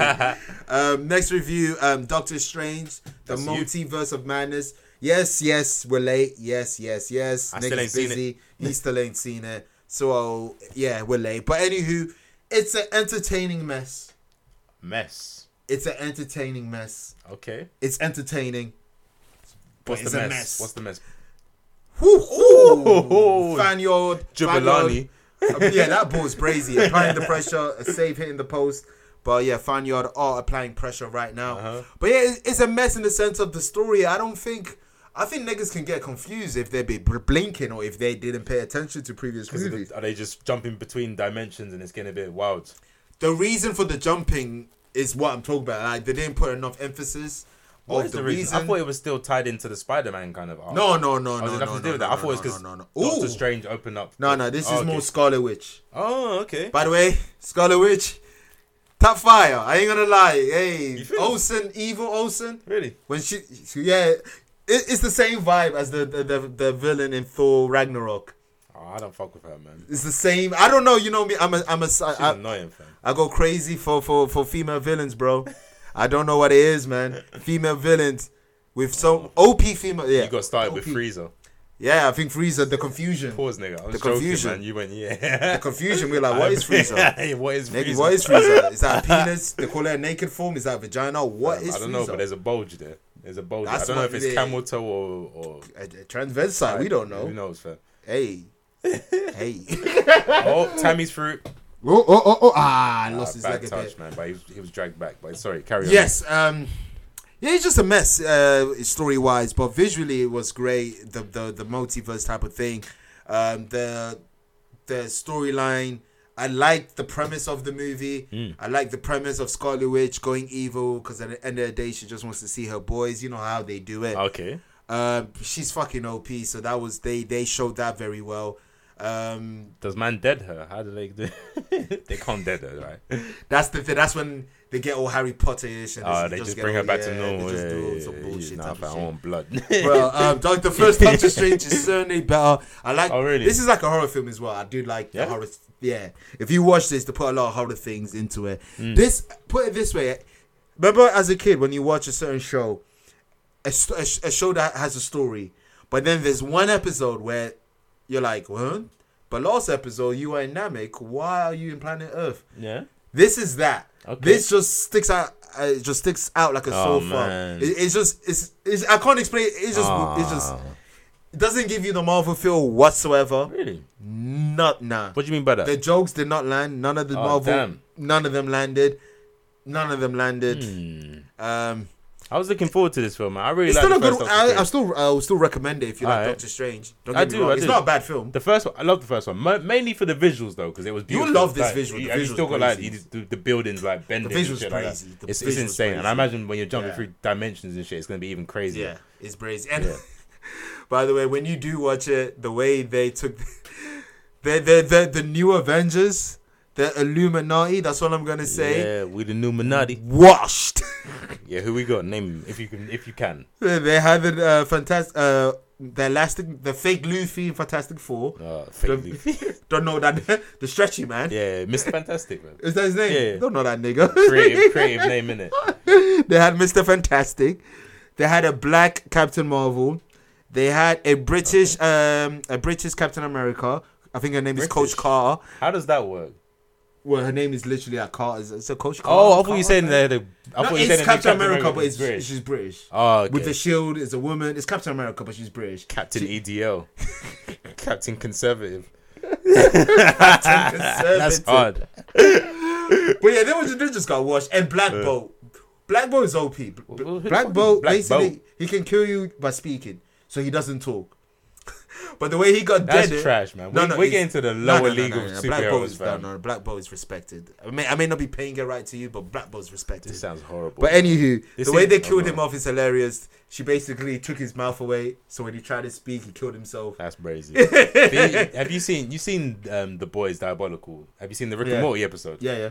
S2: um, next review: um, Doctor Strange, the
S3: That's you.
S2: multiverse of madness. Yes, yes, we're late. Yes, yes, yes.
S3: I
S2: Nick's
S3: still ain't seen
S2: busy. He still ain't seen it. So yeah, we're late. But anywho, it's an entertaining mess.
S3: Mess.
S2: It's an entertaining mess.
S3: Okay.
S2: It's entertaining.
S3: What's
S2: it's
S3: the
S2: a
S3: mess?
S2: mess.
S3: What's the mess?
S2: Woo,
S3: Ooh.
S2: ooh, Fanyard,
S3: Jubilani.
S2: Fanyard. Oh, yeah, that ball's brazy. Applying the pressure, a save hitting the post. But yeah, Fanyard are applying pressure right now.
S3: Uh-huh.
S2: But yeah, it's, it's a mess in the sense of the story. I don't think. I think niggas can get confused if they be bl- blinking or if they didn't pay attention to previous
S3: Is it-
S2: movies.
S3: Are they just jumping between dimensions and it's getting a bit wild?
S2: The reason for the jumping is what I'm talking about. Like they didn't put enough emphasis.
S3: What
S2: of
S3: is the, reason? I thought it was still tied into the Spider-Man kind of. Arc.
S2: no, no, no,
S3: Oh,
S2: no,
S3: does it
S2: no,
S3: have
S2: no,
S3: to do
S2: no,
S3: with that? I thought it
S2: no,
S3: was because
S2: no, no,
S3: Doctor
S2: no. Ooh.
S3: Strange opened up.
S2: No, no, this
S3: Oh,
S2: is
S3: okay.
S2: more Scarlet Witch.
S3: Oh, okay.
S2: By the way, Scarlet Witch, top fire. I ain't gonna lie. Hey,
S3: feel-
S2: Olsen, evil Olsen.
S3: Really?
S2: When she, she- yeah, it, it's the same vibe as the, the the the villain in Thor Ragnarok.
S3: Oh, I don't fuck with her, man.
S2: It's the same. I don't know. You know me. I'm a I'm a I,
S3: She's
S2: am
S3: annoying, fam.
S2: ai go crazy for for for female villains, bro. I don't know what it is, man. Female villains with so OP female. Yeah,
S3: You got started with
S2: OP.
S3: Freezer.
S2: Yeah, I think Frieza. The confusion.
S3: Pause, nigga. I was
S2: The
S3: joking,
S2: confusion.
S3: man. You went, yeah.
S2: The
S3: [LAUGHS]
S2: confusion. We're like, what is Frieza?
S3: Hey, what is
S2: Nigga,
S3: Freezer?
S2: what is
S3: [LAUGHS]
S2: Frieza? Is that a penis? They call it a naked form? Is that a vagina? What
S3: Um,
S2: is
S3: I don't know,
S2: Frieza?
S3: but there's a bulge there. There's a bulge. I
S2: That's
S3: don't know
S2: what
S3: if it's
S2: they-
S3: camel toe or or.
S2: a, a transvestite. We don't
S3: Who
S2: know.
S3: knows, fam? [LAUGHS]
S2: Hey, hey.
S3: Oh, Tammy's fruit.
S2: oh, oh, oh, oh! Ah, I lost
S3: Ah,
S2: his
S3: bad
S2: leg a
S3: touch,
S2: bit.
S3: man. But he was, he was dragged back. But sorry, carry on.
S2: Yes. Um. Yeah, it's just a mess, uh, story wise, but visually it was great. The the, the multiverse type of thing, um, the the storyline. I liked the premise of the movie.
S3: Mm.
S2: I like the premise of Scarlet Witch going evil because at the end of the day she just wants to see her boys. You know how they do it.
S3: Okay.
S2: Um, she's fucking OP, so that was they they showed that very well. Um,
S3: Does man dead her? How do they do? [LAUGHS] they can't dead her, right?
S2: that's the thing. That's when they get all Harry Potter-ish and
S3: Uh,
S2: this-
S3: they just
S2: get
S3: bring
S2: all-
S3: her back
S2: yeah,
S3: to
S2: they
S3: normal.
S2: just
S3: Yeah,
S2: do all
S3: yeah,
S2: some
S3: yeah,
S2: bullshit
S3: Nah,
S2: type of
S3: fam, I
S2: shit.
S3: want blood.
S2: [LAUGHS] Well, um, like the first Doctor Strange is certainly better. I like.
S3: Oh, really?
S2: This is like a horror film as well. I do like
S3: Yeah?
S2: the horror. Yeah, if you watch this, they put a lot of horror things into it.
S3: Mm.
S2: This put it this way. Remember, as a kid, when you watch a certain show, a, st- a, sh- a show that has a story, but then there's one episode where you're like, huh? But last episode, you were in Namek. Why are you in planet Earth?
S3: yeah.
S2: This is that.
S3: Okay.
S2: This just sticks out. Uh, it just sticks out like a
S3: Oh,
S2: sore thumb.
S3: man.
S2: It, it's just. It's, it's. I can't explain. it. It's just. It's just.
S3: Ah.
S2: It doesn't give you the Marvel feel whatsoever.
S3: Really?
S2: Not nah.
S3: What do you mean by that?
S2: The jokes did not land. None of the
S3: Oh,
S2: Marvel.
S3: damn.
S2: None of them landed. None of them landed. Um,
S3: I was looking forward to this film. Man. I really
S2: it's
S3: Hmm.
S2: still
S3: like the
S2: a good.
S3: first Doctor
S2: I, I
S3: Strange.
S2: still. I will still recommend it if you like
S3: Alright.
S2: Doctor Strange. Don't
S3: I
S2: get me
S3: do,
S2: wrong.
S3: I
S2: It's
S3: do.
S2: not a bad film.
S3: The first one, I love the first one, Mo- mainly for the visuals though, because it was beautiful.
S2: love this
S3: Like,
S2: visual.
S3: You,
S2: The
S3: and you
S2: visual's
S3: still got like
S2: crazy.
S3: you- the, the buildings like bending. and
S2: visual's
S3: shit like that.
S2: crazy. The
S3: It's, it's
S2: visual's
S3: insane, and I
S2: crazy.
S3: imagine when you're jumping
S2: Yeah.
S3: through dimensions and shit, it's gonna be even crazier.
S2: Yeah, it's brazy. And [LAUGHS] by the way, when you do watch it, the [LAUGHS] way they took the the the, the new Avengers, the Illuminati. That's what I'm gonna say.
S3: Yeah, we the Numinati.
S2: Washed. [LAUGHS]
S3: Yeah, who we got? Name 'em if you can. If you can.
S2: they had the uh, fantastic, uh, the elastic, the fake Luffy in Fantastic Four.
S3: Uh,
S2: Don't-
S3: fake
S2: [LAUGHS]
S3: Luffy.
S2: Don't know that the stretchy man.
S3: yeah, Mr. Fantastic, man.
S2: Is that his name?
S3: Yeah, yeah.
S2: Don't know that nigga. [LAUGHS]
S3: Creative, creative name in it.
S2: they had Mr. Fantastic. They had a black Captain Marvel. They had a British um a British Captain America. I think her name is Coach
S3: British?
S2: Carter.
S3: How does that work?
S2: Well, her name is literally like Carter. It's- It's a Coach Carter.
S3: Oh, I thought
S2: Carter.
S3: you said that. the- I
S2: No,
S3: thought you said
S2: it's
S3: that
S2: Captain America, but
S3: was
S2: it's,
S3: British.
S2: she's British.
S3: Oh, okay.
S2: With the shield, it's a woman. It's Captain America, but she's British.
S3: Captain E
S2: [LAUGHS]
S3: EDL, Captain Conservative. [LAUGHS] That's
S2: That's
S3: hard.
S2: But yeah, they, was, they just got washed. And Black Bolt. Black Bolt is OP. B-
S3: well, who the fuck
S2: Black
S3: is
S2: Bolt,
S3: Black
S2: basically,
S3: Bolt?
S2: he can kill you by speaking, so he doesn't talk. [LAUGHS] but the way he got
S3: That's
S2: dead.
S3: trash, man. We- we're
S2: it's-
S3: getting to the
S2: no,
S3: lower
S2: no, no,
S3: league
S2: no,
S3: of
S2: no, Black Bolt
S3: superheroes,
S2: is, no,
S3: fam.
S2: no, Black Bolt is respected. I may, I may not be paying it right to you, but Black Bolt is respected.
S3: This sounds horrible.
S2: But anywho,
S3: This
S2: the way
S3: is-
S2: they killed
S3: oh,
S2: him off is hilarious. She basically took his mouth away, so when he tried to speak, he killed himself. [LAUGHS]
S3: That's crazy. The- have you seen you seen um, the boys diabolical? Have you seen the Rick
S2: Yeah.
S3: and Morty episode?
S2: Yeah, yeah.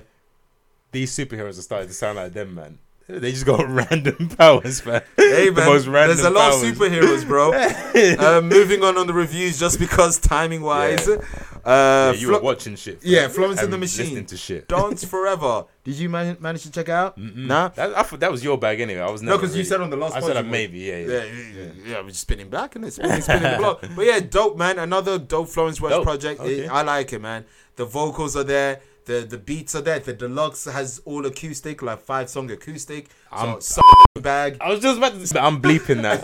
S3: These superheroes are starting to sound like them, man. They just got [LAUGHS] random powers, man.
S2: Hey
S3: [LAUGHS] The
S2: man,
S3: most random
S2: there's a lot
S3: powers.
S2: of superheroes,
S3: [LAUGHS]
S2: bro. uh, moving on on the reviews, just because timing wise.
S3: Yeah.
S2: Uh,
S3: Yeah, you
S2: Flo-
S3: were watching shit. fam,
S2: yeah, Florence and the
S3: Listening
S2: Machine.
S3: to shit.
S2: Dance Forever. Did you man- manage to check it out? Nah.
S3: That, I thought that was your bag anyway. I was
S2: No,
S3: never
S2: because you
S3: really-
S2: said on the last.
S3: I
S2: pod
S3: said
S2: you
S3: like,
S2: would.
S3: maybe, yeah, yeah.
S2: Yeah, yeah, yeah, yeah. We're spinning back and it's spinning, spinning the
S3: [LAUGHS]
S2: block. But yeah, dope, man. Another dope Florence Welch
S3: Dope.
S2: project. It-
S3: Okay.
S2: I like it, man. The vocals are there. The the beats are there. The deluxe has all acoustic, like five song acoustic.
S3: I'm-
S2: so, so [LAUGHS]
S3: [LAUGHS]
S2: bag.
S3: I was just about to say, I'm
S2: [LAUGHS]
S3: bleeping that.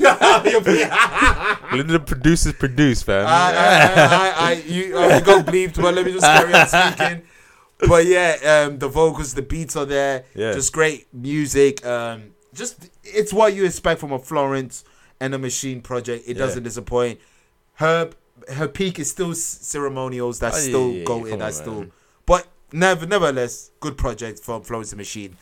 S3: Let the producers produce, fam.
S2: I, I, I, I, I, you,
S3: [LAUGHS]
S2: I go bleeped, but let me just carry on speaking. But yeah, um, the vocals, the beats are there.
S3: Yeah.
S2: Just great music. Um, just it's what you expect from a Florence and a Machine project. It
S3: Yeah.
S2: doesn't disappoint. Her her peak is still s- ceremonials. That's
S3: Oh, yeah,
S2: still
S3: yeah, yeah,
S2: going.
S3: come
S2: That's
S3: on,
S2: still.
S3: man.
S2: But never, nevertheless, good project from Florence and Machine.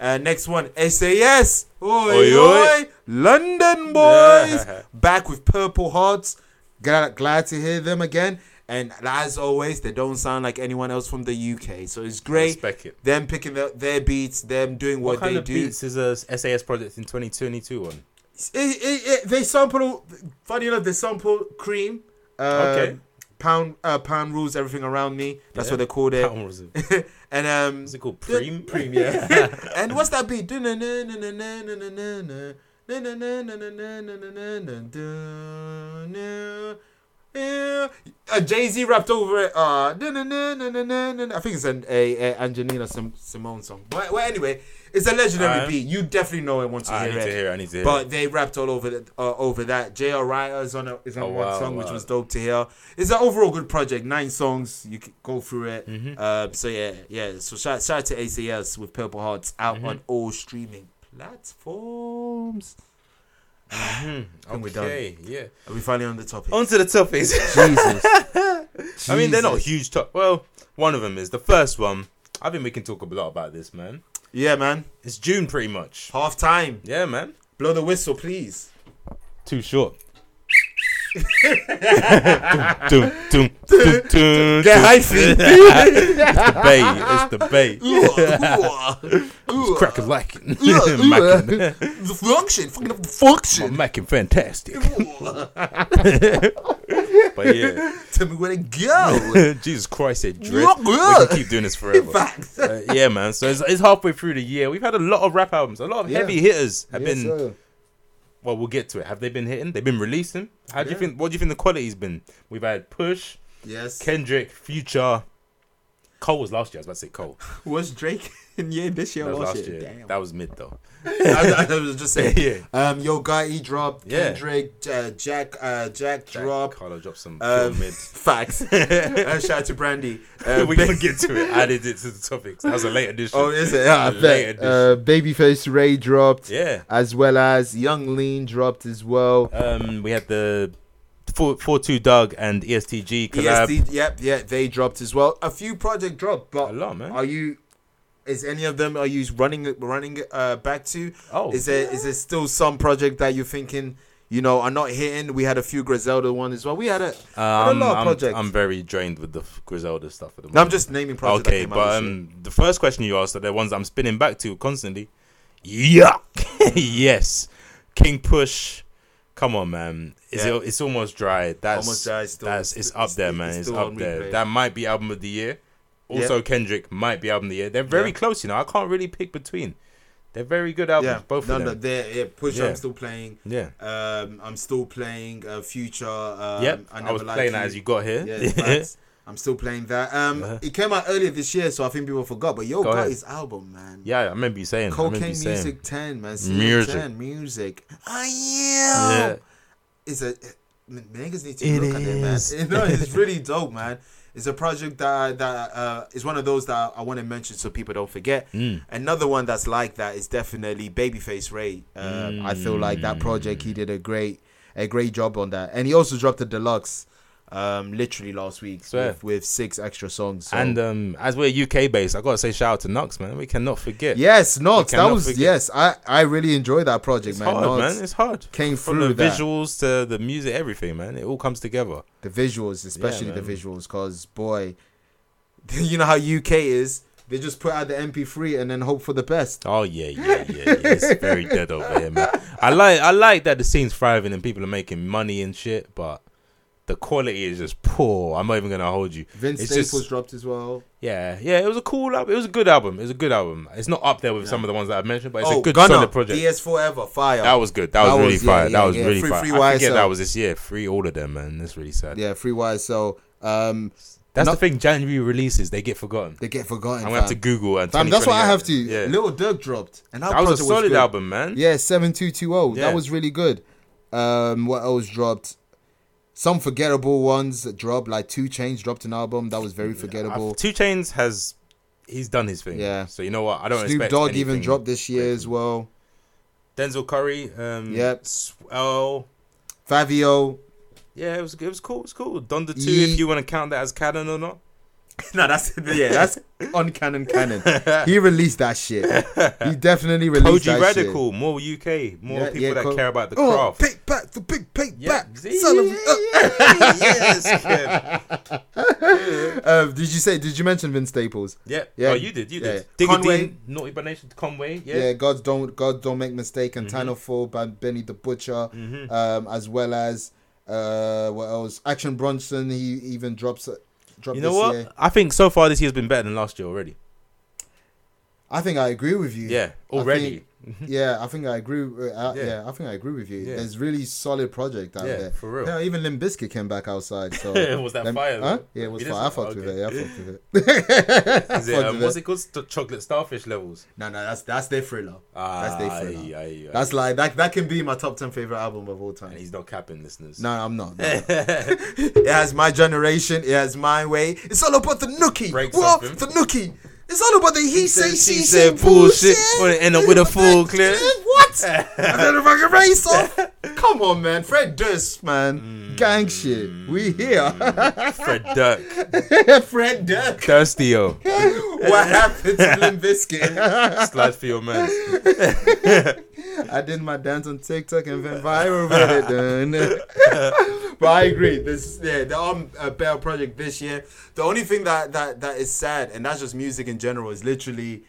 S2: Uh, next one, SAS. Oi,
S3: Mm-hmm. Oi,
S2: oi,
S3: oi.
S2: London boys
S3: [LAUGHS]
S2: back with Purple Hearts. Glad, glad to hear them again. And as always, they don't sound like anyone else from the UK, so it's great.
S3: respect it.
S2: Them picking their, their beats, them doing what,
S3: what kind
S2: they
S3: of
S2: do.
S3: beats is a SAS project in 2022 on?
S2: It- it- it- they sample. Funny enough, they sample Cream. Um,
S3: Okay.
S2: Pound uh, pound rules everything around me. That's
S3: Yeah.
S2: what they called it.
S3: What was it
S2: [LAUGHS] and um,
S3: What's it called? Preem?
S2: [LAUGHS] Preem,
S3: [LAUGHS]
S2: yeah. [LAUGHS] and what's that beat? Uh, Jay Z rapped over it. Uh, I think it's an a, a Angelina Sim- Simone song. But well, anyway, it's a legendary
S3: Alright.
S2: beat. You definitely know it once you
S3: [LAUGHS] I
S2: hear
S3: need
S2: it.
S3: to hear it. I need to hear it.
S2: But they rapped all over the, uh, over that. J.R. Ryder is on a, is on
S3: Oh,
S2: one
S3: wow,
S2: song, which
S3: wow.
S2: was dope to hear. It's an overall good project. Nine songs, you c go through it.
S3: Mm-hmm.
S2: Um, so yeah, yeah. So shout, shout out to ACS with Purple Hearts out
S3: Mm-hmm.
S2: on all streaming platforms. and we're done.
S3: Okay, yeah.
S2: Are we finally on the topic?
S3: On to the
S2: [LAUGHS]
S3: topics.
S2: Jesus.
S3: I mean, they're not
S2: Jesus.
S3: huge top. Well, one of them is the first one. I think we can talk a lot about this, man.
S2: Yeah, man.
S3: It's June, pretty much.
S2: Half time.
S3: Yeah, man.
S2: Blow the whistle, please.
S3: Too short. Dum, dum, dum, dum, dum,
S2: Get
S3: dum.
S2: hyphy. [LAUGHS]
S3: [LAUGHS] Bay, it's the bay. Crack a lacking. [LAUGHS] Macking.
S2: the function. Fucking up the function.
S3: Macking oh, fantastic. [LAUGHS] but yeah, [LAUGHS]
S2: Tell me where to go.
S3: Jesus Christ, it drip. We can keep doing this forever.
S2: Facts.
S3: [LAUGHS] Uh, yeah, man. So it's, it's halfway through the year. We've had a lot of rap albums. A lot of
S2: Yeah.
S3: heavy hitters have
S2: Yes,
S3: been.
S2: sir.
S3: Well, we'll get to it. Have they been hitting? They've been releasing. How do you think? What do you think the quality's been? We've had Push,
S2: Yes.
S3: Kendrick, Future. Cole was last year. I was about to
S2: [LAUGHS]
S3: say Cole.
S2: was Drake in year this year?
S3: That was
S2: or
S3: last
S2: shit?
S3: year.
S2: Damn.
S3: That was mid though.
S2: [LAUGHS] I, I was just saying.
S3: Yeah.
S2: Um, Yo Gotti dropped.
S3: Yeah.
S2: Kendrick, uh, Jack, uh, Jack,
S3: Drop.
S2: drop.
S3: Carlo dropped some
S2: Um,
S3: pure
S2: [LAUGHS]
S3: mid.
S2: facts. uh, shout out to Brandy.
S3: [LAUGHS]
S2: Uh,
S3: We're
S2: ba-
S3: gonna get to it. Added it to the topics. That was a late addition.
S2: Oh, is it? Yeah, I
S3: A late
S2: bet.
S3: addition.
S2: Uh, Babyface Ray dropped.
S3: Yeah.
S2: As well as Young Lean dropped as well.
S3: Um, we had the four four two Doug and E ESTG
S2: E
S3: collab.
S2: EST, yep, yeah, they dropped as well. A few project dropped, but
S3: A lot, man.
S2: Are you? Is any of them are you running running uh, back to?
S3: Oh.
S2: is there is there still some project that you're thinking you know are not hitting? We had a few Griselda one as well. We had a, had a
S3: Um,
S2: lot of
S3: I'm,
S2: projects.
S3: I'm very drained with the f- Griselda stuff at the moment.
S2: No, I'm just naming projects.
S3: okay,
S2: that came out
S3: but
S2: this year.
S3: um, the first question you asked are the ones I'm spinning back to constantly. Yuck! [LAUGHS] yes, King Push. Come on, man. It's
S2: Yeah.
S3: it's almost dry. That's
S2: Almost Dry is still-
S3: that's it's up there,
S2: it's-
S3: man.
S2: it's
S3: It's,
S2: still
S3: up
S2: on
S3: there.
S2: replay.
S3: That might be album of the year. Also, Kendrick might be album of the year. They're very
S2: Yeah.
S3: close, you know. I can't really pick between. They're very good albums,
S2: yeah,
S3: both
S2: no,
S3: of
S2: no,
S3: them.
S2: there, yeah, push.
S3: Yeah.
S2: I'm still playing.
S3: yeah.
S2: Um, I'm still playing uh, Future. Um,
S3: yep. I,
S2: Never
S3: was
S2: Liked
S3: playing that as you got here.
S2: Yeah, facts. [LAUGHS] I'm still playing that. Um,
S3: Yeah.
S2: it came out earlier this year, so I think people forgot. But Yo
S3: Go ahead.
S2: Gotti's album, man.
S3: [LAUGHS] Yeah, I remember you saying. I
S2: Cocaine
S3: remember you
S2: Music
S3: saying.
S2: 10, man.
S3: Music.
S2: Music. 10, music. Ah, I am.
S3: Yeah.
S2: It's a. n- Niggas need to
S3: It
S2: look at it, [LAUGHS]
S3: is.
S2: man. No,
S3: [LAUGHS]
S2: it's really dope, man. It's a project that that uh, is one of those that I want to mention so people don't forget.
S3: Mm.
S2: Another one that's like that is definitely Babyface Ray. Um, I feel like that project
S3: Mm.
S2: he did a great a great job on that, and he also dropped a deluxe, um, literally last week
S3: Swear.
S2: with, with six extra songs. So.
S3: And um, as we're UK based, I gotta say shout out to Knox, man. We cannot forget.
S2: yes, Knox, that
S3: cannot
S2: was
S3: forget.
S2: yes. I I really enjoyed that project,
S3: it's
S2: man.
S3: hard,
S2: Knox.
S3: man. It's hard.
S2: came
S3: From
S2: through
S3: the
S2: that.
S3: visuals to the music, everything, man. It all comes together.
S2: the visuals, especially the
S3: man.
S2: [LAUGHS] visuals, because boy, you know how UK is. They just put out the MP3 and then hope for the best.
S3: Oh yeah, yeah, yeah, yeah. It's very dead over here, man. I like I like that the scene's thriving and people are making money and shit, but the quality is just poor. I'm not even gonna hold you.
S2: Vince
S3: it's
S2: Staples
S3: just,
S2: dropped as well.
S3: yeah, yeah. It was a cool album. It was a good album. It was a good album. It's not up there with some of the ones that I've mentioned, but it's
S2: Oh,
S3: a good solid project.
S2: DS Forever, fire.
S3: that was good. That,
S2: That
S3: was really
S2: was- yeah,
S3: fire.
S2: yeah,
S3: that was
S2: yeah.
S3: really
S2: Free-
S3: fire.
S2: free
S3: I forget
S2: YSL.
S3: that was this year. Free all of them, man. That's really sad.
S2: yeah, free wise. So um,
S3: That's
S2: No-
S3: the thing. January releases, they get forgotten.
S2: they get forgotten.
S3: I'm gonna have to
S2: fam.
S3: Google and.
S2: Fam, that's what I have to.
S3: Yeah.
S2: Little Dirk dropped, and
S3: that was a
S2: project
S3: solid
S2: good.
S3: album, man.
S2: Yeah, seven two two zero.
S3: Yeah.
S2: That was really good. Um, what else dropped? Some forgettable ones that dropped, like Two Chains dropped an album that was very forgettable.
S3: I've- Two Chains has he's done his thing.
S2: Yeah.
S3: So you know what? I don't
S2: Snoop
S3: expect
S2: Dogg even
S3: anything.
S2: dropped this year as well.
S3: Denzel Curry. Um,
S2: Yep.
S3: Oh,
S2: Favio.
S3: yeah. It was it was cool. It was cool. Donda two.
S2: Ye-
S3: If you want to count that as canon or not.
S2: [LAUGHS] no, that's yeah, that's [LAUGHS] on canon
S3: [LAUGHS]
S2: canon. He released that shit. He definitely released
S3: OG
S2: that shit.
S3: Radical. More UK. More people that care about the craft.
S2: Oh, Big back, the big big
S3: yeah.
S2: back. Son of, [LAUGHS]
S3: [LAUGHS] yes, kid.
S2: uh, did you say? Did you mention Vince Staples?
S3: yeah.
S2: Yeah.
S3: Oh, you did. You did.
S2: Yeah.
S3: Digga
S2: Conway.
S3: Dean, Naughty by Nation, Conway. Yeah. Mm-hmm.
S2: Yeah, God don't God don't make mistake and Tano Four by Benny the Butcher, um, as well as uh, what else? Action Bronson. He even drops dropped
S3: You know
S2: this
S3: what?
S2: year.
S3: I think so far this year's been better than last year already.
S2: I think I agree with you.
S3: Yeah,
S2: I
S3: already. [LAUGHS]
S2: think- yeah, I think I agree. with- Uh,
S3: Yeah.
S2: yeah. I think I agree with you.
S3: Yeah.
S2: There's really solid project out
S3: Yeah,
S2: there.
S3: for real.
S2: Hell, even Limp Bizkit came back outside. So
S3: [LAUGHS] Was that fire,
S2: Huh?
S3: though?
S2: Yeah, it was
S3: It
S2: fire. I
S3: is-
S2: fucked with
S3: okay.
S2: it. I fucked
S3: [LAUGHS]
S2: with it.
S3: Is it, um,
S2: with
S3: what's
S2: it.
S3: it called? St- chocolate starfish levels.
S2: no, no, that's that's their thriller. that's their thriller.
S3: Aye, aye, aye.
S2: That's like that. That can be my top ten favorite album of all time.
S3: And he's not capping listeners.
S2: No, I'm not. no, no. [LAUGHS] it has my generation. It has my way. It's all about the nookie.
S3: Break
S2: what
S3: something.
S2: the nookie? It's all about the he, say, she,
S3: said
S2: said
S3: bullshit.
S2: bullshit.
S3: Wanna end up with a full clip.
S2: [LAUGHS] What? And then a fucking race off. [LAUGHS] Come on, man. Fred Durst, man. Gang shit. We here. [LAUGHS]
S3: Fred Dirk,
S2: Fred [LAUGHS] Durst.
S3: Thirstyo,
S2: What happened to Limp Bizkit?
S3: slide for
S2: [LAUGHS]
S3: your man.
S2: I did my dance on TikTok and went viral with it. done. [LAUGHS] but I agree. This yeah, the um, uh, Bell project this year. The only thing that that that is sad, and that's just music in general, is literally.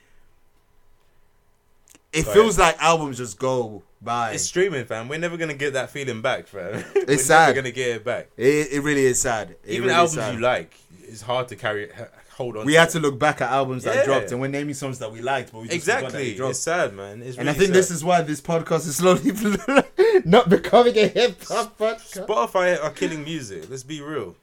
S2: It
S3: Sorry.
S2: feels like albums just go by.
S3: It's streaming, fam. We're never gonna get that feeling back, fam. [LAUGHS] We're never
S2: sad.
S3: gonna get it back.
S2: It, it really is sad. It
S3: Even
S2: really is
S3: albums
S2: sad.
S3: you like, it's hard to carry, h- hold on.
S2: We had to look back at albums
S3: Yeah.
S2: that dropped, and we're naming songs that we liked, but we just forgot that they
S3: exactly.
S2: dropped.
S3: It's sad, man. It's
S2: and I
S3: really
S2: think
S3: sad.
S2: this is why this podcast is [LAUGHS] slowly not becoming a hip hop podcast.
S3: Spotify are killing music. Let's be real.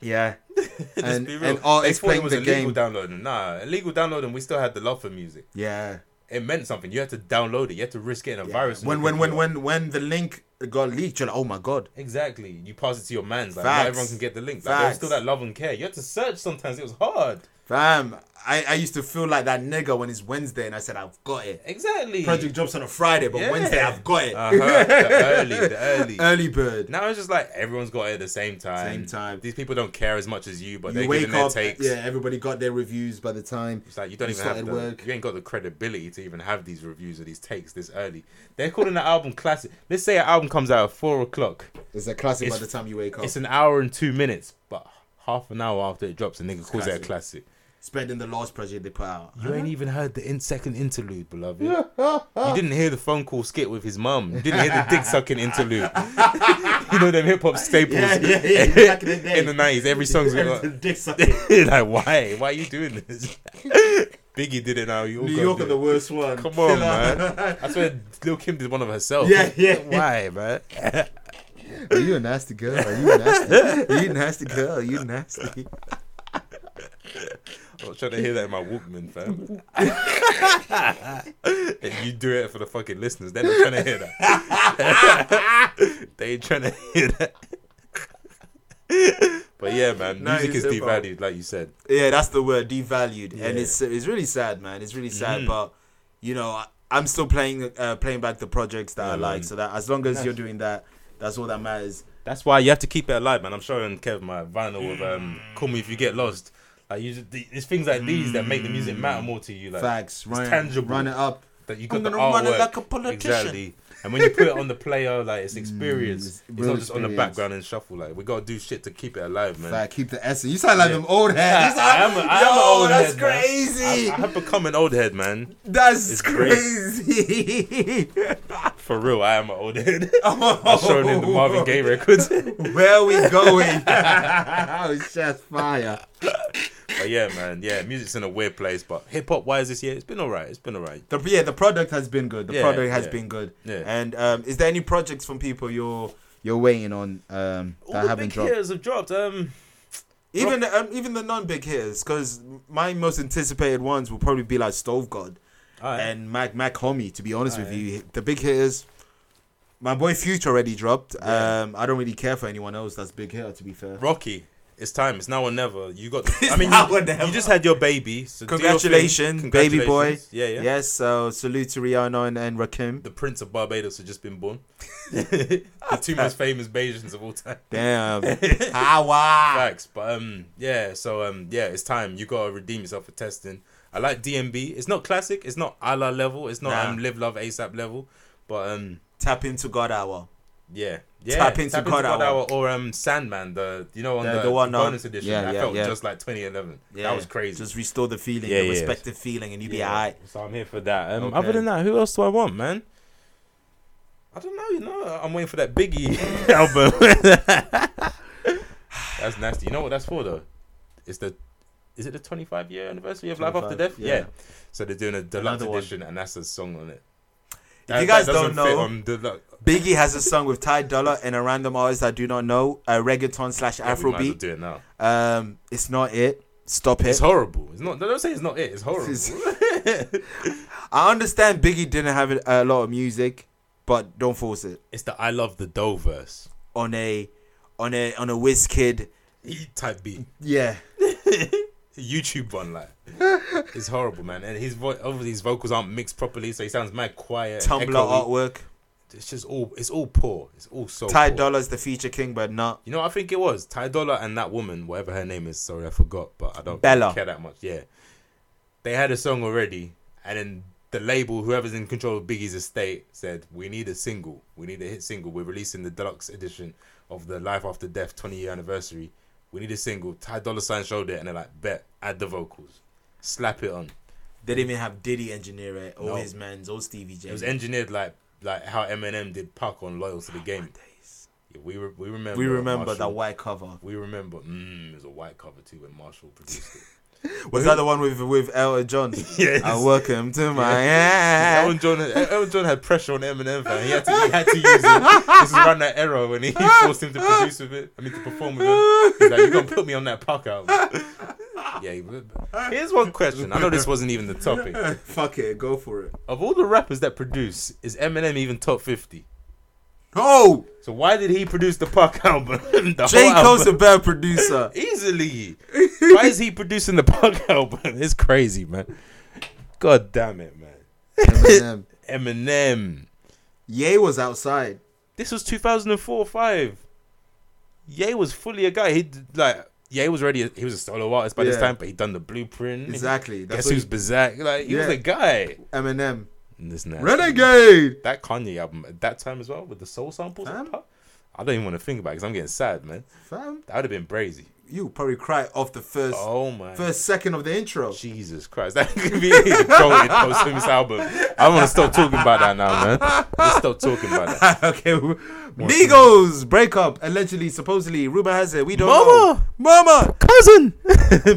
S3: [LAUGHS]
S2: Yeah,
S3: Let's
S2: and
S3: be real.
S2: and all
S3: they thought
S2: explain
S3: it was
S2: the
S3: illegal
S2: game.
S3: downloading. Nah, illegal downloading. We still had the love for music.
S2: Yeah.
S3: It meant something. You had to download it. You had to risk getting a virus. in
S2: When
S3: your
S2: when when
S3: computer.
S2: when when the link got leaked, you're like, oh my god.
S3: Exactly. You pass it to your man's. Like not
S2: Facts.
S3: everyone can get the link. Like, there was
S2: Facts.
S3: still that love and care. You had to search sometimes. It was hard.
S2: Fam, I, I used to feel like that nigga when it's Wednesday and I said, I've got it.
S3: Exactly.
S2: Project drops on a Friday, but
S3: Yeah.
S2: Wednesday I've got it.
S3: Uh-huh. the
S2: [LAUGHS]
S3: early, the early.
S2: Early bird.
S3: Now it's just like everyone's got it at the same time.
S2: Uh, Same time.
S3: These people don't care as much as you, but
S2: you
S3: they're
S2: wake
S3: giving their
S2: up,
S3: takes.
S2: yeah, everybody got their reviews by the time.
S3: It's like you don't even
S2: started
S3: have the,
S2: work.
S3: you ain't got the credibility to even have these reviews or these takes this early. They're calling the album classic. Let's say an album comes out at four o'clock.
S2: It's a classic by
S3: It's-
S2: the time you wake up.
S3: It's an hour and two minutes, but half an hour after it drops, a nigga calls it a
S2: classic.
S3: classic.
S2: Spending the last project they put
S3: [LAUGHS]
S2: out.
S3: You ain't even heard the in- second interlude, beloved. [LAUGHS] you didn't hear the phone call skit with his mum. You didn't hear the dick sucking interlude.
S2: [LAUGHS]
S3: you know them hip hop staples
S2: Yeah, yeah, yeah, back in the day.
S3: [LAUGHS] in the nineties.
S2: [LAUGHS]
S3: Every song's Oh like,
S2: Dick sucking.
S3: [LAUGHS] like, why? Why are you doing this? [LAUGHS] Biggie did it now. You all
S2: New
S3: gotta
S2: York
S3: do
S2: are the
S3: it.
S2: worst one.
S3: Come
S2: [LAUGHS]
S3: on,
S2: Killer.
S3: [LAUGHS] man. I swear, Lil Kim did one of herself.
S2: Yeah, yeah.
S3: Why, man?
S2: Are you a nasty girl? Are you nasty? Are you nasty girl? Are you nasty?
S3: [LAUGHS] I'm not trying to hear that in my Walkman, fam. [LAUGHS] and you do it for the fucking listeners. They're not trying to hear that. [LAUGHS] they ain't trying to hear that. [LAUGHS] but yeah, man,
S2: No,
S3: music
S2: you
S3: is
S2: said well.
S3: devalued, like you said.
S2: Yeah, that's the word devalued, and
S3: Yeah.
S2: it's it's really sad, man. It's really
S3: Mm.
S2: sad, but you know, I, I'm still playing uh, playing back the projects
S3: Mm.
S2: that I like, so that as long as you're doing that, that's all that matters.
S3: That's why you have to keep it alive, man. I'm showing Kev my vinyl with um, "Call Me If You Get Lost." Like, you, just- it's things like these that make the music matter more to you. Like,
S2: Facts,
S3: it's
S2: run,
S3: tangible.
S2: run it up.
S3: That you got
S2: I'm
S3: the
S2: gonna run it
S3: artwork.
S2: like a politician.
S3: Exactly. And when you put it on the player,
S2: [LAUGHS]
S3: like it's experience. it's
S2: Mm, real
S3: not just on the
S2: experience.
S3: background and shuffle. Like we gotta do shit to keep it alive, man.
S2: Like keep the essence. You sound like them old
S3: I,
S2: heads.
S3: [LAUGHS] I am, a, I am an
S2: Yo,
S3: old
S2: that's
S3: head, man.
S2: crazy.
S3: I, I have become an old head, man.
S2: That's
S3: great.
S2: crazy.
S3: For real, [LAUGHS] I am an
S2: [LAUGHS]
S3: old head. I've shown in the
S2: Oh.
S3: Marvin Gaye records. [LAUGHS] but
S2: Where are we
S3: [LAUGHS]
S2: going? [LAUGHS] oh, shots fire.
S3: yeah, man, yeah, music's in a weird place. But hip hop wise this year, it's been alright. It's been alright.
S2: The, yeah, the product has been good. The
S3: Yeah,
S2: product has
S3: yeah.
S2: been good.
S3: Yeah.
S2: And um, is there any projects from people you're you're waiting on um,
S3: All
S2: that
S3: the
S2: haven't
S3: big
S2: dropped?
S3: hitters have dropped. Um,
S2: Even um, even the non big hitters, because my most anticipated ones will probably be like Stove God
S3: alright.
S2: and Mac Mac Homie. To be honest with you, the big hitters. My boy Future already dropped. Um, I don't really care for anyone else that's big hitter. To be fair,
S3: Rocky, it's time. It's now or never. You
S2: [LAUGHS]
S3: got. I
S2: It's
S3: mean,
S2: now
S3: you,
S2: or never.
S3: you just had your baby. So do your thing.
S2: congratulations, baby boy.
S3: Congratulations. Yeah, yeah.
S2: Yes. So salute to Rihanna and, and Rakim.
S3: The Prince of Barbados has just been
S2: [LAUGHS]
S3: born. the two most famous Bajans of all time. [LAUGHS]
S2: Damn. Power.
S3: Facts, but um, yeah. So um, yeah, it's time. You gotta redeem yourself for testing. I like DMB. It's not classic. It's not a la level. It's not
S2: Nah.
S3: um live love ASAP level. But um,
S2: Tap into God hour.
S3: yeah, yeah.
S2: Tap into God Hour.
S3: or um Sandman. The you know on
S2: The-
S3: the,
S2: the one on-
S3: bonus edition.
S2: yeah,
S3: I
S2: yeah,
S3: felt
S2: yeah.
S3: just like 2011. That was crazy.
S2: Just restore the feeling,
S3: Yeah,
S2: the
S3: yeah.
S2: respective feeling, and you be
S3: Yeah,
S2: alright.
S3: So I'm here for that. Um,
S2: Okay.
S3: Other than that, who else do I want, man? I don't know. You know, I'm waiting for that Biggie [LAUGHS] album. That's nasty. You know what that's for though? It's the is it the 25 year anniversary of Life After
S2: 25,
S3: Death?
S2: yeah.
S3: Yeah. So they're doing a deluxe
S2: Another one.
S3: edition, and that's a song on it. If
S2: you guys don't know-
S3: on delu-
S2: Biggie has a song with Ty Dolla and a random artist I do not know, a reggaeton slash
S3: yeah, we might as well
S2: Afrobeat.
S3: do it now.
S2: Um, it's not it. Stop [LAUGHS]
S3: It's
S2: it.
S3: horrible. It's not. Don't say it's not it. It's horrible.
S2: [LAUGHS] I understand Biggie didn't have a lot of music, but don't force it
S3: it's the I love the Doe verse.
S2: on a on a on a whiz kid.
S3: Type B.
S2: Yeah,
S3: YouTube one, like it's horrible, man. And his voice, obviously, his vocals aren't mixed properly, so he sounds mad quiet.
S2: Tumblr
S3: and echoey.
S2: artwork.
S3: It's just all, it's all poor. It's all so.
S2: Ty
S3: poor.
S2: Dolla's the feature king, but not
S3: You know, what I think it was Ty Dolla and that woman, whatever her name is. Sorry, I forgot, but I don't
S2: Bella.
S3: care that much. Yeah, they had a song already, and then the label, whoever's in control of Biggie's estate, said, "We need a single. We need a hit single. We're releasing the deluxe edition of the Life After Death 20 year anniversary. We need a single." Ty Dolla Sign showed it, and they're like, "Bet, add the vocals, slap it on."
S2: they didn't even have Diddy engineer it or
S3: No.
S2: his man's or Stevie J.
S3: It was engineered like like how Eminem did Puck on Loyal to the Game. Yeah, we re- we remember.
S2: we remember that
S3: Marshall-
S2: white cover.
S3: We remember. Mm, it was a white cover too when Marshall produced [LAUGHS] it.
S2: Was that the one with with Elton [LAUGHS] John?
S3: Yes.
S2: I welcome to my
S3: Elton John, had, Elton John had pressure on Eminem. Fam. He had to he had to use it. This is around that era when he [LAUGHS] forced him to produce with it. I mean to perform with it. He's like, you're gonna put me on that Puck [LAUGHS] album. Yeah. he would. Here's one question. I know this wasn't even the [LAUGHS] topic.
S2: Fuck it, go for it.
S3: Of all the rappers that produce, is Eminem even top fifty?
S2: Oh,
S3: So why did he produce the Puck album? [LAUGHS] The
S2: J
S3: whole
S2: [LAUGHS]
S3: album?
S2: Cole's a bad producer.
S3: Easily. Why is he producing the punk [LAUGHS] album? It's crazy, man. God damn it, man.
S2: Eminem.
S3: Eminem.
S2: Ye was [LAUGHS] outside.
S3: This was 2004 5. Ye was fully a guy. He did, like Ye was already a, he was a solo artist by this
S2: Yeah.
S3: time, but he done the blueprint.
S2: Exactly, that's
S3: Guess
S2: what
S3: who's
S2: he-
S3: Bizarre? Like he was
S2: Yeah.
S3: a guy.
S2: Eminem.
S3: And This nasty-
S2: Renegade.
S3: That Kanye album at that time as well with the soul samples.
S2: Fam.
S3: I don't even want to think about it because I'm getting sad, man.
S2: Fam,
S3: That would have been brazy.
S2: you probably cry off the first
S3: Oh my
S2: first second of the intro.
S3: Jesus Christ, [LAUGHS] that could be the golden posthumous album. I want to stop talking about that now, man. Let's stop talking about that.
S2: [LAUGHS] okay, w- Migos breakup allegedly, supposedly. Rumor has it we don't
S3: Mama!
S2: know. Mama,
S3: Cousin,
S2: [LAUGHS]
S3: [LAUGHS]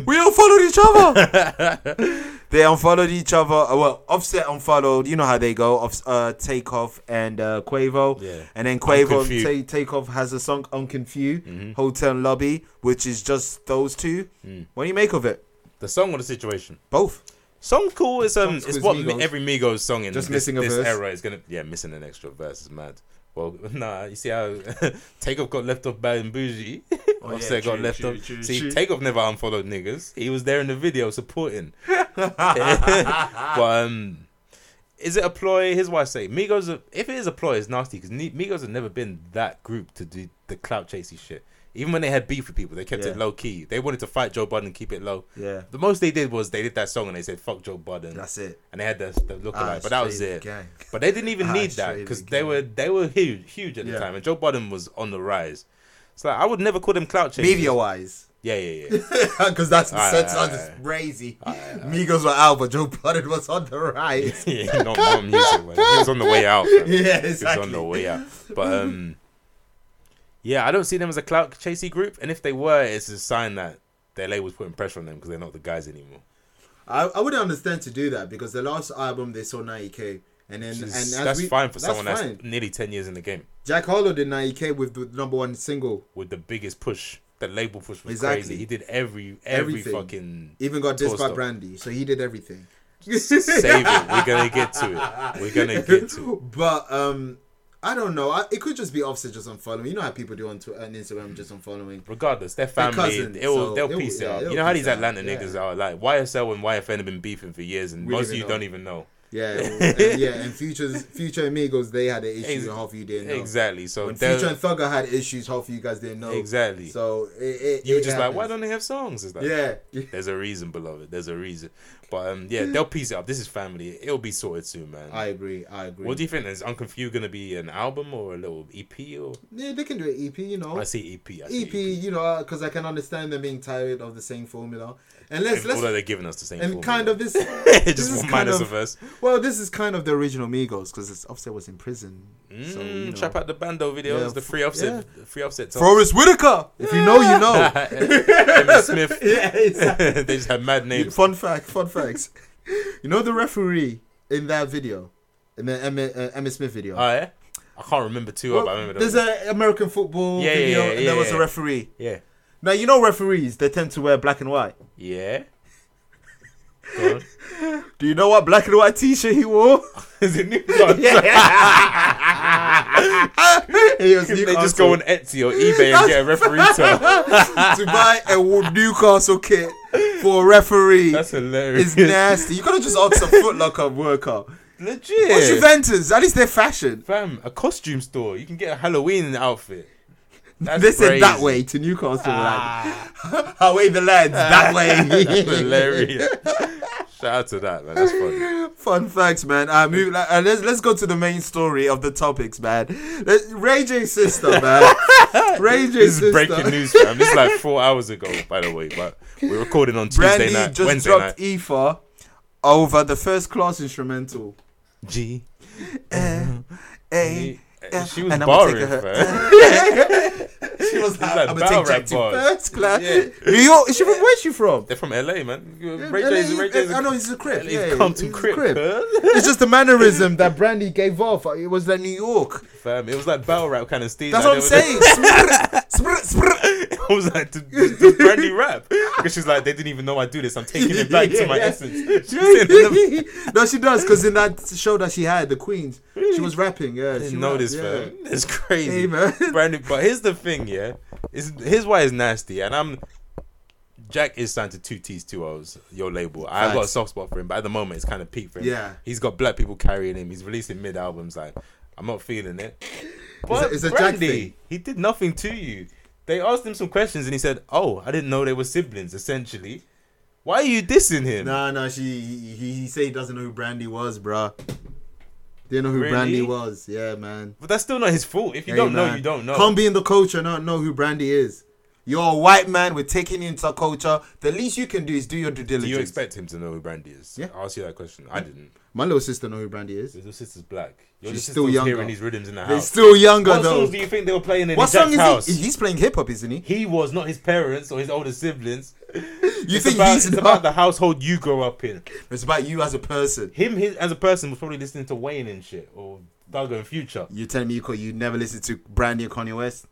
S2: we unfollowed each other. [LAUGHS] they unfollowed each other. uh, Well, Offset unfollowed. You know how they go. Off, uh, Takeoff and uh, Quavo.
S3: Yeah.
S2: And then Quavo
S3: Unconfused. Mm-hmm.
S2: and Ta- Takeoff has a song "Unconfused," Hotel Lobby, which is just those two.
S3: Mm.
S2: What do you make of it?
S3: the song or the situation?
S2: Both.
S3: Song cool is um,
S2: Song's
S3: it's
S2: with
S3: what
S2: Migos.
S3: mi- every Migos song in
S2: Just
S3: this,
S2: missing a
S3: this
S2: verse.
S3: era is gonna. Yeah, missing an extra verse is mad. Well, [LAUGHS] nah, you see how Takeoff got left off by Bougie. [LAUGHS]
S2: Oh, yeah,
S3: Offset got
S2: true,
S3: left
S2: true,
S3: off.
S2: true,
S3: see,
S2: true.
S3: Takeoff never unfollowed niggas. He was there in the
S2: [LAUGHS]
S3: video supporting. [LAUGHS] but um, is it a ploy? Here's what I say: Migos, are, if it is a ploy, it's nasty because Migos have never been that group to do the clout chasey shit. Even when they had beef with people, they kept it
S2: Yeah.
S3: low key. They wanted to fight Joe Budden and keep it low.
S2: Yeah.
S3: The most they did was they did that song and they said "fuck Joe Budden."
S2: That's it.
S3: And they had the, the look
S2: Ah,
S3: alike, but that was
S2: straight
S3: it.
S2: gang.
S3: But they didn't even
S2: Ah,
S3: need that
S2: straight
S3: because they
S2: gang.
S3: were they were huge, huge at the
S2: Yeah.
S3: time, and Joe Budden was on the rise. So like, I would never call them clout chasers.
S2: Media wise.
S3: Yeah, yeah, [LAUGHS]
S2: [LAUGHS]
S3: yeah.
S2: Because that's
S3: Aye,
S2: that sounds
S3: aye, aye.
S2: crazy. Migos were out, but Joe Budden was on the rise.
S3: yeah not, not music. Man. He was on the way out. man.
S2: [LAUGHS] yeah,
S3: He was on
S2: exactly.
S3: the way out. But um, yeah, I don't see them as a clout chasing group, and if they were, it's a sign that their label's putting pressure on them because they're not the guys anymore.
S2: I, I wouldn't understand to do that because the last album they sold 90k, and then
S3: Which
S2: and
S3: is-
S2: as
S3: that's
S2: we-
S3: fine for someone
S2: fine.
S3: that's nearly ten years in the game
S2: Jack Harlow did 90k with the number one single.
S3: with the biggest push. The label push was
S2: Exactly.
S3: crazy. He did every every
S2: Everything. [LAUGHS]
S3: fucking
S2: Even got
S3: Tour
S2: dissed by
S3: stop.
S2: Brandy, so he did everything.
S3: save it. We're gonna get to it. We're gonna get to it.
S2: [LAUGHS] But um, I don't know. I, it could just be Offset just unfollowing. You know how people do on, Twitter and Instagram just unfollowing.
S3: Regardless, their family,
S2: cousins,
S3: it will,
S2: so
S3: they'll
S2: it will-
S3: piece it
S2: yeah,
S3: up.
S2: they'll
S3: You know how
S2: piece
S3: these
S2: it
S3: Atlanta
S2: up,
S3: niggas are like YSL and YFN have been beefing for years, and
S2: We
S3: most
S2: don't
S3: of you
S2: even
S3: don't
S2: know.
S3: even know. [LAUGHS]
S2: Yeah, and, yeah, and Future's Future Amigos they had an issue,
S3: Ex-
S2: and half you didn't know.
S3: Exactly. So
S2: When
S3: they'll-
S2: Future and Thugger had issues, half you guys didn't know.
S3: Exactly.
S2: So it, it,
S3: you were
S2: it
S3: just like, why
S2: happens.
S3: don't they have songs? It's like,
S2: Yeah, [LAUGHS]
S3: There's a reason, beloved. There's a reason. But um, yeah, they'll piece it up. This is family. It'll be sorted soon, man.
S2: I agree. I agree.
S3: what do you think? Is Unconfused gonna be an album or a little EP or?
S2: yeah, they can do an EP, you know.
S3: I see E EP. I see
S2: EP, you know, because I can understand them being tired of the same formula. And let's
S3: Although
S2: let's
S3: they're giving us the same.
S2: and
S3: formula.
S2: kind of this.
S3: [LAUGHS] just one minus a verse.
S2: Well, this is kind of the original Migos because Offset was in prison. so you know.
S3: Mm, Check out the Bando videos,
S2: Yeah,
S3: the free offset, free offset. song.
S2: Forrest Whitaker. If you know, you know.
S3: [LAUGHS]
S2: [LAUGHS]
S3: Emmitt Smith.
S2: yeah, exactly.
S3: [LAUGHS] they just had mad [LAUGHS] names.
S2: Fun fact. Fun facts. you know the referee in that video, in the Emma, uh, Emma Smith video.
S3: Oh, yeah? I can't remember too well, but I remember.
S2: there's
S3: those.
S2: an American football
S3: Yeah, yeah,
S2: video,
S3: yeah,
S2: and
S3: yeah,
S2: there was
S3: yeah.
S2: a referee.
S3: yeah,
S2: Now you know referees; they tend to wear black and white. [LAUGHS]
S3: yeah. Go on.
S2: Do you know what black and white T-shirt he wore? [LAUGHS]
S3: Is [LAUGHS] it new? York?
S2: He was
S3: they just
S2: Newcastle.
S3: go on Etsy or eBay and get a referee to.
S2: [LAUGHS] to buy a Newcastle kit for a referee
S3: [LAUGHS] That's hilarious.
S2: is nasty. You could have just asked a Foot Locker worker.
S3: Legit.
S2: What's Juventus? At least they're fashion.
S3: Fam, a costume store. You can get a Halloween outfit. That's
S2: they said that
S3: crazy.
S2: way to Newcastle. Like, [LAUGHS] away the lads
S3: [LAUGHS]
S2: that
S3: That's
S2: way. [LAUGHS]
S3: hilarious. Shout out to that, man. That's funny.
S2: Fun facts, man. Uh, move, like, uh, let's let's go to the main story of the topics, man. Let, Ray J's
S3: [LAUGHS]
S2: sister, man. Ray J's
S3: This
S2: sister.
S3: is breaking news, fam. This is like four hours ago, by the way. But we're recording on Tuesday
S2: Brandy
S3: night,
S2: just
S3: Wednesday
S2: dropped
S3: night.
S2: Aoife over the first class instrumental. Eh?
S3: G.
S2: A.
S3: She was
S2: E, And I'ma
S3: barring,
S2: take her-
S3: fam.
S2: [LAUGHS] She was like,
S3: like
S2: I'm
S3: battle
S2: gonna take Jack
S3: rap
S2: to
S3: bars.
S2: first class.
S3: Yeah.
S2: New York. Is she from where's she from?
S3: They're from LA, man. Ray
S2: LA,
S3: J's, Ray J's.
S2: I know he's a crib.
S3: LA's
S2: yeah,
S3: come
S2: he's
S3: to
S2: a
S3: crib, [LAUGHS] huh?
S2: it's just the mannerism that Brandy gave off. It was like New York.
S3: fam. It was like battle rap kind of steam.
S2: That's
S3: like,
S2: what I'm
S3: they were-
S2: saying. Sprr, [LAUGHS] sprr, sprr.
S3: [LAUGHS] I was like, "Did- did did Brandy rap? Because she's like, they didn't even know I do this. I'm taking it back to
S2: [LAUGHS]
S3: my
S2: Yeah.
S3: essence. She [LAUGHS] was in the-
S2: no, she does because in that show that she had, the Queens, she was rapping. Yeah, she
S3: didn't know
S2: rapped,
S3: this,
S2: yeah.
S3: fam. [LAUGHS] It's crazy.
S2: Hey, man.
S3: Brandy, but here's the thing, yeah. Is here's why it's nasty, and I'm. Jack is signed to two T's, two O's, your label. I've got a
S2: Facts.
S3: soft spot for him, but at the moment it's kind of peak for him.
S2: Yeah.
S3: He's got black people carrying him. He's releasing mid albums. Like, I'm not feeling it. But
S2: it's a Jack
S3: Brandy,
S2: thing.
S3: he did nothing to you. They asked him some questions and he said, Oh, I didn't know they were siblings, essentially. Why are you dissing him?
S2: Nah, nah, she he, he, he said he doesn't know who Brandy was, bruh. Didn't know who
S3: Really?
S2: Brandy was. Yeah, man.
S3: But that's still not his fault. If you
S2: Hey,
S3: don't know,
S2: man.
S3: you don't know.
S2: Can't be in the culture and not know who Brandy is. You're a white man. We're taking you into our culture. The least you can do is do your due
S3: Do
S2: diligence.
S3: you expect him to know who Brandy is?
S2: Yeah.
S3: I asked you that question. I didn't.
S2: my little sister know who Brandy is?
S3: Your sister's black. Your
S2: She's
S3: sister's
S2: still younger.
S3: hearing these rhythms in the
S2: They're
S3: house.
S2: still younger
S3: what
S2: though.
S3: songs do you think they were playing in
S2: What song
S3: Jack's
S2: is
S3: house?
S2: he? He's playing hip hop, isn't he?
S3: He was not his parents or his older siblings.
S2: You
S3: it's
S2: think
S3: about,
S2: he's
S3: it's
S2: not?
S3: about the household you grow up in.
S2: It's about you as a person.
S3: Him, his, as a person, was probably listening to Wayne and shit or Doug and Future.
S2: You're telling me you could, you never listened to Brandy and Kanye West?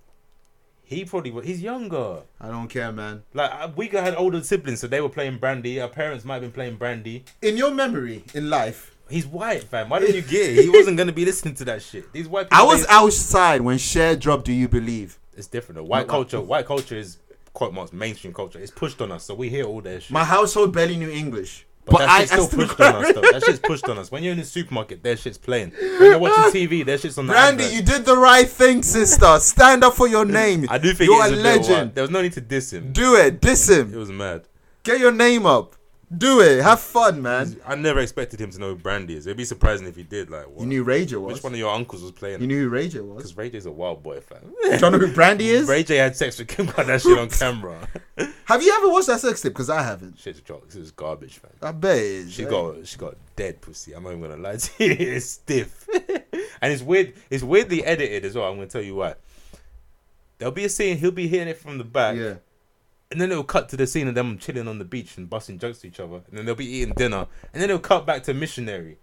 S3: He probably was. He's younger.
S2: I don't care, man.
S3: Like I- we had older siblings, so they were playing Brandy. Our parents might have been playing Brandy.
S2: In your memory, in life,
S3: He's white, fam. Why didn't you get? It? He wasn't gonna be listening to that shit. These white.
S2: [LAUGHS] I
S3: People,
S2: was
S3: they-
S2: outside when Cher dropped "Do You Believe."
S3: It's different. Though. White culture. White culture is quote marks mainstream culture. It's pushed on us, so we hear all their shit.
S2: My household barely knew English.
S3: But,
S2: But
S3: that
S2: I-
S3: shit's
S2: I
S3: still
S2: still
S3: pushed on us, though. That shit's pushed on us. When you're in the supermarket, their shit's playing. When
S2: [LAUGHS]
S3: you're watching TV, their shit's on the
S2: Brandy,
S3: advert.
S2: you did the right thing, sister. Stand up for your name.
S3: [LAUGHS] I do think
S2: you're
S3: it
S2: a
S3: is bit
S2: legend.
S3: wild. There was no need to diss him.
S2: Do it. Diss
S3: It
S2: him.
S3: was mad.
S2: Get your name up. Do it. Have fun, man.
S3: I never expected him to know who Brandy is. It'd be surprising if he did. Like, what?
S2: You knew Ray J was.
S3: which one of your uncles was playing?
S2: you knew who Ray J was.
S3: [LAUGHS] Because Ray J's a wild
S2: [LAUGHS]
S3: boy, fam.
S2: Do you know who Brandy is?
S3: Ray J had sex with Kim Kardashian
S2: [LAUGHS]
S3: on camera.
S2: Have you ever watched that sex tape? Because I haven't.
S3: Shit's jokes. It was garbage, fam.
S2: I bet it is.
S3: She
S2: eh?
S3: got she got dead pussy. I'm not even gonna lie to you. [LAUGHS] It's stiff, and it's weird. It's weirdly edited as well. I'm gonna tell you why. There'll be a scene. He'll be hearing it from the back,
S2: Yeah.
S3: and then it'll cut to the scene of them chilling on the beach and busting jokes to each other, and then they'll be eating dinner, and then it'll cut back to missionary.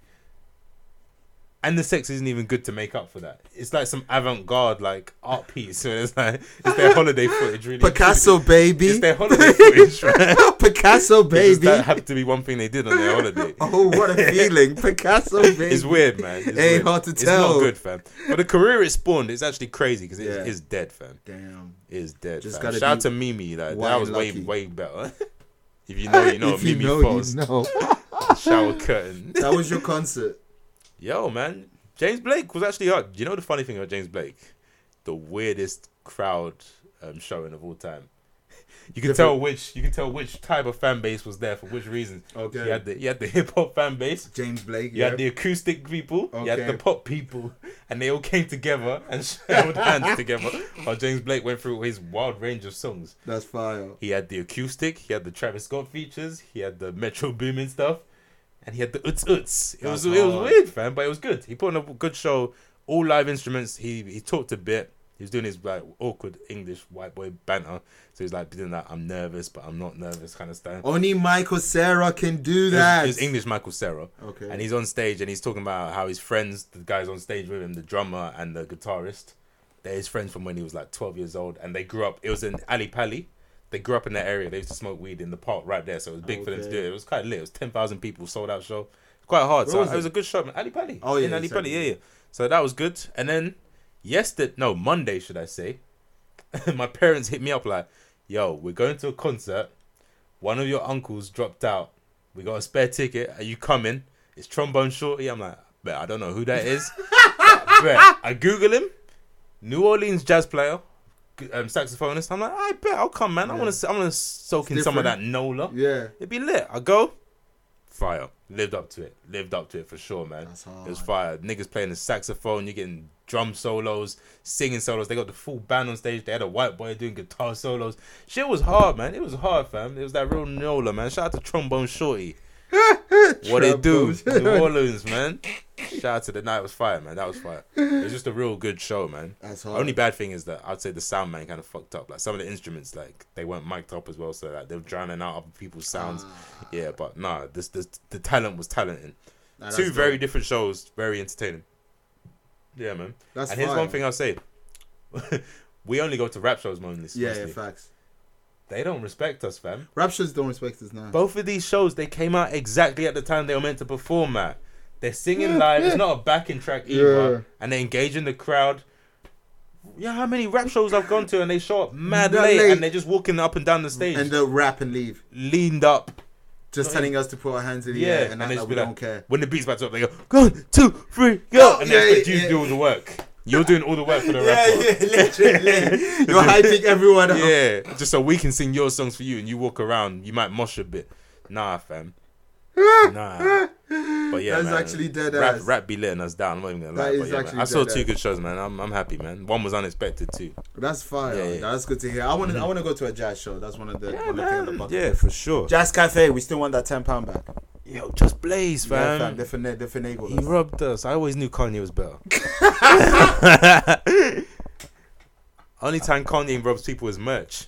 S3: And the sex isn't even good to make up for that. It's like some avant-garde like art piece. So it's like it's their holiday footage, really.
S2: Picasso, baby.
S3: It's their holiday footage, right?
S2: Picasso,
S3: It's just
S2: [LAUGHS] baby.
S3: That happened to be one thing they did on their holiday.
S2: Oh,
S3: [LAUGHS]
S2: what a feeling. Picasso, baby.
S3: It's weird, man. It's
S2: Ain't
S3: weird.
S2: hard to
S3: It's
S2: tell.
S3: not good, fam. But the career it spawned is actually crazy because it is
S2: Yeah.
S3: is dead, fam.
S2: Damn.
S3: It is dead.
S2: Just
S3: fam.
S2: gotta
S3: Shout out
S2: be
S3: to Mimi. Like,
S2: wild
S3: that was
S2: and
S3: way,
S2: lucky.
S3: way better. [LAUGHS] if
S2: [LAUGHS]
S3: you know, you know.
S2: if you
S3: Mimi
S2: know,
S3: Falls.
S2: you know.
S3: [LAUGHS] Shower curtain. [LAUGHS]
S2: That was your concert.
S3: Yo, man. James Blake was actually hot. You know the funny thing about James Blake? The weirdest crowd um, showing of all time. You can tell which you can tell which type of fan base was there for which reasons.
S2: Okay.
S3: You had the you had the hip hop fan base.
S2: James Blake.
S3: You had the acoustic people, you had
S2: Okay.
S3: the pop people, and they all came together and [LAUGHS]
S2: [LAUGHS]
S3: held hands together. While James Blake went through his wild range of songs.
S2: That's fire.
S3: He had the acoustic, he had the Travis Scott features, he had the Metro Boomin stuff, and he had the Uts Uts. It was
S2: That's
S3: it was
S2: hard.
S3: weird, fam, but it was good. He put on a good show, all live instruments. He he talked a bit. He was doing his like awkward English white boy banter. So he's like doing that I'm nervous, but I'm not nervous kind of stuff.
S2: Only Michael Sarah can do
S3: It was-
S2: that.
S3: It was English Michael Cera.
S2: Okay.
S3: And he's on stage and he's talking about how his friends, the guys on stage with him, the drummer and the guitarist, they're his friends from when he was like 12 years old. And they grew up, it was in Ali Pali. They grew up in that area. They used to smoke weed in the park right there. So it was big for them to
S2: Okay.
S3: do it. It was quite lit. It was 10,000 people, sold out show. It's quite hard. so
S2: was
S3: it was a good show, man. Ali Pali.
S2: Oh, yeah,
S3: In Ali
S2: exactly.
S3: Pali, yeah, yeah. So that was good. And then yesterday, no, Monday, should I say, [LAUGHS] my parents hit me up like, yo, we're going to a concert. One of your uncles dropped out. We got a spare ticket. Are you coming? It's Trombone Shorty. I'm like, bet I don't know who
S2: [LAUGHS]
S3: that is. bet. I Google him. New Orleans jazz player, g- um, saxophonist. I'm like, I bet I'll come, man. I want to. I want to soak in some of that
S2: different.
S3: Nola.
S2: Yeah.
S3: It'd be lit. I go. Fire. Lived up to it. Lived up to it for sure, man.
S2: That's
S3: It was
S2: hard.
S3: fire. Niggas playing the saxophone. You're getting drum solos, singing solos. They got the full band on stage. They had a white boy doing guitar solos. Shit was hard, man. It was hard, fam. It was that real Nola, man. Shout out to
S2: [LAUGHS]
S3: Trombone Shorty. what it do?
S2: Trombone
S3: New Orleans, man. Shout out to the night was fire, man. That was fire. It was just a real good show, man.
S2: That's hard.
S3: Only bad thing is that I'd say the sound man kind of fucked up. Like some of the instruments, like they weren't mic'd up as well, so like they were drowning out other people's sounds.
S2: Ah.
S3: Yeah, but nah, this, this the talent was talented.
S2: Nah, that's
S3: Two
S2: dope.
S3: very different shows, very entertaining. Yeah, man.
S2: That's
S3: and here's
S2: fire.
S3: one thing I'll say: [LAUGHS] we only go to rap shows mostly.
S2: Yeah, yeah, facts.
S3: they don't respect us, fam.
S2: Raptures don't respect us now.
S3: Both of these shows, they came out exactly at the time they were meant to perform at. They're singing live. It's not a backing track either,
S2: Yeah.
S3: and they're engaging the crowd. Yeah, how many rap shows I've gone to and they show up mad
S2: Mad
S3: late,
S2: late.
S3: and they're just walking up and down the stage,
S2: and they'll rap and leave.
S3: leaned up.
S2: Just telling us to put our hands in the
S3: Yeah,
S2: air and,
S3: they
S2: act like
S3: just be
S2: we
S3: like,
S2: don't care. Oh,
S3: when the beat's back up, they go one, two, three, go, and
S2: yeah,
S3: they expect
S2: yeah,
S3: you to
S2: yeah.
S3: do all the work. You're doing all the work for
S2: [LAUGHS]
S3: the
S2: Yeah,
S3: rapper.
S2: yeah,
S3: [LAUGHS]
S2: literally. You're hyping everyone up.
S3: Yeah, just so we can sing your songs for you, and you walk around. You might mosh a bit.
S2: [LAUGHS]
S3: Nah, fam. nah. But yeah,
S2: That's
S3: man,
S2: actually dead
S3: rap,
S2: ass.
S3: Rap be letting us down. I'm not even gonna
S2: That
S3: lie.
S2: is
S3: But yeah, man,
S2: actually
S3: I saw
S2: dead
S3: two
S2: ass.
S3: good shows, man. I'm, I'm happy, man. One was unexpected too.
S2: That's fire.
S3: Yeah, yeah.
S2: That's good to hear. I want to. I want to go to a jazz show. That's one of the one of the thing on the bucket.
S3: Yeah, for sure.
S2: Jazz cafe. We still want that ten pound back.
S3: Yo, just blaze,
S2: Yeah,
S3: fam.
S2: fam. They fina- they finagled
S3: He [LAUGHS]
S2: us.
S3: robbed us. I always knew Kanye
S2: [LAUGHS]
S3: was better. [LAUGHS] Only time Kanye robs people is merch.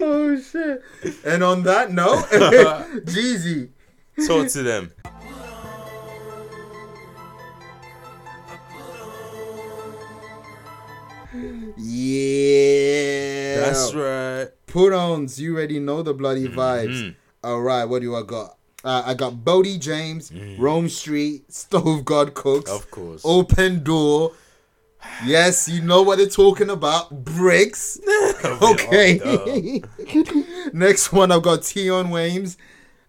S2: oh shit! And on that
S3: [LAUGHS]
S2: note, [LAUGHS] Jeezy.
S3: Talk to them.
S2: Yeah.
S3: That's right.
S2: Put ons. You already know the bloody
S3: Mm-hmm.
S2: vibes. All right. What do I got? Uh, I got Bodie James, Rome Street, Stove God Cooks,
S3: Of Mm. course.
S2: Open Door, Yes, you know what they're talking about.
S3: [LAUGHS]
S2: Bricks. [LAUGHS] Okay. [LAUGHS] Next one, I've got Tion Waynes.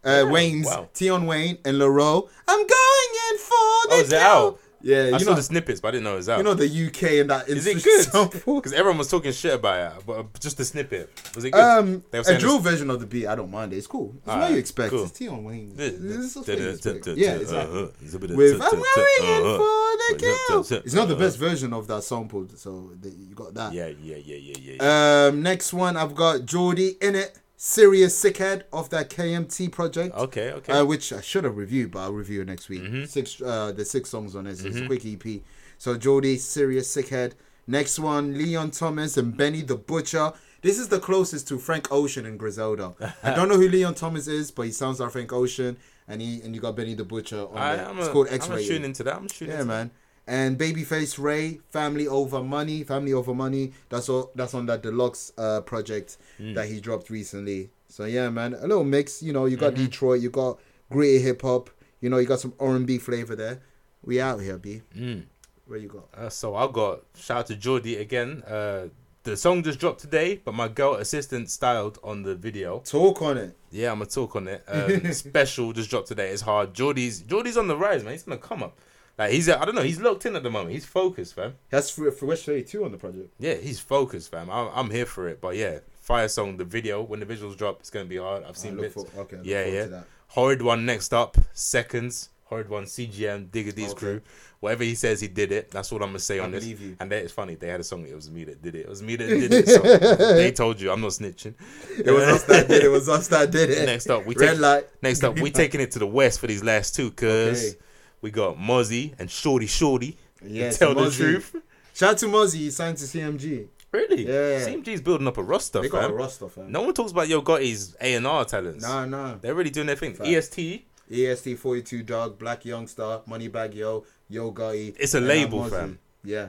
S2: Uh, Waynes,
S3: wow.
S2: Tion Wayne, and LaRoe. I'm going in for the
S3: Oh, is it
S2: kill.
S3: out?
S2: Yeah,
S3: I
S2: you
S3: saw
S2: know,
S3: the snippets, but I didn't know it was out.
S2: you know the UK and that.
S3: is it
S2: [LAUGHS]
S3: good?
S2: instrumental.
S3: Because everyone was talking shit about it, but just the snippet was it good?
S2: Um,
S3: They were
S2: a
S3: saying
S2: drill
S3: it's-
S2: version of the beat, I don't mind it. It's cool. It's what
S3: Alright,
S2: you expect.
S3: cool.
S2: It's Tion Wayne.
S3: Yeah,
S2: This is what you expect. Yeah, exactly. With I'm going
S3: uh,
S2: in for the kill. It's
S3: It's
S2: not the best version of that sample, so the, you got that.
S3: uh, Yeah, yeah, yeah, yeah, yeah. yeah.
S2: Um, next one I've got Jordy in it, serious sickhead of that KMT project.
S3: Okay, okay. Mm-hmm.
S2: Uh, which I should have reviewed, but I'll review it next week. Six, uh, the six songs on this. It's a quick EP. So Jordy, serious sickhead. Next one, Leon Thomas and Benny the Butcher. This is the closest to Frank Ocean and Griselda. I don't know who Leon Thomas is, but he sounds like Frank Ocean, and he and you got Benny the Butcher on
S3: I,
S2: there.
S3: I'm
S2: It's
S3: a-
S2: called
S3: I'm
S2: X
S3: gonna tune
S2: Ray.
S3: into that. I'm shooting.
S2: Yeah, man. And Babyface Ray, Family Over Money, Family Over Money. That's all. That's on that deluxe uh, project
S3: Mm.
S2: that he dropped recently. So yeah, man, a little mix. You know, you got
S3: Mm-hmm.
S2: Detroit, you got gritty hip hop. You know, you got some R and B flavor there. We out here, B.
S3: Mm.
S2: Where you got?
S3: Uh, so I got shout out to Jordy again. Uh, the song just dropped today, but my girl assistant styled on the video.
S2: Talk on it.
S3: Yeah, I'm gonna talk on it. Um, special just dropped today. It's hard. Jordy's Jordy's on the rise, man. He's gonna come up. Like he's, I don't know. He's locked in at the moment. He's focused, fam.
S2: That's for for West Thirty Two on the project.
S3: Yeah, he's focused, fam. I'm, I'm here for it. But yeah, fire song, the video. When the visuals drop, it's gonna be hard. I've seen
S2: look
S3: bits.
S2: for- okay, I look
S3: yeah,
S2: forward
S3: yeah.
S2: to that.
S3: Horrid one next up. Seconds. Horrid one. CGM. Diggity's crew. Whatever he says, he did it. That's all I'm gonna say on this.
S2: believe you.
S3: And that is funny. They had a song. It was me that did it. It was me that
S2: [LAUGHS]
S3: did it. So they told you. I'm not snitching.
S2: It was us
S3: [LAUGHS]
S2: that did it. It was us that did it.
S3: Next up, we
S2: red
S3: take,
S2: light. [LAUGHS]
S3: Next up, we taking it to the west for these last two, cause
S2: Okay.
S3: we got Mozzie and Shorty Shorty.
S2: Yes,
S3: tell
S2: Mozzie.
S3: the truth.
S2: Shout out to Mozzie. He signed to CMG.
S3: Really?
S2: Yeah.
S3: CMG's building up a roster.
S2: They got
S3: fam.
S2: a roster, fam.
S3: No one talks about Yo Gotti's A and R talents.
S2: Nah, nah.
S3: They're really doing their thing. E EST.
S2: EST forty two dog, black youngster, money bag yo, yo guy.
S3: It's a
S2: and
S3: label,
S2: I'm Mozzie.
S3: fam.
S2: Yeah,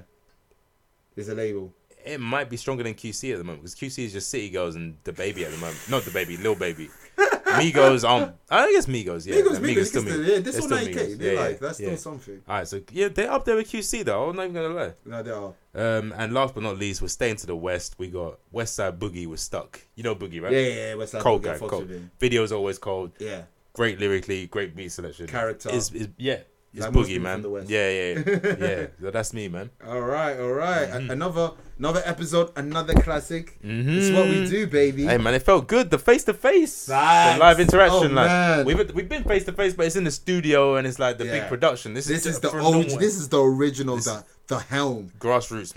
S2: it's a label.
S3: It might be stronger than QC at the moment because QC is just City Girls and the Baby at the moment. Not the Baby,
S2: [LAUGHS]
S3: Lil Baby. Migos, um, I guess Migos, yeah.
S2: Migos,
S3: Like,
S2: Migos,
S3: still
S2: Migos,
S3: Migos.
S2: yeah, this
S3: They're
S2: one
S3: still
S2: 9K.
S3: Migos.
S2: They're
S3: Yeah,
S2: like,
S3: yeah,
S2: that's
S3: yeah.
S2: still something.
S3: All right, so yeah, they're up there with QC though. I'm not even gonna lie.
S2: No, they are.
S3: Um, and last but not least, we're staying to the west. We got West Side Boogie was stuck. You know Boogie, right?
S2: Yeah, yeah, yeah. West Side
S3: Cold
S2: Boogie, I
S3: guy,
S2: fucks
S3: cold.
S2: with him.
S3: Video's always cold.
S2: Yeah,
S3: Great lyrically, great beat selection.
S2: Character.
S3: Is, is yeah. It's
S2: Like most
S3: Boogie,
S2: people
S3: man.
S2: from the West.
S3: Yeah, yeah, yeah.
S2: [LAUGHS]
S3: yeah. So that's me, man.
S2: All right, all right.
S3: Mm-hmm.
S2: A- Another, another episode, another classic. It's what we do, baby.
S3: Hey, man, it felt good. The face to face, the
S2: Facts.
S3: live interaction.
S2: Oh,
S3: like
S2: man.
S3: we've we've been face to face, but it's in the studio and it's like the
S2: Yeah.
S3: big production. This,
S2: This
S3: is
S2: is the
S3: old.
S2: old. This is the original. The the
S3: [LAUGHS]
S2: helm.
S3: grassroots,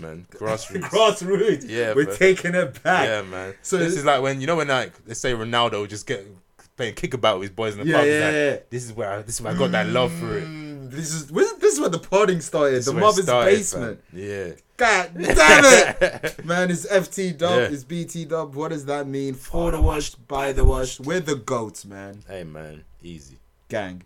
S2: [LAUGHS]
S3: man. Grassroots.
S2: Grassroots.
S3: Yeah,
S2: we're
S3: bro.
S2: taking it back.
S3: Yeah, man.
S2: So-
S3: So this is like when you know when like let's say Ronaldo just get playing kickabout with his boys in the
S2: Yeah,
S3: pub. he's
S2: yeah,
S3: like,
S2: yeah.
S3: This is where I, this is where I got that love for it.
S2: Mm, This is this is where the partying started.
S3: This
S2: the
S3: is where it
S2: mother's
S3: started,
S2: basement.
S3: fam. Yeah.
S2: God damn it! Man, it's FT dub,
S3: Yeah.
S2: it's BT dub. What does that mean? For the washed, by the washed. We're the goats, man.
S3: Hey man, easy.
S2: Gang.